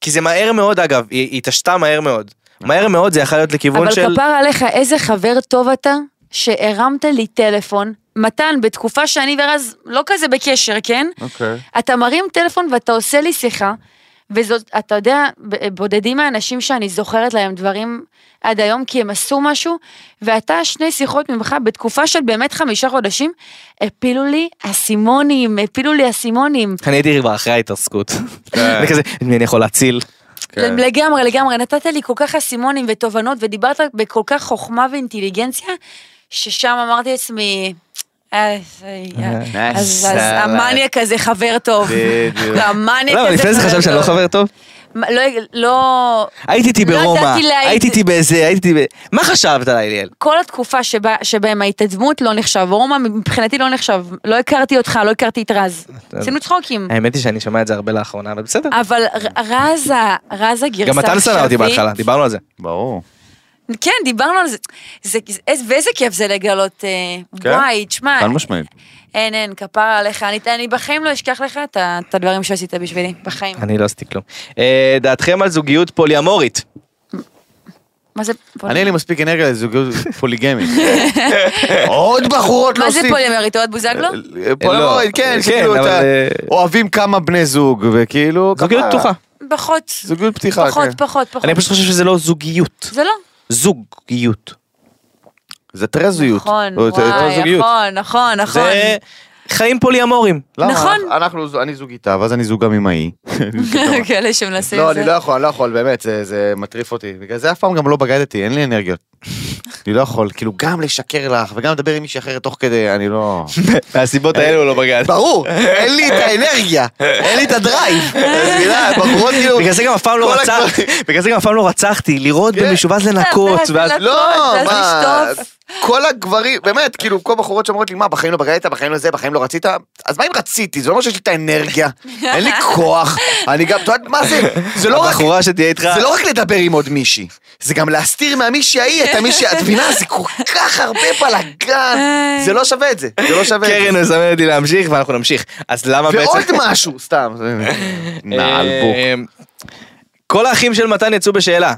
כי זה מהר מאוד אגב, היא היא התעשתה מהר מאוד. מהר מאוד זה יכול להיות לכיוון אבל של... כפר עליך, איזה חבר טוב אתה, שהרמת לי טלפון, מתן, בתקופה שאני ורז לא כזה בקשר, כן? אוקיי. אתה מרים טלפון ואתה עושה לי שיחה, וזאת, אתה יודע, ב- בודדים האנשים שאני זוכרת להם דברים עד היום, כי הם עשו משהו, ואתה, שני שיחות ממך, בתקופה של באמת חמישה חודשים, הפילו לי אסימונים, הפילו לי אסימונים. אני הייתי כבר אחרי ההתרסקות. [LAUGHS] אני כזה, את מי אני יכול להציל? כן. לגמרי, לגמרי, נתת לי כל כך אסימונים ותובנות, ודיברת בכל כך חוכמה ואינטליגנציה, ששם אמרתי לעצמי, "אה, זה- אה, אז אז המניאק הזה חבר טוב. בדיוק. המניאק למה, הזה לפני זה חבר חשב שאני אה. לא טוב. חבר טוב? מה, לא, לא, הייתי איתי לא ברומא, ידעתי להעיד. הייתי איתי באיזה, הייתי איתי ב... מה חשבת עליי, ליאל? כל התקופה שבה, שבהם ההתעדמות לא נחשב, רומא מבחינתי לא נחשב, לא הכרתי אותך, לא הכרתי את רז. עשינו צחוקים. אה, האמת היא שאני שומע את זה הרבה לאחרונה, אבל בסדר. אבל ר- רז, ה- רז הגרסה גם מתן שנא אותי עכשווית- בהתחלה, דיברנו על זה. ברור. כן, דיברנו על זה. זה, זה איזה- ואיזה כיף זה לגלות, אה, כן. וואי, תשמע, חד משמעית. אין, אין, כפרה עליך, אני, אני בחיים לא אשכח לך את ה- את הדברים שעשית בשבילי, בחיים. אני לא עשיתי כלום. אה, דעתכם על זוגיות פוליאמורית? מה זה אני אין פולימרית? לי מספיק [LAUGHS] אנרגיה לזוגיות פוליגמית. עוד בחורות לא מה זה לא? עושים. אה, פולימרית? אוהד בוזגלו? פוליגמית, כן, כן, שכאילו אבל, אתה- אה, אוהבים כמה בני זוג, וכאילו... זוגיות כמה- פתוחה. פחות. זוגיות פתיחה, פחות, אה, כן. פחות, פחות. אני פשוט חושב שזה לא זוגיות. זה לא. זוגיות. זה טרזויות. נכון, או, זה- וואי, טרזוגיות. נכון, נכון, נכון. כן, זה חיים פוליאמורים. למה? נכון. אנחנו, אני זוג איתה, ואז אני זוג גם עם ההיא. [LAUGHS] כאלה שמנסים לא, זה. אני לא יכול, אני לא יכול, באמת, זה- זה מטריף אותי. בגלל זה אף פעם גם לא בגדתי, אין לי אנרגיות. אני לא יכול, כאילו, גם לשקר לך, וגם לדבר עם מישהי אחרת תוך כדי, אני [LAUGHS] לא... מהסיבות האלה הוא לא בגד. ברור, אין לי את האנרגיה, אין לי את הדרייב. את מבינה, בחורות כאילו... בגלל זה גם אף פעם לא כל רצחתי, הגברים- בגלל זה גם אף פעם לא רצחתי, לירות כן. במישהו ואז לנקות, ואז ואז... לנקות. לא, ואז מה... לשטוף. כל הגברים, באמת, כאילו, כל בחורות שאומרות לי, מה, בחיים לא בגדת, בחיים לא זה, בחיים לא רצית? אז מה אם רציתי? זה לא אומר שיש לי את האנרגיה, אין לי כוח, אני גם, את יודעת מה זה? זה לא רק... הבחורה שתהיה איתך, זה לא רק לדבר עם עוד מישי, זה גם להסתיר מהמישהי ההיא את המישהי, את מבינה? זה כל כך הרבה בלאגן, זה לא שווה את זה, זה לא שווה את קרן זה. מזמנת אותי להמשיך ואנחנו נמשיך. אז למה בעצם... ועוד אה, משהו, סתם. זה- נעל בוק. בוק. כל האחים של מתן יצאו בשאלה.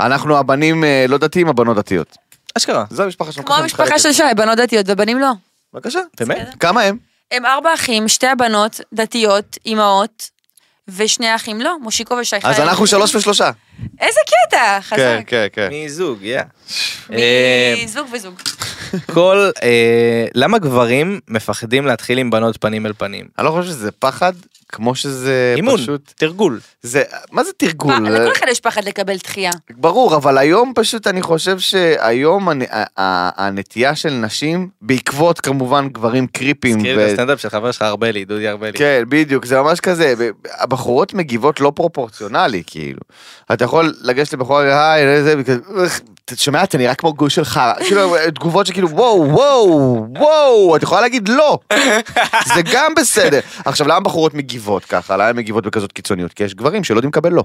אנחנו הבנים אה, לא דתיים, הבנות דתיות. אשכרה. זו המשפחה שלנו. כמו ככה המשפחה מתחלקת. של שי, בנות דתיות ובנים לא. בבקשה. באמת? כמה הם? הם ארבע אחים, שתי הבנות, דתיות, אימהות, ושני האחים לא, מושיקו ושי אז חיים. אנחנו שלוש ושלושה. איזה קטע, חזק. כן, כן. מזוג, יא. אה, מזוג וזוג. כל... אה, למה גברים מפחדים להתחיל עם בנות פנים אל פנים? אני לא חושב שזה פחד, כמו שזה אימון, פשוט... תרגול. זה, מה זה תרגול? מה, לכל אחד יש פחד לקבל דחייה. ברור, אבל היום פשוט אני חושב שהיום הנ- ה- ה- הנטייה של נשים, בעקבות כמובן גברים קריפים. תזכיר ו- את הסטנדאפ של חבר שלך ארבלי, דודי ארבלי. כן, בדיוק, זה ממש כזה, ב- הבחורות מגיבות לא פרופורציונלי, כאילו. אתה יכול לגשת לבחורה, היי, לא זה, וכזה, "אוח, אתה שומע, אתה נראה כמו גוש שלך, כאילו, תגובות שכאילו, וואו, וואו, וואו, את יכולה להגיד לא. זה גם בסדר. עכשיו, למה בחורות מגיבות ככה? למה הן מגיבות בכזאת קיצוניות? כי יש גברים שלא יודעים לקבל לא.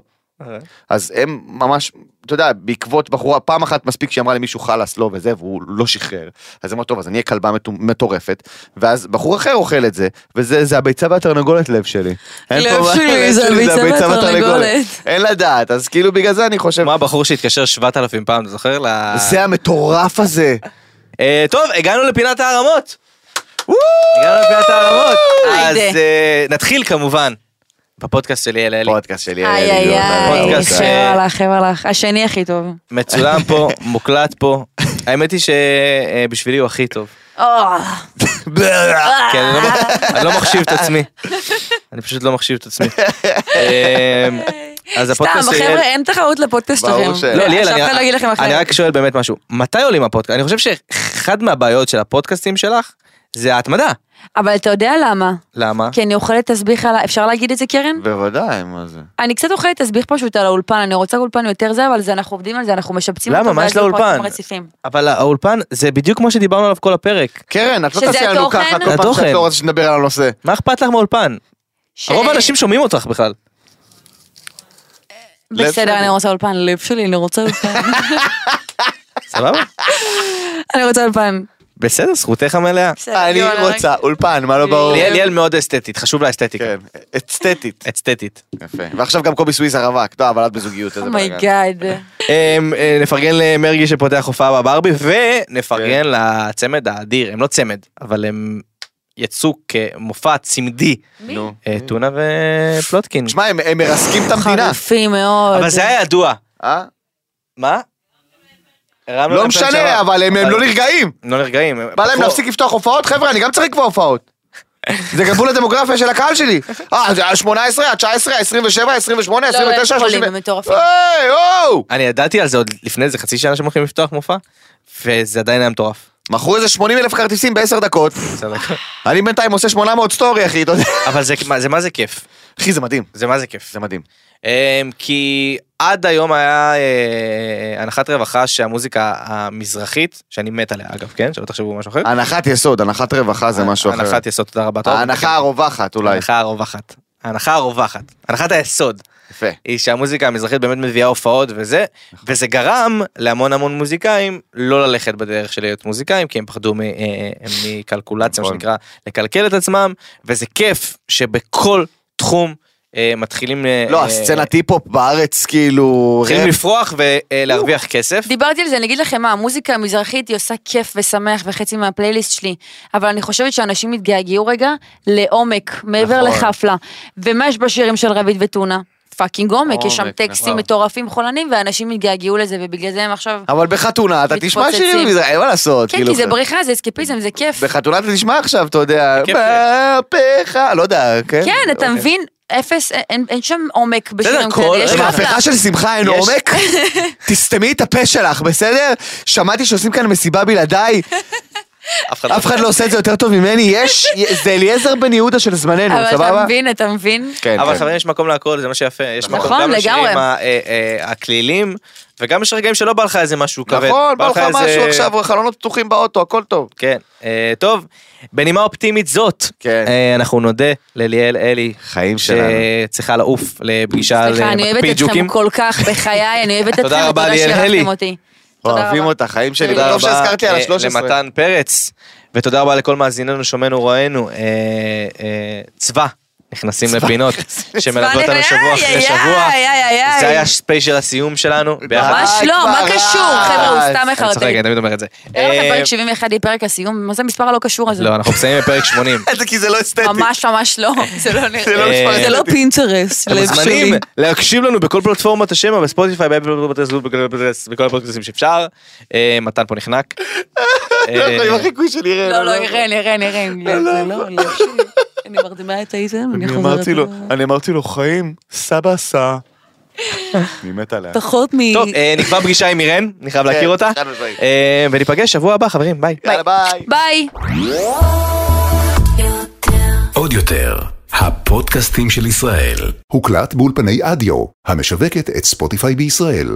אז הם ממש, אתה יודע, בעקבות בחורה, פעם אחת מספיק שהיא אמרה למישהו חלאס, לא וזה, והוא לא שחרר. אז היא אמרה, טוב, אז אני אהיה כלבה מטו- מטורפת, ואז בחור אחר אוכל את זה, וזה זה הביצה והתרנגולת לב שלי. אין לב פה מה- שלי, לב זה הביצה והתרנגולת. אין לדעת, אז כאילו בגלל זה אני חושב, מה הבחור שהתקשר 7,000 פעם, אתה זוכר? ל- זה המטורף הזה. אה, טוב, הגענו לפינת הערמות. הגענו לפינת הערמות. אז היידה. אה, נתחיל כמובן בפודקאסט שלי אל אלי. פודקאסט שלי. איי איי איי, פודקאסט, חבר אה, לך, חבר לך. השני הכי טוב. מצולם פה, מוקלט פה. האמת היא שבשבילי הוא הכי טוב. או, [LAUGHS] כי כן, אני לא, אני לא מחשיב את עצמי. אני פשוט לא מחשיב את עצמי. אמ, סתם, אז הפודקאסט של חבר'ה, ליאל... אין תחרות לפודקאסט ברור שלכם. ש- לא, לא, ליאל, עכשיו אף אחד לא יגיד לכם אני, אני אחרת. רק שואל באמת משהו. מתי עולים הפודקאסט? אני חושב שאחד מהבעיות של הפודקאסטים שלך זה ההתמדה. אבל אתה יודע למה? למה? כי אני אוכלת תסביך על ה... אפשר להגיד את זה, קרן? בוודאי, מה זה? אני קצת אוכלת תסביך פשוט על האולפן, אני רוצה אולפן יותר זה, אבל זה אנחנו עובדים על זה, אנחנו משפצים למה? אותו. מה ואז יש יהיו פרקים לאולפן? רציפים. אבל האולפן זה בדיוק כמו שדיברנו עליו כל הפרק. קרן, את לא שזה תעשי לנו התוכן? ככה כל פעם התוכן. שאת לא רוצה שנדבר על הנושא. מה אכפת לך מהאולפן? ש- רוב האנשים שומעים אותך בכלל. שלי. בסדר, אני רוצה אולפן, [LAUGHS] לב שלי, אני רוצה אולפן. [LAUGHS] סבבה? אני רוצה אולפן. בסדר, זכותך המלאה. בסדר, אני יואלה, רק- רוצה אולפן, מה לא ברור? ליאל ליאל מאוד אסתטית, חשוב לה אסתטיקה. כן, אסתטית. אסתטית. יפה. ועכשיו גם קובי סוויסה רווק, טוב, אבל את בזוגיות. Oh איזה בלאגן. אומייגאד. אמ, אה, נפרגן למרגי שפותח הופעה בברבי, כן. ונפרגן לצמד האדיר, הם לא צמד, אבל הם יצאו כמופע צמדי, מי? נו. אה, טונה ופלוטקין. תשמע, הם- הם מרסקים את המדינה. חריפים מאוד. אבל זה היה ידוע. אה? מה? הרמנו לא להם פעם שעברה. משנה, אבל הם הם לא נרגעים. לא נרגעים. הם בא להם פתחו- להפסיק לפתוח הופעות? חבר'ה, אני גם צריך לקבוע הופעות. זה גנבו לדמוגרפיה של [LAUGHS] הקהל שלי. אה, זה ה-18, ה-19, ה-27, לא, ה-28, הם ה-29, חולים, ה-30. הם מטורפים. היי, וואו! אני ידעתי על זה עוד לפני איזה חצי שנה שהם הולכים לפתוח מופע, וזה עדיין היה מטורף. מכרו איזה 80 אלף כרטיסים בעשר דקות. [LAUGHS] בסדר. אני בינתיים עושה 800 סטורי, אחי, אתה יודע. [LAUGHS] אבל זה מה- זה מה זה כיף. אחי, זה מדהים. זה מה זה כיף. זה מדהים. אמ, כי עד היום היה אה, הנחת רווחה שהמוזיקה המזרחית, שאני מת עליה אגב, כן? שלא תחשבו משהו אחר. הנחת יסוד, הנחת רווחה זה משהו אחר. אה, הנחת יסוד, תודה רבה. טוב, כן. אוקיי. ההנחה הרווחת אולי. ההנחה הרווחת. ההנחה הרווחת. הנחת היסוד. יפה. היא שהמוזיקה המזרחית באמת מביאה הופעות וזה, נכון. וזה גרם להמון המון מוזיקאים לא ללכת בדרך של להיות מוזיקאים, כי הם פחדו מ- אה, אה, מקלקולציה, מה נכון. שנקרא, לקלקל את עצמם, וזה כיף שבכל תחום אה, מתחילים... אה, לא, אה, הסצנת היפ-הופ בארץ, כאילו... מתחילים ראפ. לפרוח ולהרוויח כסף. דיברתי על זה, אני אגיד לכם מה, המוזיקה המזרחית היא עושה כיף ושמח וחצי מהפלייליסט שלי, אבל אני חושבת שאנשים יתגעגעו רגע לעומק, מעבר נכון. לחפלה. ומה יש בשירים של רביד וטונה? פאקינג עומק, יש שם עומק, טקסטים נכון. מטורפים חולנים, ואנשים יתגעגעו לזה, ובגלל זה הם עכשיו... אבל בחתונה אתה תשמע מתפוצצים. שירים מזרחיים, אין מה לעשות. כן, כאילו, כי זה בריחה, זה אסקפיזם, זה כיף. בחתונה אתה תשמע עכשיו, אתה יודע, כיף מהפכה, לא יודע, כן? כן, אתה אוקיי. מבין? אפס, אין אין שם עומק בסדר, בשירים כל- כאלה, יש רגע, חפלה. אה, מהפכה של שמחה אין יש- [LAUGHS] עומק? תסתמי את הפה שלך, בסדר? שמעתי שעושים כאן מסיבה בלעדיי, אף אחד לא עושה את זה יותר טוב ממני, יש, זה אליעזר בן יהודה של זמננו, אבל אתה סבבה? מבין, אתה מבין? כן, אבל כן. חברים, יש מקום להכל, זה מה שיפה. יש מקום נכון, גם לגמרי. לשירים ה- אה, אה, הכלילים, וגם יש רגעים שלא בא לך איזה משהו כבד. נכון, בא לך איזה- משהו עכשיו, חלונות פתוחים באוטו, הכל טוב. כן, אה, טוב, בנימה אופטימית זאת, כן. אה, אנחנו נודה לליאל אלי, חיים שצריכה לעוף לפגישה על סליחה, אה, אני אוהבת אתכם ג'וקים. כל כך, בחיי, אני אוהבת אתכם, תודה רבה, ותודה ליאל שאירחתם הלי. אותי. תודה אוהבים רבה. אותך, חיים שלי, תודה טוב רבה שהזכרתי על אה, ה-13. למתן פרץ, ותודה רבה לכל מאזיננו, שומענו, רואינו, אה, אה, צבא. נכנסים לפינות שמלוות אותנו שבוע אחרי שבוע. איי, איי, איי, איי. זה היה ספיישל הסיום שלנו. ביחד. ממש לא, מה כבר קשור? אז. חבר'ה, הוא סתם אני צוחק, מחרטט. אני תמיד אומר את זה. היה לכם אה, פרק 71 היא פרק הסיום, מה זה המספר הלא קשור הזה? לא, אנחנו מסיימים בפרק 80. זה כי זה לא אסתטי. ממש ממש לא, זה לא נראה. זה לא מספר זה לא אסתטי. פינטרסט, אתם לב שלי. מוזמנים להקשיב לנו בכל פלטפורמת השמע, בספוטיפיי, באפל פודקאסט, בגוגל פודקאסט, בכל הפודקאסטים שאפשר. אה, מתן [LAUGHS] פה נחנק. לא יכול, עם אה, החיקוי של אירן. לא, לא, אירן, אירן, אירן. לא, זה לא, לב שלי. אני מרדימה את האיזם, אני אני חוזרת. אמרתי לו, ל- אני אמרתי לו, חיים, סבא [LAUGHS] עשה. אני מת עליה. פחות מ... טוב, אה, נקבע פגישה עם אירן, אני חייב להכיר אותה. כן, חד משמעית. אה, וניפגש שבוע הבא, חברים, ביי. יאללה ביי. ביי. עוד יותר, הפודקאסטים של ישראל. הוקלט באולפני אדיו, המשווקת את ספוטיפיי בישראל.